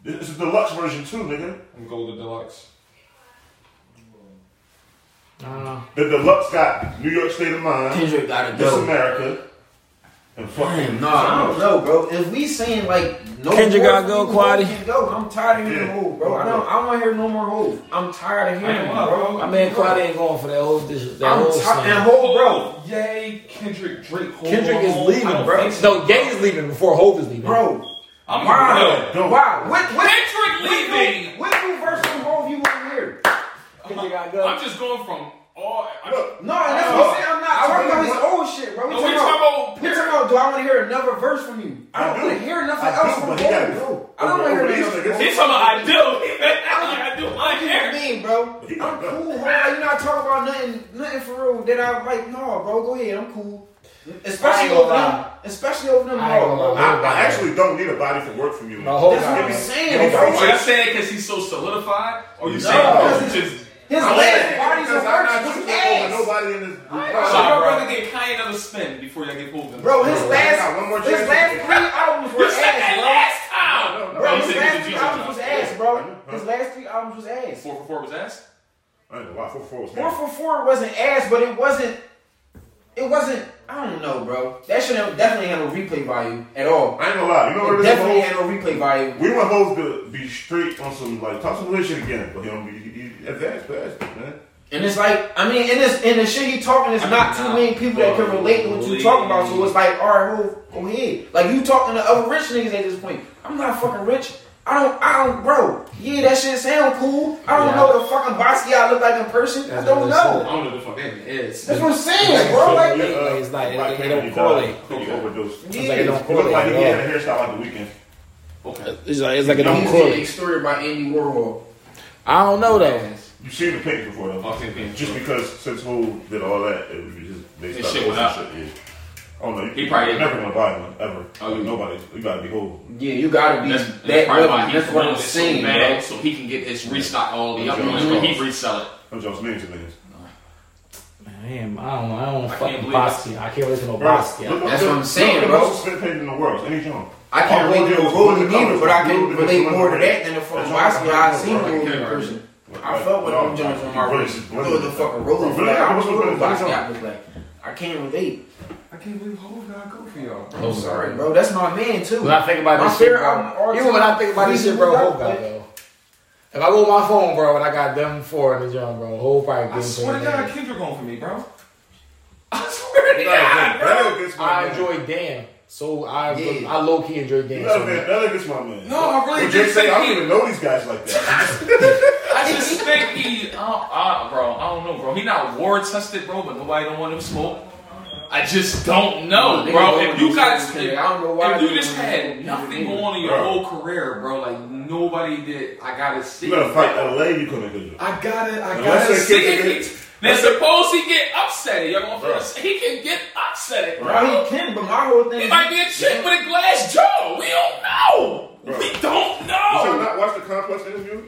Speaker 6: This is the deluxe version too, nigga.
Speaker 4: I'm going with the deluxe.
Speaker 1: Nah.
Speaker 6: The deluxe got New York State of Mind,
Speaker 3: Kendrick got a
Speaker 6: This
Speaker 3: dope.
Speaker 6: America, and fucking.
Speaker 3: No, I don't know, bro. If we saying like no
Speaker 1: Kendrick
Speaker 3: more
Speaker 1: gotta go,
Speaker 3: Hov
Speaker 1: Quaddy.
Speaker 3: can go. I'm tired of hearing
Speaker 6: Yeah.
Speaker 3: Hov, bro. I don't. I don't want to hear no more Hov. I'm tired of
Speaker 4: I
Speaker 3: hearing
Speaker 4: ain't
Speaker 3: him,
Speaker 4: gonna lie,
Speaker 3: bro.
Speaker 4: bro.
Speaker 1: My man Quad ain't going for that whole dish, that
Speaker 3: I'm
Speaker 1: whole
Speaker 3: tired. And
Speaker 1: slam.
Speaker 3: Hov, bro.
Speaker 4: Yay, Kendrick Drake. hold
Speaker 1: Kendrick
Speaker 4: on,
Speaker 1: is
Speaker 4: hold on. I
Speaker 1: leaving,
Speaker 4: don't
Speaker 1: bro.
Speaker 4: think so.
Speaker 1: No, Ye is leaving before Hove is leaving.
Speaker 3: Bro,
Speaker 4: I'm
Speaker 3: wow,
Speaker 4: going.
Speaker 6: Don't.
Speaker 3: wow. What, what,
Speaker 4: Patrick
Speaker 3: what
Speaker 4: leaving.
Speaker 3: New, what new verse from Hov you want to hear?
Speaker 1: Kendrick got
Speaker 4: I'm
Speaker 1: guns.
Speaker 4: just going from all. I'm,
Speaker 6: Look,
Speaker 3: No, that's what
Speaker 6: Oh.
Speaker 3: I'm saying. I'm not talking about his old shit, bro. We
Speaker 4: No,
Speaker 3: talking
Speaker 4: we talking
Speaker 3: about,
Speaker 4: about-
Speaker 3: we talking about. Do I want to hear another verse from you? I
Speaker 6: I
Speaker 3: don't
Speaker 6: do.
Speaker 3: want to hear nothing
Speaker 6: I do,
Speaker 3: else from Hov,
Speaker 6: but he gotta-
Speaker 3: bro. I don't want to
Speaker 6: over-
Speaker 3: hear
Speaker 6: over
Speaker 3: nothing else from
Speaker 6: Easter, this
Speaker 4: he's
Speaker 3: Hov.
Speaker 4: talking about I do. I do.
Speaker 3: thing, bro. I'm cool, bro. Like, you're not talking about nothing, nothing for real. That I like, no, bro. Go ahead, I'm cool.
Speaker 1: I
Speaker 3: Especially
Speaker 1: ain't gonna
Speaker 3: over them,
Speaker 1: lie.
Speaker 3: especially over them.
Speaker 1: I ain't gonna
Speaker 3: hoes,
Speaker 1: lie.
Speaker 6: I, I actually don't need a body for work from you.
Speaker 1: No, hold
Speaker 3: That's
Speaker 1: on.
Speaker 3: what I'm saying,
Speaker 6: Give me
Speaker 3: bro.
Speaker 6: bro.
Speaker 4: Are you saying because he's so solidified? Or you
Speaker 1: No.
Speaker 4: saying because he's just.
Speaker 3: His
Speaker 6: I'm
Speaker 3: last
Speaker 6: saying,
Speaker 3: parties
Speaker 6: because
Speaker 3: of
Speaker 6: I'm
Speaker 3: work
Speaker 6: not
Speaker 3: was
Speaker 6: tripping over
Speaker 3: ass.
Speaker 6: nobody in this.
Speaker 4: So
Speaker 6: Nah,
Speaker 4: I'd
Speaker 6: bro.
Speaker 4: rather get Kanye another spin before y'all get pulled in.
Speaker 3: Bro, his
Speaker 6: Bro, I got one more
Speaker 3: last,
Speaker 6: chance
Speaker 3: his
Speaker 6: to
Speaker 3: last
Speaker 6: get-
Speaker 3: three albums were
Speaker 4: you
Speaker 3: ass,
Speaker 4: said that
Speaker 3: bro.
Speaker 4: last time!
Speaker 6: No, no,
Speaker 3: Bro,
Speaker 4: I'm
Speaker 3: his
Speaker 4: saying
Speaker 3: last
Speaker 4: this
Speaker 3: three
Speaker 4: is
Speaker 3: albums was
Speaker 4: Jesus.
Speaker 3: ass, bro.
Speaker 6: Huh?
Speaker 3: His last three albums was ass.
Speaker 4: Four for four was ass.
Speaker 6: I ain't gonna lie, 444 was
Speaker 3: Four
Speaker 6: nasty.
Speaker 3: for four wasn't ass, but it wasn't. It wasn't. I don't know, bro. That should have definitely had no replay value at all.
Speaker 6: I ain't gonna lie. You know what
Speaker 3: It
Speaker 6: it is,
Speaker 3: definitely
Speaker 6: bro?
Speaker 3: had no replay value.
Speaker 6: We want hoes to be straight on some like talk some real shit again, but he don't be he, he, advanced past it, man.
Speaker 3: And it's like, I mean, and this and the shit he talking is
Speaker 4: I mean,
Speaker 3: not too
Speaker 4: nah,
Speaker 3: many people that can relate to what you talking about. So it's like, all right, well, go ahead. Like you talking to other rich niggas at this point. I'm not fucking rich. I don't, I don't, bro. Yeah, that shit sound cool. I don't
Speaker 2: Yeah.
Speaker 3: know what the fucking Basquiat look like in person. I
Speaker 2: That's
Speaker 3: don't
Speaker 2: what they
Speaker 4: I
Speaker 3: know.
Speaker 4: don't know who the fuck that man is.
Speaker 3: That's what I'm saying, bro. Like,
Speaker 6: yeah,
Speaker 3: yeah,
Speaker 6: uh,
Speaker 2: it's not- it-
Speaker 6: Black
Speaker 2: it don't
Speaker 6: Panther, he died.
Speaker 2: correlate.
Speaker 6: He overdosed. He
Speaker 1: It's like it don't
Speaker 6: looked
Speaker 1: correlate
Speaker 6: like he
Speaker 1: at
Speaker 6: had a hairstyle like the weekend.
Speaker 4: Okay.
Speaker 1: all. It's like, it's like it don't
Speaker 3: he's
Speaker 1: correlate.
Speaker 3: story by Andy Warhol.
Speaker 1: I don't know though.
Speaker 6: You seen the picture before though.
Speaker 4: I've seen the picture.
Speaker 6: Just because since who did all that, it was just they
Speaker 4: This
Speaker 6: started
Speaker 4: shit went
Speaker 6: posting shit, yeah. I don't know. You,
Speaker 4: He probably-
Speaker 6: you're never gonna buy one ever.
Speaker 4: Oh, you-
Speaker 6: Nobody. You gotta be whole.
Speaker 3: Yeah, you gotta be
Speaker 4: That's,
Speaker 3: that.
Speaker 4: that's probably why
Speaker 3: level.
Speaker 4: he
Speaker 3: that's what I'm
Speaker 4: promoted it
Speaker 3: saying,
Speaker 4: so
Speaker 3: bro.
Speaker 4: bad, so he can get his restock all the other
Speaker 6: Mhm.
Speaker 4: ones, but he resell it.
Speaker 6: I'm just mean to niggas.
Speaker 1: Man, I don't. I don't
Speaker 4: can't
Speaker 1: fucking
Speaker 4: believe that's-
Speaker 1: Basquiat. I can't relate to no
Speaker 6: Bro,
Speaker 1: Basquiat.
Speaker 6: look up
Speaker 3: That's
Speaker 6: the-
Speaker 3: what I'm saying,
Speaker 6: look up
Speaker 3: bro.
Speaker 6: The most spit page in the world, any genre.
Speaker 3: I can't
Speaker 6: Oh,
Speaker 3: relate to
Speaker 6: Rogan was
Speaker 3: Rolling
Speaker 6: one of the
Speaker 3: neither, but I
Speaker 6: covers.
Speaker 3: can
Speaker 6: Rogan was
Speaker 3: relate
Speaker 6: one of
Speaker 3: more to
Speaker 6: the
Speaker 3: that than the fucking
Speaker 6: That's
Speaker 3: Basquiat.
Speaker 6: all
Speaker 3: I
Speaker 6: I
Speaker 3: seen
Speaker 6: can
Speaker 3: Rolling
Speaker 6: do,
Speaker 3: in
Speaker 4: bro.
Speaker 3: person.
Speaker 6: Like,
Speaker 3: I felt with
Speaker 6: like,
Speaker 3: them Jones on my
Speaker 6: really
Speaker 3: wrist.
Speaker 6: just
Speaker 3: Look at
Speaker 6: blended.
Speaker 3: the fucking Rolling.
Speaker 6: Bro, really,
Speaker 3: I
Speaker 6: I
Speaker 3: was
Speaker 6: was
Speaker 3: Rolling
Speaker 6: looking at
Speaker 3: Basquiat was like, I can't relate.
Speaker 4: I can't believe whole guy go for y'all.
Speaker 3: I'm sorry, bro. That's my man too.
Speaker 1: When I think about
Speaker 3: My
Speaker 1: this shit,
Speaker 3: favorite album
Speaker 1: bro,
Speaker 3: all
Speaker 1: even
Speaker 3: time.
Speaker 1: when I think about this
Speaker 3: Reason
Speaker 1: shit, bro,
Speaker 3: we got
Speaker 1: Hope got
Speaker 3: it.
Speaker 1: though. If I go with my phone, bro, and I got them four in the jump, bro, Hope probably
Speaker 4: I
Speaker 1: getting
Speaker 4: swear to
Speaker 1: played
Speaker 4: God,
Speaker 1: in.
Speaker 4: Kendrick going for me, bro. I swear to
Speaker 6: You gotta have
Speaker 4: God,
Speaker 6: been
Speaker 4: bro.
Speaker 6: better against my
Speaker 1: I
Speaker 6: man.
Speaker 1: enjoy Dan, so I
Speaker 3: Yeah.
Speaker 1: I low key enjoy
Speaker 6: You
Speaker 1: Dan.
Speaker 6: gotta
Speaker 1: So
Speaker 6: have been better against my man.
Speaker 4: No, I really
Speaker 6: What
Speaker 4: did
Speaker 6: Jay said, I
Speaker 4: think
Speaker 6: don't even know these guys like that.
Speaker 4: I just think he, I don't, I, bro, I don't know, bro. He not war tested, bro, but nobody don't want him smoke. I just don't know,
Speaker 3: Niggas
Speaker 4: bro.
Speaker 3: don't
Speaker 4: If you
Speaker 3: want
Speaker 4: got,
Speaker 3: him
Speaker 4: if,
Speaker 3: smoking. I don't know why
Speaker 4: if you
Speaker 3: they
Speaker 4: just
Speaker 3: don't want
Speaker 4: had
Speaker 3: him
Speaker 4: nothing
Speaker 3: smoking.
Speaker 4: going on in your
Speaker 6: Bro.
Speaker 4: whole career, bro, like nobody did. I gotta see.
Speaker 6: You gotta
Speaker 4: it.
Speaker 6: fight LA, you couldn't do it.
Speaker 4: I gotta, I
Speaker 6: Unless
Speaker 4: gotta
Speaker 6: they
Speaker 4: see.
Speaker 6: get-
Speaker 4: it. Now suppose he get upset. Y'all gonna
Speaker 6: Bro.
Speaker 4: He can get upset, bro.
Speaker 3: Bro, he can, but my whole
Speaker 4: It
Speaker 3: thing.
Speaker 4: might be a chick with a glass jaw. We don't know.
Speaker 6: Bro.
Speaker 4: We don't
Speaker 6: Did you
Speaker 4: know.
Speaker 6: not watch the Complex interview?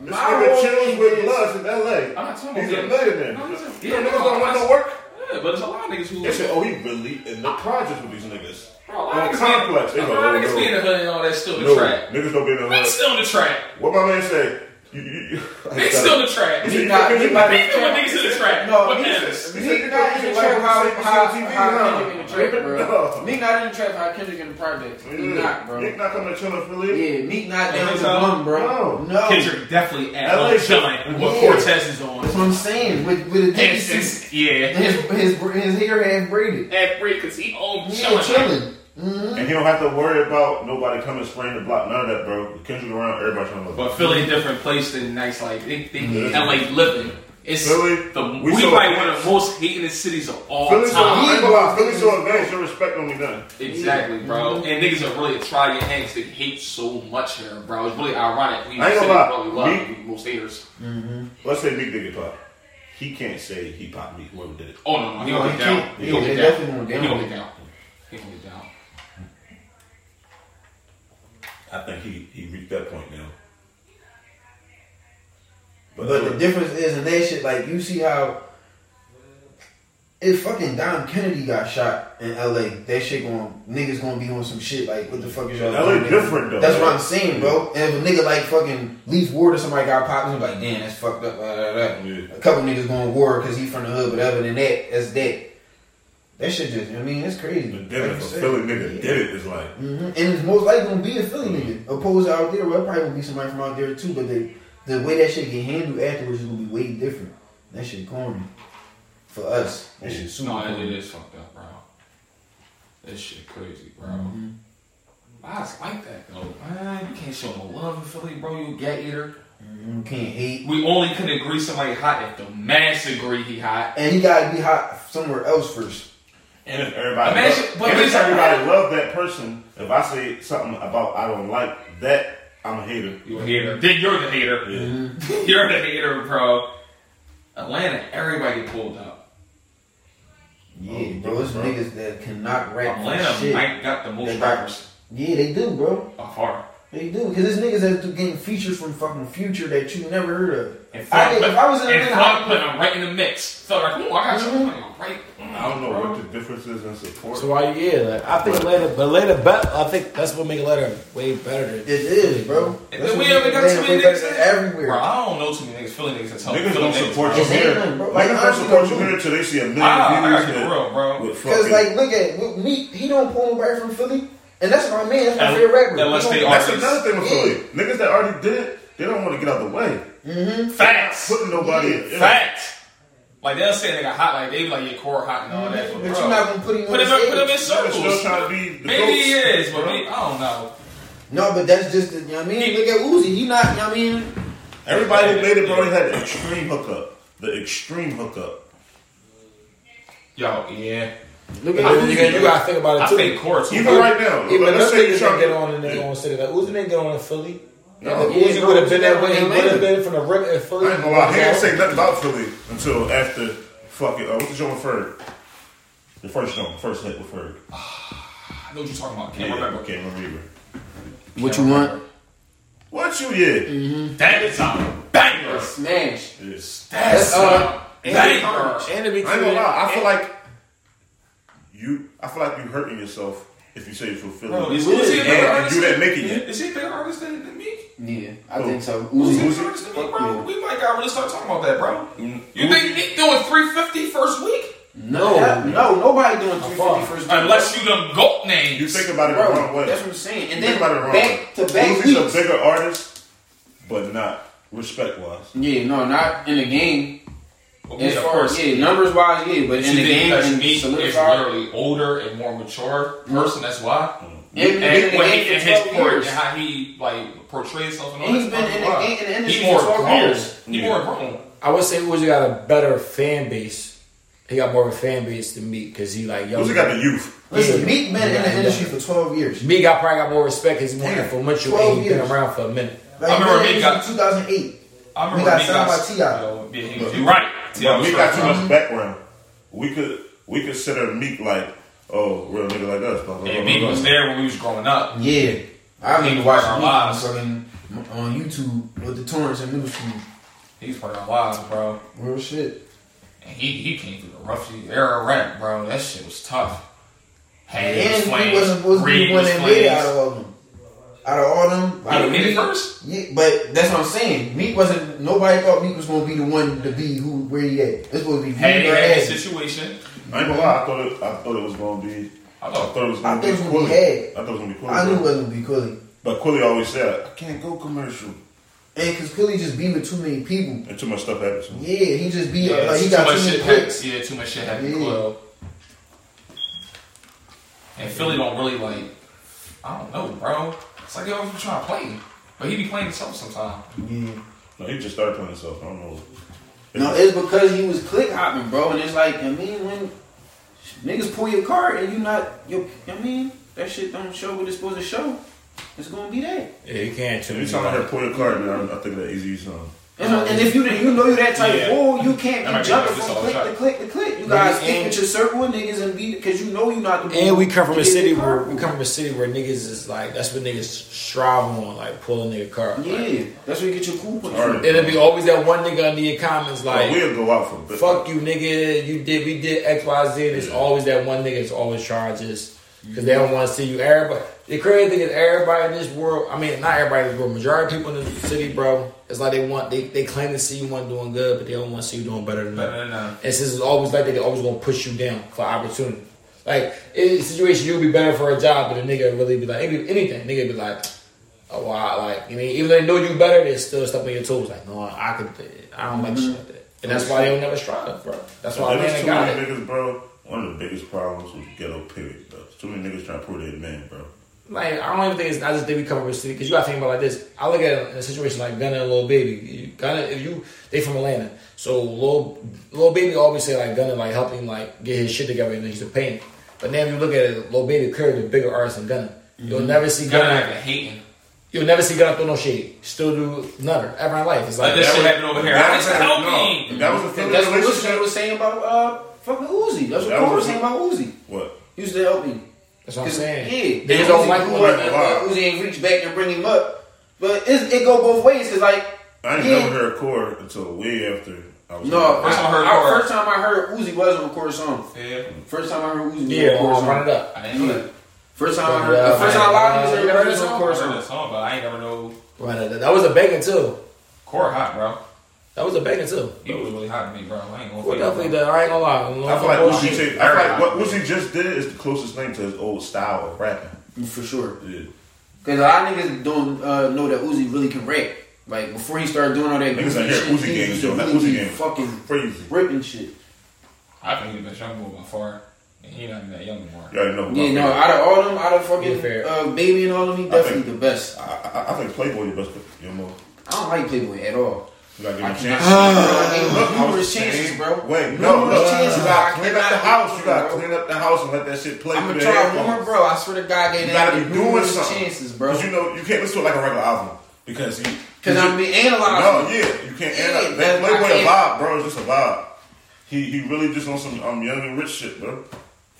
Speaker 6: This
Speaker 3: My
Speaker 6: nigga
Speaker 3: whole
Speaker 6: chills
Speaker 3: thing
Speaker 6: with
Speaker 3: is-
Speaker 6: Bloods in LA.
Speaker 4: I'm not talking
Speaker 6: He's a
Speaker 4: about
Speaker 6: millionaire.
Speaker 4: No, he's a-
Speaker 6: You know, niggas don't want no work.
Speaker 4: Yeah, but there's a lot of niggas who.
Speaker 6: They said, oh, he really in the projects with these niggas.
Speaker 4: Bro, a lot
Speaker 6: On
Speaker 4: of niggas
Speaker 6: Complex,
Speaker 4: be-
Speaker 6: they
Speaker 4: a
Speaker 6: go,
Speaker 4: lot
Speaker 6: oh,
Speaker 4: of niggas be in
Speaker 6: no.
Speaker 4: the hood and all that still in the
Speaker 6: No,
Speaker 4: trap.
Speaker 6: niggas don't be in the
Speaker 4: They
Speaker 6: hood.
Speaker 4: still in the trap.
Speaker 6: What my man say? You, you, you,
Speaker 4: They still in the trap.
Speaker 6: He
Speaker 3: not- he not-
Speaker 4: They know when niggas in the trap.
Speaker 3: No,
Speaker 4: What
Speaker 3: he-
Speaker 4: matters?
Speaker 6: You
Speaker 3: Me
Speaker 6: said
Speaker 3: not in
Speaker 6: you
Speaker 3: the
Speaker 6: like
Speaker 3: trap how
Speaker 6: you said you
Speaker 3: how-
Speaker 6: seen TV,
Speaker 3: how
Speaker 6: huh?
Speaker 3: Kendrick in the trap, bro.
Speaker 6: No.
Speaker 3: Me not in the trap how Kendrick in the project. Me not, bro.
Speaker 6: Nick not coming to Chilla Philly.
Speaker 3: Yeah, Meek not
Speaker 4: Hey,
Speaker 3: down to
Speaker 4: Tom.
Speaker 3: one, bro.
Speaker 6: No.
Speaker 3: No.
Speaker 4: Kendrick definitely at
Speaker 6: LA
Speaker 4: home chilling with
Speaker 3: Yeah.
Speaker 4: Cortez is on.
Speaker 3: That's what I'm saying. With with the
Speaker 4: It's,
Speaker 3: his
Speaker 4: it's, yeah.
Speaker 3: his his hair half braided.
Speaker 4: At free because he home
Speaker 3: Yeah,
Speaker 4: chilling.
Speaker 3: chilling.
Speaker 6: And he don't have to worry about nobody coming spraying the block. None of that, bro. Kendrick around, everybody trying to
Speaker 4: But Philly a different place than nice like they, they
Speaker 6: Yeah.
Speaker 4: LA living. It's
Speaker 6: Philly,
Speaker 4: the we,
Speaker 6: we saw
Speaker 4: probably
Speaker 6: it.
Speaker 4: one of the most hated cities of all
Speaker 6: Philly so
Speaker 4: time.
Speaker 3: Yeah.
Speaker 6: I ain't gonna lie, Philly so advanced, your respect on me done.
Speaker 4: Exactly, bro. And niggas are really try your hands. They hate so much here, bro. It's really ironic. We
Speaker 6: I ain't
Speaker 4: said
Speaker 6: gonna lie.
Speaker 4: probably love
Speaker 6: Me-
Speaker 4: the most haters.
Speaker 6: Let's say Meek did get popped. He can't say he popped me, whoever did it.
Speaker 4: Oh no, no, he
Speaker 3: No,
Speaker 4: gonna
Speaker 3: he
Speaker 4: get down.
Speaker 3: can't.
Speaker 4: He
Speaker 3: Yeah,
Speaker 4: gonna
Speaker 3: they
Speaker 4: get down.
Speaker 3: definitely gonna
Speaker 4: He
Speaker 3: down.
Speaker 4: gonna get down. He gonna get down.
Speaker 6: I think he, he reached that point now. But,
Speaker 3: But the difference is in that shit, like you see how if fucking Don Kennedy got shot in LA, that shit going niggas gonna be on some shit like what the fuck is y'all
Speaker 6: LA
Speaker 3: doing, nigga?
Speaker 6: different, though,
Speaker 3: That's
Speaker 6: bro.
Speaker 3: what I'm saying, bro. And if a nigga like fucking Leaf Ward or somebody got popped, I'm like, damn, that's fucked up. blah, blah, blah.
Speaker 6: Yeah.
Speaker 3: A couple niggas going to war because he from the hood, but other than that, that's that. That shit just, I mean, it's crazy.
Speaker 6: the
Speaker 3: Like you
Speaker 6: difference
Speaker 3: said.
Speaker 6: if a Philly nigga did it is like,
Speaker 3: hmm And it's most likely gonna be a Philly nigga. Opposed to out there, well, probably gonna be somebody from out there too. But the the way that shit get handled afterwards is gonna be way different. That shit corny for us. That shit super
Speaker 4: No, it, it
Speaker 3: corny.
Speaker 4: is fucked up, bro. This shit crazy, bro. Why it's like that though, Mm-hmm. man? You can't show no love in Philly, bro. You a gat eater.
Speaker 3: Mhm, Can't hate,
Speaker 4: We only can agree somebody hot if the mass agree he hot.
Speaker 3: and you gotta be hot somewhere else first.
Speaker 6: and if everybody,
Speaker 4: Imagine-
Speaker 6: loved-
Speaker 4: but
Speaker 6: and if
Speaker 4: listen-
Speaker 6: everybody loved that person, if I say something about I don't like that, I'm a hater.
Speaker 4: You a hater. Then you're the hater.
Speaker 6: Yeah.
Speaker 4: You're the hater, bro. Atlanta, everybody get pulled up.
Speaker 6: Yeah,
Speaker 7: Yeah,
Speaker 6: bro,
Speaker 7: bro, it's
Speaker 6: bro.
Speaker 7: niggas that cannot rap for
Speaker 4: Oh, Atlanta
Speaker 7: Oh, shit.
Speaker 4: might got the most
Speaker 7: They got-
Speaker 4: rappers
Speaker 7: Yeah, they do, bro.
Speaker 4: by far.
Speaker 7: They do because there's niggas that's getting features from fucking Future that you never heard of.
Speaker 4: And
Speaker 7: I
Speaker 4: Funk
Speaker 7: think
Speaker 4: put-
Speaker 7: if I was in
Speaker 4: and
Speaker 7: Atlanta,
Speaker 4: Funk
Speaker 7: I- Mm-hmm.
Speaker 4: put them right in the mix. So like, oh, I got you. I'm right.
Speaker 6: I don't know what the difference is in support.
Speaker 1: So why you yeah, like, I think Atlanta, but Atlanta, but I think that's what make Atlanta way better.
Speaker 7: it is, bro.
Speaker 4: And
Speaker 7: That's what
Speaker 4: then we ever
Speaker 7: make
Speaker 4: got
Speaker 7: Atlanta
Speaker 4: too many
Speaker 7: way better
Speaker 4: niggas
Speaker 7: than
Speaker 4: in-
Speaker 7: everywhere.
Speaker 4: Bro, I don't know too many niggas, Philly niggas that tell
Speaker 6: Niggas
Speaker 4: Philly
Speaker 6: don't
Speaker 4: niggas,
Speaker 6: support
Speaker 4: bro.
Speaker 6: you
Speaker 7: It's
Speaker 6: here.
Speaker 7: England, bro. Like,
Speaker 6: Niggas don't support you
Speaker 7: honestly,
Speaker 6: here till they see a million
Speaker 4: Ah, I
Speaker 6: videos
Speaker 4: got you
Speaker 6: that-
Speaker 4: real, bro.
Speaker 6: with
Speaker 7: Because
Speaker 6: fucking.
Speaker 7: like, look at with me. He don't pull nobody from Philly, and that's my man. That's my
Speaker 4: And-
Speaker 7: favorite rapper.
Speaker 4: and let's
Speaker 7: He
Speaker 4: be
Speaker 7: don't-
Speaker 6: that's
Speaker 4: artists.
Speaker 6: another thing with Philly. Niggas that already did it, they don't want to get out the way.
Speaker 4: Facts.
Speaker 6: Putting nobody in. you know.
Speaker 4: Facts. Like they'll say they got hot, like they be like your core hot and all that.
Speaker 7: Mm-hmm. But
Speaker 4: bro,
Speaker 7: you're not gonna put him on
Speaker 4: put him,
Speaker 7: the
Speaker 4: in, put him in
Speaker 7: stage.
Speaker 6: Niggas still
Speaker 4: circles.
Speaker 6: trying to be the
Speaker 4: Maybe he
Speaker 6: goats,
Speaker 4: is, but
Speaker 6: bro.
Speaker 4: maybe, I don't know.
Speaker 7: No, but that's just the, you know what I mean. Look at Uzi. He not. You know what I mean,
Speaker 6: Everybody who made it, bro, they had the extreme hookup. The extreme hookup.
Speaker 4: Yo, yeah.
Speaker 1: Look
Speaker 4: at
Speaker 1: at
Speaker 4: Uzi,
Speaker 1: you, got- you
Speaker 4: bro.
Speaker 1: gotta think about
Speaker 4: I
Speaker 1: it too.
Speaker 4: think core too.
Speaker 6: Even right now,
Speaker 1: Even
Speaker 6: like,
Speaker 1: if
Speaker 6: let's say you're
Speaker 1: niggas
Speaker 6: trying
Speaker 1: didn't
Speaker 6: to
Speaker 1: get on and they gonna say that Uzi didn't get on in Philly.
Speaker 6: No.
Speaker 1: Uzi
Speaker 7: Yeah, bro,
Speaker 1: would have
Speaker 7: Uzi
Speaker 1: been that
Speaker 7: got
Speaker 1: way.
Speaker 7: on
Speaker 1: He
Speaker 7: in
Speaker 1: would have
Speaker 7: Atlanta.
Speaker 1: been from the rip in Philly.
Speaker 6: I ain't gonna lie, he don't say nothing about Philly until after fucking, uh, what's the joint with Ferg? The first joint, first hit with Ferg.
Speaker 4: I know what you're talking about. Can't remember.
Speaker 6: Can't remember.
Speaker 7: What you want?
Speaker 6: What you yeah?
Speaker 4: That is a banger.
Speaker 3: Smash.
Speaker 6: Yes.
Speaker 4: That's
Speaker 7: uh,
Speaker 4: a banger.
Speaker 1: And to be
Speaker 6: I ain't gonna
Speaker 1: treated-
Speaker 6: lie. I feel like you. I feel like you hurting yourself if you say you're fulfilling.
Speaker 4: Bro, is
Speaker 6: and
Speaker 4: Uzi a bigger artist?
Speaker 6: you didn't make it yet.
Speaker 4: Is he a bigger artist than, than me?
Speaker 3: Yeah, I
Speaker 6: Who?
Speaker 3: think so.
Speaker 4: Uzi
Speaker 3: Uzi.
Speaker 4: a bigger artist than me, bro?
Speaker 3: yeah.
Speaker 4: We might gotta really start talking about that, bro. You
Speaker 6: Uzi-
Speaker 4: think Nick doing 350 first week?
Speaker 3: No,
Speaker 7: No, nobody doing 350 first.
Speaker 4: Unless you done goat names.
Speaker 6: You think about it
Speaker 3: Bro,
Speaker 6: the wrong way.
Speaker 3: that's what I'm saying. And
Speaker 6: You
Speaker 3: then
Speaker 6: think about it the wrong
Speaker 3: back
Speaker 6: way.
Speaker 3: to back
Speaker 6: Uzi's a
Speaker 3: weeks.
Speaker 6: bigger artist, but not respect wise.
Speaker 3: Yeah, no, not in the game.
Speaker 4: Well,
Speaker 3: As
Speaker 4: yeah, of
Speaker 3: far
Speaker 4: course.
Speaker 3: as yeah, numbers wise, yeah, but
Speaker 4: She
Speaker 3: in the
Speaker 4: think
Speaker 3: game
Speaker 4: because
Speaker 3: and
Speaker 4: me is
Speaker 3: solidified.
Speaker 4: literally older and more mature person. That's why.
Speaker 3: Yeah, he's
Speaker 4: And,
Speaker 3: been in the
Speaker 4: when he,
Speaker 3: game
Speaker 4: and
Speaker 3: for
Speaker 4: his
Speaker 3: 12
Speaker 4: part and
Speaker 3: years.
Speaker 4: how he like portrays himself and all
Speaker 3: And he's
Speaker 4: that
Speaker 3: been
Speaker 4: stuff,
Speaker 3: in
Speaker 4: why?
Speaker 3: the game in the industry
Speaker 4: He more
Speaker 3: for 12
Speaker 4: grown.
Speaker 3: years.
Speaker 4: He more grown.
Speaker 1: I would say Uzi got a better fan base. He got more of a fan base than me because he like yo.
Speaker 6: Uzi got the youth.
Speaker 7: Listen,
Speaker 1: Yeah.
Speaker 7: Meek been in
Speaker 1: Yeah.
Speaker 7: the industry for 12 years.
Speaker 1: Me got probably got more respect because he's more
Speaker 7: Damn,
Speaker 1: influential
Speaker 7: 12
Speaker 1: and he's been
Speaker 7: years.
Speaker 1: around for a minute.
Speaker 7: Like,
Speaker 4: I remember
Speaker 7: he
Speaker 4: Meek
Speaker 7: was
Speaker 4: got-
Speaker 7: in 2008.
Speaker 4: I remember
Speaker 7: got
Speaker 4: Meek
Speaker 7: signed by
Speaker 4: got-
Speaker 7: T.I.
Speaker 4: yo, yeah, Um, he was- You're right. T.I.
Speaker 6: But
Speaker 4: was
Speaker 6: Meek got too
Speaker 4: right.
Speaker 6: much background. We could we consider Meek like oh real nigga like us. Blah, blah, blah,
Speaker 4: And Meek
Speaker 6: blah,
Speaker 4: was
Speaker 6: blah.
Speaker 4: there when we was growing up.
Speaker 7: Yeah. I
Speaker 4: He
Speaker 7: been
Speaker 4: was
Speaker 7: watching
Speaker 4: our
Speaker 7: Meek on
Speaker 4: lives.
Speaker 7: fucking uh, on YouTube with the torrents and news from
Speaker 4: He's part of our lives, bro.
Speaker 7: real shit.
Speaker 4: And he he came through the rough era of rap, bro. That shit was tough. Hey, it was
Speaker 7: and
Speaker 4: flames.
Speaker 7: he wasn't supposed to
Speaker 4: Reed
Speaker 7: be the one
Speaker 4: was
Speaker 7: that made it
Speaker 4: flames.
Speaker 7: out of all of them. Out of all them, out
Speaker 4: He
Speaker 7: of
Speaker 4: made it
Speaker 7: Meek-
Speaker 4: first.
Speaker 7: Yeah, but that's what I'm saying. Meek wasn't. Nobody thought Meek was gonna be the one to be who where he at. This supposed to be
Speaker 4: Had
Speaker 7: Meek
Speaker 4: he
Speaker 7: or
Speaker 4: had his
Speaker 7: Ed.
Speaker 4: situation,
Speaker 6: I ain't gonna lie. I thought it, I thought it was gonna be.
Speaker 4: I
Speaker 6: I
Speaker 4: thought
Speaker 6: thought it was
Speaker 7: I think
Speaker 6: gonna be
Speaker 7: it's gonna be
Speaker 6: Quilly.
Speaker 7: Head.
Speaker 6: I thought it was gonna be Quilly.
Speaker 7: I knew it
Speaker 6: bro.
Speaker 7: wasn't gonna be Quilly,
Speaker 6: But Quilly always said I can't go commercial.
Speaker 7: and because Quilly just be with too many people.
Speaker 6: And too much stuff happens.
Speaker 7: Yeah, he just be
Speaker 4: yeah,
Speaker 7: like he
Speaker 4: too
Speaker 7: got
Speaker 4: much
Speaker 7: too many
Speaker 4: shit happened.
Speaker 7: clicks.
Speaker 4: Yeah, too much shit happened.
Speaker 7: Yeah.
Speaker 4: Well, and Philly don't really like. I don't know, bro. It's like they always be trying to play, but he be playing himself sometimes.
Speaker 7: Yeah.
Speaker 6: No, he just started playing himself. I don't know.
Speaker 3: No, it's because he was click hopping, bro. And it's like, I mean, when niggas pull your card and you not, you, I mean, that shit don't show what it's supposed to show. It's gonna be that.
Speaker 1: Yeah, he can't too.
Speaker 6: Every time I hear pull your card, man, I, I think of that easy song.
Speaker 3: And, and if you you know you that type
Speaker 4: Yeah.
Speaker 3: of bull, you can't
Speaker 4: That might
Speaker 3: be
Speaker 4: be
Speaker 3: jumping
Speaker 4: this
Speaker 3: from
Speaker 4: all the
Speaker 3: click to
Speaker 4: time.
Speaker 3: click to click. You gotta
Speaker 7: Niggas
Speaker 3: stick
Speaker 7: and-
Speaker 3: with your circle of niggas and be because you know you not the.
Speaker 1: And we come from a
Speaker 3: bull.
Speaker 1: city
Speaker 3: Get your
Speaker 1: where
Speaker 3: card.
Speaker 1: we come from a city where niggas is like that's what niggas strive on, like pulling their car.
Speaker 3: Yeah, that's where you get your cool points.
Speaker 6: All
Speaker 3: from.
Speaker 6: right.
Speaker 1: It'll be always that one nigga under your comments
Speaker 6: But
Speaker 1: like,
Speaker 6: we'll go out for a bit.
Speaker 1: "Fuck you, nigga! You did, we did X, Y, Z." And it's
Speaker 6: Yeah.
Speaker 1: always that one nigga that's always charges because they don't want to see you. Everybody, the crazy thing is, everybody in this world, I mean, not everybody in this world, majority of people in the city, bro, it's like they want they, they claim to see you one doing good, but they don't want to see you doing better than
Speaker 4: No,
Speaker 1: them.
Speaker 4: no, no.
Speaker 1: And since it's always like that, they always gonna push you down for opportunity. Like in a situation, you'll be better for a job, but a nigga really be like any- anything. Nigga be like, oh wow, like I mean, even though they know you better, they still stuff on your toes. Like no, I could, I don't like shit like that, and that's why they don't never strive, bro. That's why
Speaker 6: There was
Speaker 1: Atlanta
Speaker 6: too
Speaker 1: got
Speaker 6: many
Speaker 1: it.
Speaker 6: niggas, bro. One of the biggest problems was ghetto period, bro. Too many niggas trying to prove they man, bro.
Speaker 1: Like I don't even think it's. I just think we come from a city because you got to think about it like this. I look at it in a situation like Gunna and Lil Baby. You, Gunna, if you they from Atlanta, so Lil Lil Baby always say like Gunna like helped him like get his shit together and he's a pain. But now if you look at it, Lil Baby clearly the bigger artist than Gunna. You'll never see
Speaker 4: Gunna
Speaker 1: Gunna.
Speaker 4: acting hating.
Speaker 1: You'll never see Gunna throw no shade. Still do nutter ever in life. It's like
Speaker 4: Like this
Speaker 1: that
Speaker 4: shit happened over here.
Speaker 6: That
Speaker 4: I
Speaker 6: was
Speaker 4: was
Speaker 6: a-
Speaker 4: helping.
Speaker 6: no, that was a
Speaker 3: And
Speaker 6: feeling
Speaker 3: that's what Wilson
Speaker 6: relationship.
Speaker 3: was saying about uh fucking Uzi. That's what
Speaker 6: That
Speaker 3: Cole was
Speaker 6: was-
Speaker 3: saying about Uzi.
Speaker 6: What?
Speaker 3: He used to help me.
Speaker 1: That's what I'm
Speaker 3: 'Cause,
Speaker 1: saying.
Speaker 3: Yeah,
Speaker 1: They
Speaker 3: and
Speaker 1: just don't
Speaker 3: Uzi
Speaker 1: like
Speaker 3: grew
Speaker 1: one
Speaker 3: up,
Speaker 6: another.
Speaker 3: and, uh, Uzi ain't reached back and bring him up, but it's, it go both ways. Cause like
Speaker 6: I ain't
Speaker 3: yeah,
Speaker 6: never heard Core until way after I was
Speaker 3: No, first
Speaker 4: First time
Speaker 3: time
Speaker 4: I heard Cora.
Speaker 3: first time I heard Uzi was on Corey song.
Speaker 4: Yeah.
Speaker 3: First time I heard Uzi was
Speaker 1: Yeah,
Speaker 3: on Corey
Speaker 1: um,
Speaker 3: song.
Speaker 1: run it up. uh,
Speaker 4: I didn't know that.
Speaker 3: First time I
Speaker 1: Yeah,
Speaker 3: heard, the
Speaker 1: yeah,
Speaker 3: first
Speaker 1: I-
Speaker 3: time a lot of
Speaker 1: I-
Speaker 3: niggas
Speaker 1: I-
Speaker 3: heard
Speaker 1: I-
Speaker 3: this
Speaker 1: I-
Speaker 3: on
Speaker 4: I
Speaker 3: Corey
Speaker 4: heard
Speaker 3: song.
Speaker 4: that song, but I ain't never know
Speaker 1: Run it up. That was a banging too.
Speaker 4: Core hot, bro.
Speaker 1: That was a banging too.
Speaker 4: He was really hot to me, bro. I ain't gonna
Speaker 1: Well,
Speaker 4: fake
Speaker 1: definitely,
Speaker 4: it,
Speaker 1: the, I ain't gonna lie. I'm
Speaker 6: I feel like
Speaker 1: gonna-
Speaker 6: Uzi, take- I feel like what Uzi just did is the closest thing to his old style of rapping.
Speaker 3: For sure.
Speaker 6: Yeah.
Speaker 3: Cause a lot of niggas don't uh, know that Uzi really can rap. Like before he started doing all that
Speaker 6: Niggas out
Speaker 3: goofy shit,
Speaker 6: here Uzi
Speaker 3: he
Speaker 6: gang,
Speaker 3: used to
Speaker 6: yo. That
Speaker 3: really
Speaker 6: Uzi
Speaker 3: be
Speaker 6: gang
Speaker 3: fucking
Speaker 6: crazy.
Speaker 3: ripping shit.
Speaker 4: I think he's been young by far. And he not even that young anymore.
Speaker 6: You already know. who
Speaker 3: Yeah,
Speaker 6: my
Speaker 3: no,
Speaker 6: favorite-
Speaker 3: out of all them, out of
Speaker 1: Yeah,
Speaker 3: fucking
Speaker 1: fair.
Speaker 3: uh, baby and all of them, he definitely
Speaker 6: think-
Speaker 3: the best.
Speaker 6: I, I, I think Playboy the best. You know,
Speaker 3: I don't like Playboy at all.
Speaker 6: you gotta give
Speaker 3: I
Speaker 6: him a
Speaker 3: cannot-
Speaker 6: chance.
Speaker 3: I gave
Speaker 6: Look,
Speaker 3: him
Speaker 6: I was
Speaker 3: numerous
Speaker 6: saying-
Speaker 3: chances, bro.
Speaker 6: Wait, no, no,
Speaker 3: Numerous
Speaker 6: you
Speaker 3: chances. I
Speaker 6: gotta clean
Speaker 3: cannot
Speaker 6: up the
Speaker 3: do
Speaker 6: house.
Speaker 3: it,
Speaker 6: You gotta
Speaker 3: bro.
Speaker 6: clean up the house and let that shit play.
Speaker 3: I'm
Speaker 6: through
Speaker 3: gonna
Speaker 6: the
Speaker 3: try
Speaker 6: headphones.
Speaker 3: one more, bro. I swear to God, gave
Speaker 6: You
Speaker 3: that
Speaker 6: gotta be
Speaker 3: nigga
Speaker 6: doing
Speaker 3: numerous
Speaker 6: something.
Speaker 3: chances, bro.
Speaker 6: Cause you know you can't listen to it like a regular album because you.
Speaker 3: Because I'm being analyzed.
Speaker 6: No, yeah, you can't.
Speaker 3: Yeah,
Speaker 6: and
Speaker 3: that-
Speaker 6: that Playboy
Speaker 3: I
Speaker 6: a
Speaker 3: can't-
Speaker 6: vibe, bro. It's just a vibe. He he really just on some um young and rich shit, bro.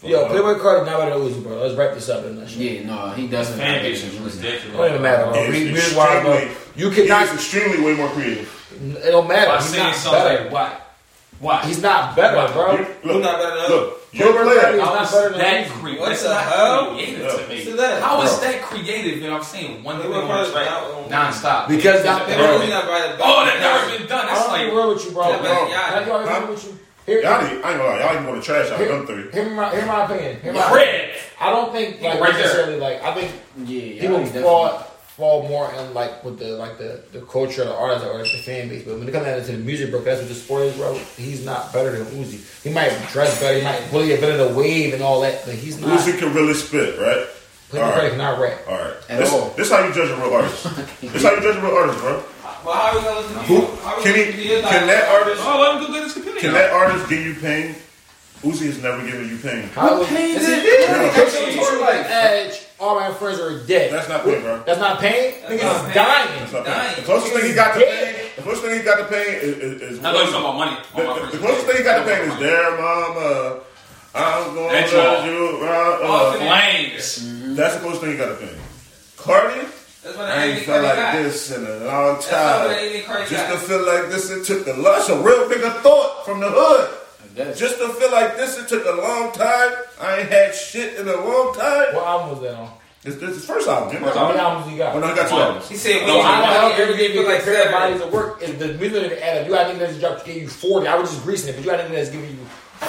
Speaker 1: Yo, Playboy Carter not better than Uzi, bro. Let's wrap this up in that shit.
Speaker 3: Yeah, no, he
Speaker 4: His
Speaker 3: doesn't.
Speaker 4: fan base is
Speaker 1: It don't even matter,
Speaker 4: ridiculous.
Speaker 1: bro.
Speaker 6: He is
Speaker 1: Re- reason why, bro.
Speaker 6: extremely-
Speaker 1: You
Speaker 6: He's
Speaker 1: cannot.
Speaker 6: extremely way more creative.
Speaker 1: It don't matter.
Speaker 4: I
Speaker 1: He's
Speaker 4: seen
Speaker 1: not
Speaker 4: songs
Speaker 1: better.
Speaker 4: like what? What?
Speaker 1: He's not better,
Speaker 6: You-
Speaker 1: bro.
Speaker 6: Look,
Speaker 2: not better than
Speaker 1: Playboy
Speaker 6: look, your
Speaker 1: Carter
Speaker 6: player.
Speaker 1: is
Speaker 4: How
Speaker 1: not
Speaker 4: is
Speaker 1: better than
Speaker 4: that
Speaker 1: Uzi.
Speaker 4: creative?
Speaker 2: What
Speaker 4: That's
Speaker 2: the
Speaker 4: not
Speaker 2: hell?
Speaker 4: creative
Speaker 6: Yeah.
Speaker 4: to me.
Speaker 2: See that?
Speaker 4: How is that creative? And I'm saying one thing
Speaker 2: Playboy
Speaker 4: on
Speaker 2: Carter's
Speaker 4: this right
Speaker 2: not on-
Speaker 4: nonstop.
Speaker 1: Because
Speaker 4: It's
Speaker 1: that-
Speaker 4: a-
Speaker 1: Bro.
Speaker 2: Uzi not better than-
Speaker 4: Oh, that never been done.
Speaker 1: I
Speaker 4: That's
Speaker 1: don't
Speaker 4: like
Speaker 1: be real with you, bro.
Speaker 2: Yeah,
Speaker 1: Can
Speaker 2: but-
Speaker 1: I be real with you? Here,
Speaker 6: Y'all, need- I ain't gonna lie, y'all even want to trash out them three.
Speaker 1: here, here, my, here my opinion. Here my opinion.
Speaker 4: red.
Speaker 1: I don't think like
Speaker 4: Right there.
Speaker 1: necessarily like I think
Speaker 3: Yeah,
Speaker 1: people
Speaker 3: yeah,
Speaker 1: fall fall more in like with the like the, the culture of the artist or the fan base. But when it comes down to the music, bro, that's what the sport is, bro. He's not better than Uzi. He might dress better, he might bully a bit of the wave and all that, but he's not.
Speaker 6: Uzi can really spit, right?
Speaker 1: Playboy
Speaker 6: all
Speaker 1: Carter
Speaker 6: right.
Speaker 1: cannot rap.
Speaker 6: All right.
Speaker 3: At
Speaker 6: this,
Speaker 3: all.
Speaker 6: this how you judge a real artist. this how you judge a real artist, bro.
Speaker 2: Well, how we gonna listen to
Speaker 6: Who-
Speaker 2: you? How we
Speaker 6: can
Speaker 2: gonna
Speaker 6: he-
Speaker 2: listen to you? Like,
Speaker 6: can that artist-
Speaker 2: Oh, let him go get his computer.
Speaker 6: Can that artist give you pain? Uzi has never given you pain.
Speaker 1: How is
Speaker 3: This
Speaker 1: is
Speaker 3: is
Speaker 1: it?
Speaker 3: it.
Speaker 6: Yeah.
Speaker 3: That's what you're like.
Speaker 1: Edge, all my friends are dead.
Speaker 6: That's not pain, bro.
Speaker 1: That's not pain.
Speaker 2: not
Speaker 1: Niggas
Speaker 2: pain.
Speaker 1: is dying.
Speaker 6: That's not
Speaker 2: Dying.
Speaker 6: pain. The closest thing he got to
Speaker 1: Yeah.
Speaker 6: pain, the closest thing he got to pain is, is, is
Speaker 4: I thought you were talking about money.
Speaker 6: the, the, the closest thing he got to pain is there, mama. I'm gonna
Speaker 4: That's
Speaker 6: let
Speaker 4: all.
Speaker 6: you. ride,
Speaker 2: Oh,
Speaker 6: Uh,
Speaker 4: Flames.
Speaker 6: that's the closest thing he got to pain. Cardi,
Speaker 2: That's what
Speaker 6: I
Speaker 2: I
Speaker 6: ain't felt like
Speaker 2: got.
Speaker 6: this in a long
Speaker 2: That's not what
Speaker 6: time.
Speaker 2: Amy Carter
Speaker 6: Just to
Speaker 2: got.
Speaker 6: feel like this, it took a lot. That's a real nigga thought from the hood.
Speaker 3: That's-
Speaker 6: Just to feel like this, it took a long time. I ain't had shit in a long time.
Speaker 1: What album was that on?
Speaker 6: This, this is the first album. First
Speaker 1: How many albums you got?
Speaker 6: Oh, no, he got two
Speaker 4: One.
Speaker 6: albums.
Speaker 2: He said,
Speaker 1: No, I don't
Speaker 2: want
Speaker 1: know if you
Speaker 2: everything
Speaker 1: give
Speaker 2: feel
Speaker 1: like
Speaker 2: like
Speaker 1: compare
Speaker 2: Saturday.
Speaker 1: bodies of work. If the music didn't add up, you got niggas that's dropped gave you forty. I was just greasing it, but you got niggas that's giving you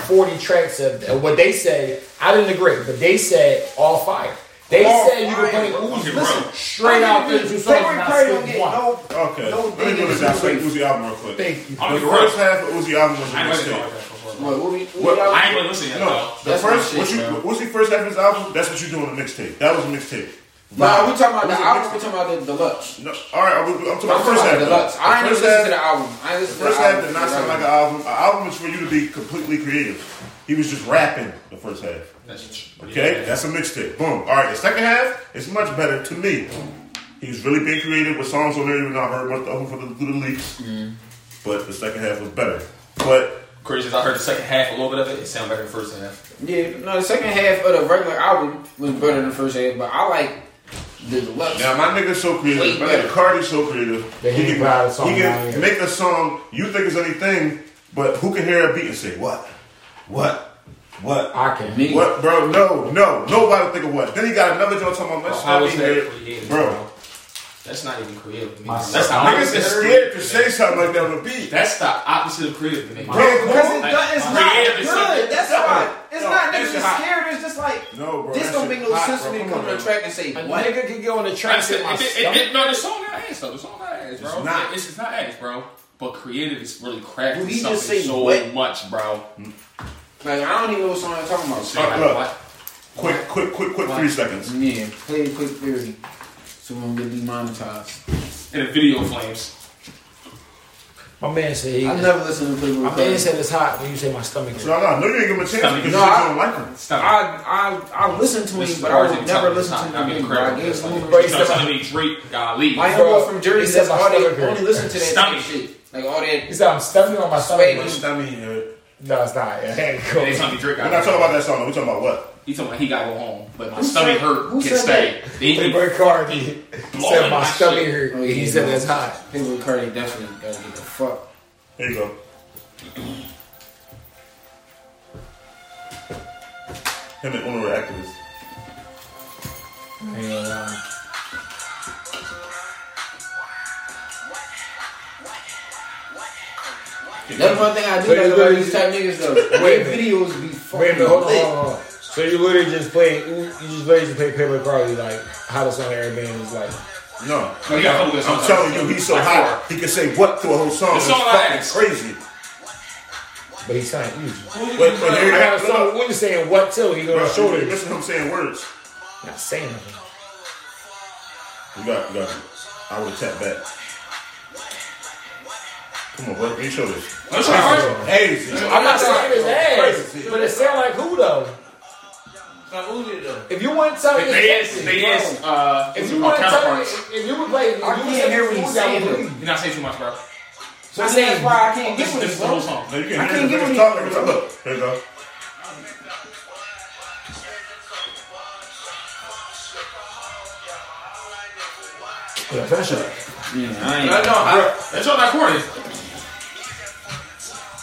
Speaker 1: forty tracks of of what they said. I didn't agree, but they said all fire. They
Speaker 3: All
Speaker 1: said you could
Speaker 3: fire.
Speaker 1: play Uzi.
Speaker 4: Okay,
Speaker 1: Listen,
Speaker 4: bro.
Speaker 1: straight out
Speaker 3: Playboy
Speaker 1: there, two songs, not
Speaker 3: Carter don't
Speaker 1: skip
Speaker 3: get
Speaker 1: one.
Speaker 3: no.
Speaker 6: Okay.
Speaker 3: No
Speaker 6: Let me
Speaker 3: digging
Speaker 6: go to
Speaker 3: is
Speaker 6: that
Speaker 3: no
Speaker 6: second
Speaker 3: way.
Speaker 6: Uzi album real quick.
Speaker 1: Thank you.
Speaker 4: I'm gonna
Speaker 6: The
Speaker 4: be
Speaker 6: first
Speaker 4: real.
Speaker 6: half of Uzi album was a
Speaker 4: I ain't listening to
Speaker 6: mistake.
Speaker 4: all that before, bro.
Speaker 3: What, what, we- what,
Speaker 6: What-
Speaker 3: y'all-
Speaker 4: I ain't really listening to that,
Speaker 6: No,
Speaker 4: though.
Speaker 6: the
Speaker 3: That's
Speaker 6: first
Speaker 3: my
Speaker 6: what
Speaker 3: shit,
Speaker 6: you
Speaker 3: bro.
Speaker 6: what's your first half of his album? That's what you doing the mixtape. That was a mixtape.
Speaker 3: Nah, we talking about
Speaker 6: Was
Speaker 3: the
Speaker 6: it
Speaker 3: album.
Speaker 6: mixed?
Speaker 3: We talking about the deluxe.
Speaker 6: No, all right, I'm, I'm
Speaker 3: I'm
Speaker 6: talking about
Speaker 3: talking
Speaker 6: first half.
Speaker 3: about the deluxe.
Speaker 6: The
Speaker 3: I ain't
Speaker 6: first
Speaker 3: listen
Speaker 6: half-
Speaker 3: to the album. I ain't
Speaker 6: the
Speaker 3: listen to the
Speaker 6: first half
Speaker 3: album.
Speaker 6: did not sound like an album. An album is for you to be completely creative. He was just rapping the first half.
Speaker 4: That's-
Speaker 6: Okay, that's a mixtape. Boom. All right, the second half is much better to me. He's really being creative with songs on there. Even though I heard much of them for the, through the leaks, but the second half was better. But
Speaker 4: Crazy as I heard the second half, a little bit of it, it sounded better than the first half.
Speaker 3: Yeah, no, the second half of the regular album was better than the first half, but I like the deluxe.
Speaker 6: Now my nigga's so creative.
Speaker 3: Wait,
Speaker 6: my
Speaker 3: wait.
Speaker 6: nigga Cardi's so creative.
Speaker 1: They ain't proud of the song
Speaker 6: he
Speaker 1: down
Speaker 6: can
Speaker 1: here.
Speaker 6: make a song you think is anything, but who can hear a beat and say what, what, what,
Speaker 1: I can.
Speaker 3: Me.
Speaker 6: what, bro? No, no, nobody would think of what. Then he got another joint talking about
Speaker 3: Oh,
Speaker 6: let's
Speaker 4: How
Speaker 6: not
Speaker 4: is
Speaker 6: be
Speaker 4: that
Speaker 6: here,
Speaker 4: creative,
Speaker 6: bro.
Speaker 4: That's not even creative. to me.
Speaker 1: My
Speaker 4: That's not
Speaker 6: Niggas is scared to say something like that on a beat.
Speaker 4: That's the opposite of creative to me.
Speaker 6: Bro,
Speaker 3: Because
Speaker 6: Cole-
Speaker 3: it's, not- it's not
Speaker 4: Creative is
Speaker 3: good.
Speaker 4: something-
Speaker 3: That's
Speaker 6: No,
Speaker 3: why. It's
Speaker 6: no,
Speaker 3: not
Speaker 6: it's
Speaker 3: niggas just
Speaker 6: hot.
Speaker 3: scared. It's just like
Speaker 6: No, bro,
Speaker 3: this
Speaker 6: that
Speaker 3: don't
Speaker 6: shit
Speaker 3: make no
Speaker 6: hot,
Speaker 3: sense
Speaker 6: bro.
Speaker 3: to me to
Speaker 6: Come
Speaker 3: come
Speaker 6: on,
Speaker 3: to a
Speaker 6: man.
Speaker 3: track and say
Speaker 1: A
Speaker 3: what.
Speaker 1: nigga can go on the
Speaker 4: I
Speaker 1: track
Speaker 4: said,
Speaker 1: and my
Speaker 4: it, it,
Speaker 1: stomach.
Speaker 4: it- no, the song not ass though. The song not ass, bro.
Speaker 6: It's not.
Speaker 4: It's, it's not ass, bro. But creative is really crafting
Speaker 3: Did he
Speaker 4: something
Speaker 3: just say
Speaker 4: so
Speaker 3: what?
Speaker 4: much, bro.
Speaker 3: Like I don't even know what song I'm talking about.
Speaker 4: So you're
Speaker 6: look.
Speaker 4: like, what?
Speaker 6: Quick, quick, quick, quick, three seconds.
Speaker 3: Yeah, play it quick theory. So we don't get demonetized.
Speaker 4: And the video flames.
Speaker 1: My man said he,
Speaker 7: I
Speaker 1: my
Speaker 7: never listened to Playboy
Speaker 1: man
Speaker 7: Cardi.
Speaker 1: said it's hot when you say my stomach.
Speaker 6: So I know you ain't give him a chance because you
Speaker 1: No,
Speaker 6: just
Speaker 1: I-
Speaker 6: don't like him.
Speaker 4: Stop.
Speaker 1: I I I listened to
Speaker 4: This
Speaker 1: him,
Speaker 4: is
Speaker 1: but I
Speaker 4: Tarzan
Speaker 1: would never
Speaker 4: Tucker.
Speaker 1: listen
Speaker 4: It's
Speaker 1: to
Speaker 4: not- I
Speaker 1: him.
Speaker 4: mean,
Speaker 1: again.
Speaker 4: incredible.
Speaker 1: I
Speaker 4: It's
Speaker 1: guess
Speaker 4: like-
Speaker 1: when-
Speaker 4: you
Speaker 1: but he
Speaker 4: know,
Speaker 1: said
Speaker 4: telling
Speaker 1: my-
Speaker 4: me Drake, golly.
Speaker 3: My
Speaker 1: Bro,
Speaker 3: homeboy from Jersey
Speaker 1: he said
Speaker 3: says
Speaker 1: my
Speaker 3: all they
Speaker 1: stomach hurt.
Speaker 3: only listen to that
Speaker 4: Stomach.
Speaker 3: type shit. Like all that.
Speaker 1: he said I'm stepping on my stomach.
Speaker 3: Wait.
Speaker 6: I mean, uh,
Speaker 1: No, it's not. Yeah, cool.
Speaker 4: They telling me Drake.
Speaker 6: we're not talking about that song. We're talking about what?
Speaker 4: He told me he gotta go home, but my stomach
Speaker 7: said-
Speaker 4: hurt.
Speaker 7: who
Speaker 4: Can
Speaker 7: said
Speaker 4: stay. Then he
Speaker 1: Playboy Cardi said
Speaker 4: Blowing
Speaker 1: my
Speaker 4: my
Speaker 1: stomach
Speaker 4: shit.
Speaker 1: hurt.
Speaker 7: Oh, yeah,
Speaker 1: He said
Speaker 7: yeah.
Speaker 1: it's hot.
Speaker 7: Playboy Cardi definitely gotta get the fuck.
Speaker 6: Here you go. Him and one of the activists.
Speaker 1: Yeah.
Speaker 7: That's one thing I do
Speaker 1: So you
Speaker 7: like about
Speaker 1: literally-
Speaker 7: these type niggas though.
Speaker 1: Wait a
Speaker 7: Their
Speaker 1: minute.
Speaker 7: videos be fucking
Speaker 1: Wait a minute, hold on,
Speaker 7: lit.
Speaker 1: hold on, hold on. So you literally just play, you you just literally just play Playboy Cardi like hottest on every band is like.
Speaker 6: No.
Speaker 4: No, Oh, you gotta focus on
Speaker 6: I'm telling you, he's so
Speaker 4: Like
Speaker 6: hot, he can say what through a whole song.
Speaker 4: The
Speaker 6: It's
Speaker 4: song I
Speaker 6: fucking
Speaker 4: asked.
Speaker 6: crazy.
Speaker 1: But he's saying, you.
Speaker 6: Wait, wait,
Speaker 1: I
Speaker 6: here,
Speaker 1: got a
Speaker 6: look, look,
Speaker 1: song. What you saying? What till he
Speaker 6: bro,
Speaker 1: on the
Speaker 6: you
Speaker 1: shoulders?
Speaker 6: Listen to him saying words.
Speaker 1: Not saying nothing.
Speaker 6: You got, you got. it. I would have tapped back. Come on, bro. Let me show this.
Speaker 4: Don't try hard.
Speaker 6: Crazy.
Speaker 1: I'm not saying his ass,
Speaker 6: Crazy.
Speaker 1: but it sound like who though?
Speaker 2: Not Uzi though.
Speaker 1: If you want to tell me,
Speaker 4: They is, they is, uh,
Speaker 1: if you
Speaker 4: our
Speaker 1: want to tell me,
Speaker 4: counterparts.
Speaker 1: if if you would play, if you
Speaker 7: I
Speaker 1: would
Speaker 7: can't
Speaker 1: say
Speaker 7: hear what
Speaker 1: who
Speaker 7: he's
Speaker 1: that
Speaker 7: saying,
Speaker 1: would
Speaker 7: though.
Speaker 1: be.
Speaker 4: You're not saying too much, bro.
Speaker 7: So I that's why I can't get
Speaker 4: This is
Speaker 7: with
Speaker 4: this
Speaker 7: this,
Speaker 4: is the whole
Speaker 7: bro.
Speaker 4: song.
Speaker 6: No, you
Speaker 7: I
Speaker 6: can't
Speaker 7: can't
Speaker 6: hear
Speaker 7: give
Speaker 6: him.
Speaker 7: him
Speaker 6: He's talking. He's talking. Look, here you go.
Speaker 1: Yeah, finish up.
Speaker 3: Yeah, I
Speaker 4: No,
Speaker 3: ain't.
Speaker 4: no, I, that y'all not corny.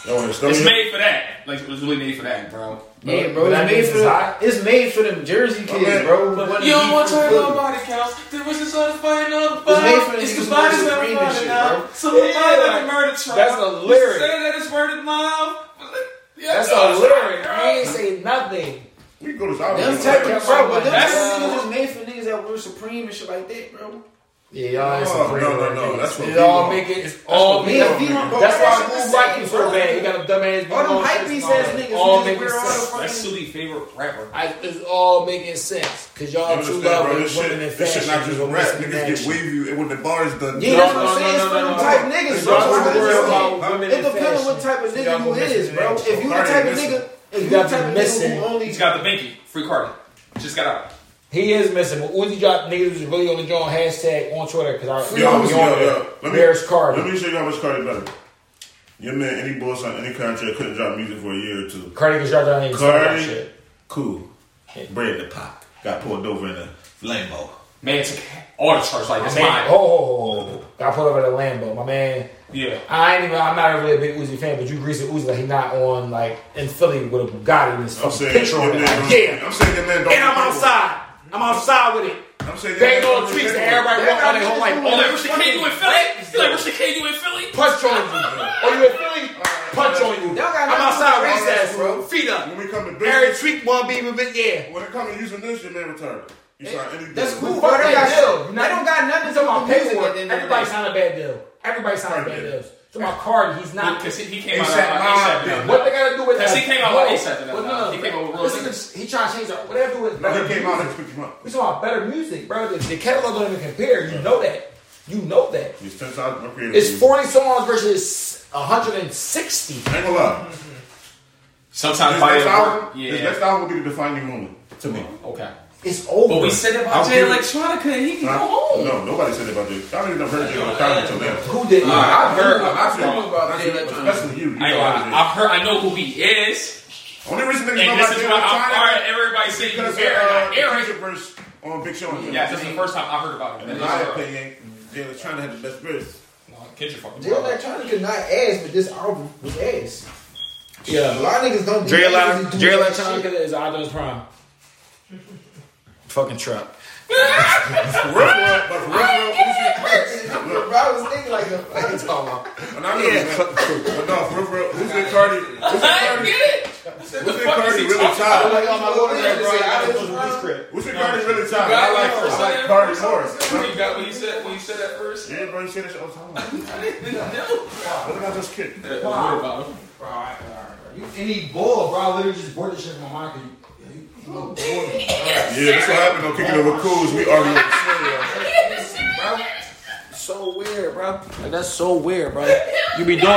Speaker 6: Yo, it's
Speaker 4: It's
Speaker 6: made.
Speaker 4: made for that. Like it was really made for that, bro.
Speaker 7: Yeah, bro,
Speaker 1: But that
Speaker 7: it's made
Speaker 1: means
Speaker 7: for
Speaker 1: it's
Speaker 7: the,
Speaker 1: hot.
Speaker 7: it's made for them Jersey
Speaker 6: My
Speaker 7: kids,
Speaker 6: man.
Speaker 7: bro. who wanna
Speaker 4: You
Speaker 7: be
Speaker 4: don't want to turn
Speaker 7: cool.
Speaker 4: on body counts. There was this other fight on the
Speaker 7: It's made for
Speaker 4: body.
Speaker 7: the
Speaker 4: It's
Speaker 7: niggas
Speaker 4: the
Speaker 7: who
Speaker 4: body's
Speaker 7: wanna
Speaker 4: not
Speaker 7: scream and
Speaker 4: body
Speaker 7: shit,
Speaker 4: now.
Speaker 7: bro.
Speaker 4: So the
Speaker 1: Yeah.
Speaker 4: body like a murder trial.
Speaker 1: That's a lyric.
Speaker 4: You say that it's murder mom.
Speaker 1: That's a lyric. I ain't say nothing.
Speaker 6: We can go to Zion.
Speaker 7: Them type of bro, but them type
Speaker 4: That's-
Speaker 7: of niggas is made for niggas that were supreme and shit like that, bro.
Speaker 1: Yeah, y'all ain't
Speaker 6: No,
Speaker 1: some
Speaker 6: no, no,
Speaker 1: crazy
Speaker 6: no.
Speaker 1: niggas.
Speaker 6: That's what
Speaker 1: It
Speaker 6: we
Speaker 1: all
Speaker 6: want.
Speaker 1: make it. It's all
Speaker 6: what
Speaker 1: me.
Speaker 6: we
Speaker 7: Yeah,
Speaker 6: want.
Speaker 1: That's
Speaker 6: Oh,
Speaker 7: V
Speaker 6: man.
Speaker 7: bro,
Speaker 1: why
Speaker 7: shit
Speaker 1: I
Speaker 7: was
Speaker 1: move like
Speaker 7: sick,
Speaker 1: you
Speaker 7: bro.
Speaker 1: so bad. You got a dumbass.
Speaker 7: All them
Speaker 1: beat on
Speaker 7: hype
Speaker 1: shit
Speaker 7: beast
Speaker 1: and all
Speaker 7: ass
Speaker 1: that.
Speaker 7: niggas
Speaker 1: All
Speaker 7: who just
Speaker 1: making
Speaker 7: wear all the
Speaker 1: sense.
Speaker 4: That's
Speaker 7: fucking.
Speaker 4: Suli's favorite rapper.
Speaker 1: I, it's all making sense because y'all
Speaker 6: You
Speaker 1: too
Speaker 6: understand,
Speaker 1: love
Speaker 6: bro?
Speaker 1: women
Speaker 6: This shit,
Speaker 1: and
Speaker 6: this shit
Speaker 1: fashion.
Speaker 6: not just
Speaker 1: You're
Speaker 6: rap.
Speaker 1: missing
Speaker 6: Niggas get
Speaker 1: action.
Speaker 6: wavy and when the bar is done.
Speaker 7: Yeah,
Speaker 1: No,
Speaker 7: that's what
Speaker 1: no,
Speaker 7: I'm saying.
Speaker 1: no,
Speaker 7: It's for
Speaker 1: no,
Speaker 7: them
Speaker 1: no,
Speaker 7: type niggas,
Speaker 1: no. Y'all
Speaker 7: bro.
Speaker 1: too
Speaker 7: That's what
Speaker 1: worried
Speaker 7: I'm
Speaker 1: about
Speaker 7: saying.
Speaker 1: women
Speaker 7: It
Speaker 1: and
Speaker 7: depends
Speaker 1: fashion.
Speaker 7: what type of
Speaker 1: So
Speaker 7: nigga
Speaker 1: y'all
Speaker 7: you
Speaker 1: gonna miss
Speaker 7: is,
Speaker 1: it,
Speaker 7: bro.
Speaker 1: man.
Speaker 7: If you the
Speaker 6: Cardi
Speaker 7: type of
Speaker 6: missing.
Speaker 7: nigga, if
Speaker 1: You
Speaker 7: you the
Speaker 1: gotta
Speaker 7: type
Speaker 1: be
Speaker 7: of nigga
Speaker 1: missing.
Speaker 7: who only
Speaker 4: He's got the binky. Free Cardi. Just got out.
Speaker 1: He is missing. When Uzi dropped niggas was really on the joint hashtag on Twitter because I was
Speaker 6: Yo, yo,
Speaker 1: on
Speaker 6: yo,
Speaker 1: there.
Speaker 6: yo. Let me,
Speaker 1: There's Cardi.
Speaker 6: Let me show you how much Cardi better. Your man, any boss on any contract couldn't drop music for a year or two.
Speaker 1: Cardi gets dropped down here. Cardi.
Speaker 6: Cardi,
Speaker 1: Shit.
Speaker 6: cool. Bread the pot. Got pulled over in a Lambo.
Speaker 4: Man took all the charts like
Speaker 1: My
Speaker 4: it's
Speaker 1: man,
Speaker 4: mine.
Speaker 1: oh, oh, oh, oh. got pulled over at Lambo. My man,
Speaker 4: Yeah.
Speaker 1: I ain't even. I'm not really a big Uzi fan, but you grease the Uzi like he not on like in Philly with a Bugatti in his
Speaker 6: I'm
Speaker 1: fucking
Speaker 6: saying,
Speaker 1: picture on
Speaker 6: your
Speaker 1: it.
Speaker 6: man,
Speaker 1: Like, yeah,
Speaker 6: I'm saying your man don't.
Speaker 1: and I'm outside. I'm outside with it.
Speaker 6: I'm saying your man
Speaker 1: Bang on
Speaker 6: don't-
Speaker 1: the tweets and everybody walk out their home like,
Speaker 4: Oh,
Speaker 1: oh,
Speaker 4: like,
Speaker 1: there's
Speaker 4: where's the kid you in Philly? You're like, where's the kid you in Philly?
Speaker 1: punch on you. Or you in Philly? Punch on you.
Speaker 7: Y'all got
Speaker 1: I'm
Speaker 7: nothing
Speaker 1: outside
Speaker 7: to do with
Speaker 1: recess,
Speaker 7: that,
Speaker 1: bro.
Speaker 7: bro.
Speaker 1: Feet up.
Speaker 6: When we come to
Speaker 1: Every
Speaker 6: business,
Speaker 1: tweet one beam a bit, yeah.
Speaker 6: when it comes to using this, your man retarded. You sign any
Speaker 7: That's
Speaker 6: business.
Speaker 7: cool,
Speaker 1: Fuck
Speaker 7: bro. They got
Speaker 1: that deal.
Speaker 7: shit. They don't got nothing to
Speaker 1: It's on
Speaker 7: do
Speaker 1: my
Speaker 7: with music
Speaker 1: paperwork.
Speaker 7: at the end of the
Speaker 1: Everybody
Speaker 7: day.
Speaker 1: signed a bad deal. Everybody signed bad deals. So my card, he's not.
Speaker 4: Because he, he came out
Speaker 6: It's
Speaker 4: of uh, ASAP.
Speaker 6: that mob,
Speaker 4: now.
Speaker 1: What they gotta do with
Speaker 4: Because
Speaker 1: that?
Speaker 4: he came out with ASAP and that,
Speaker 1: Well,
Speaker 4: uh, he came out with real
Speaker 1: Listen,
Speaker 4: niggas.
Speaker 1: He trying to change our whatever with
Speaker 6: Now,
Speaker 1: better
Speaker 6: he came
Speaker 1: music.
Speaker 6: out and picked him up.
Speaker 1: We talking about better music, bro. The, the catalog don't even compare. You know that. You know that.
Speaker 6: He's ten thousand upgraded.
Speaker 1: It's forty songs versus hundred and sixty.
Speaker 6: I ain't gonna lie.
Speaker 4: Sometimes
Speaker 6: This
Speaker 4: by
Speaker 6: next
Speaker 4: the
Speaker 6: album,
Speaker 4: work.
Speaker 6: this
Speaker 4: Yeah.
Speaker 6: next album will be the defining moment to me.
Speaker 4: Okay.
Speaker 1: It's over.
Speaker 4: But we said about
Speaker 6: I'll
Speaker 4: Jay
Speaker 6: give it-
Speaker 4: Electronica. He can go
Speaker 6: Huh?
Speaker 4: home.
Speaker 6: No, nobody said about this. Y'all ain't never heard Jay Electronica until now.
Speaker 1: Who did?
Speaker 4: Alright,
Speaker 1: I
Speaker 4: I've heard-
Speaker 1: heard.
Speaker 4: I've heard-
Speaker 7: about Jay Electronica.
Speaker 6: Especially you. you
Speaker 4: I,
Speaker 6: know
Speaker 4: I,
Speaker 6: how it
Speaker 4: I've heard. I know who he is.
Speaker 6: is. Only reason
Speaker 4: And
Speaker 6: niggas
Speaker 4: this
Speaker 6: know about
Speaker 4: is
Speaker 6: Jay
Speaker 4: why I'm all right.
Speaker 6: Electronica
Speaker 4: Everybody say you
Speaker 6: because
Speaker 4: Eric.
Speaker 6: uh,
Speaker 4: not
Speaker 6: the
Speaker 4: Eric.
Speaker 6: feature verse on Big Sean.
Speaker 4: Yeah, this is the first time I heard about him.
Speaker 6: In
Speaker 4: That
Speaker 6: my
Speaker 4: is uh, Eric.
Speaker 6: opinion, Jay Electronica had the best verse.
Speaker 4: No, Kendrick fucking
Speaker 7: Jay
Speaker 4: brought it up.
Speaker 7: Electronica not ass, but this album was ass. A
Speaker 1: Yeah.
Speaker 7: lot of niggas don't. be
Speaker 1: Dre
Speaker 7: ass and
Speaker 1: Electronica.
Speaker 7: do
Speaker 1: Dre
Speaker 7: that
Speaker 1: Electronica
Speaker 7: shit.
Speaker 1: is Adonis Prime. Fucking trap.
Speaker 6: For real, but for real, Uzi-
Speaker 7: Bro, I was thinking like the fuck is
Speaker 6: And I know that. But no, for real, for real, Uzi and Cardi,
Speaker 4: I
Speaker 6: Uzi
Speaker 4: get it.
Speaker 6: and Cardi, Uzi and Cardi really tied.
Speaker 7: Like, oh, my Lord,
Speaker 4: Yeah, bro, I
Speaker 7: this is
Speaker 4: was supposed to
Speaker 7: wrong.
Speaker 4: be script.
Speaker 6: Uzi and Cardi really tied. but
Speaker 4: You
Speaker 6: I
Speaker 4: got
Speaker 6: like,
Speaker 4: it.
Speaker 6: I like Cardi more.
Speaker 4: When you got when you said when you said that first,
Speaker 6: Yeah, bro, you say that shit all the time.
Speaker 4: I didn't know.
Speaker 6: What about this kid?
Speaker 4: That was weird about him.
Speaker 1: You any bull, bro? I literally just bought this shit from my market.
Speaker 6: Yeah, that's what happened on Kicking It With Cools. We arguing with Slim.
Speaker 1: So weird, bro. Like that's so weird, bro. You be doing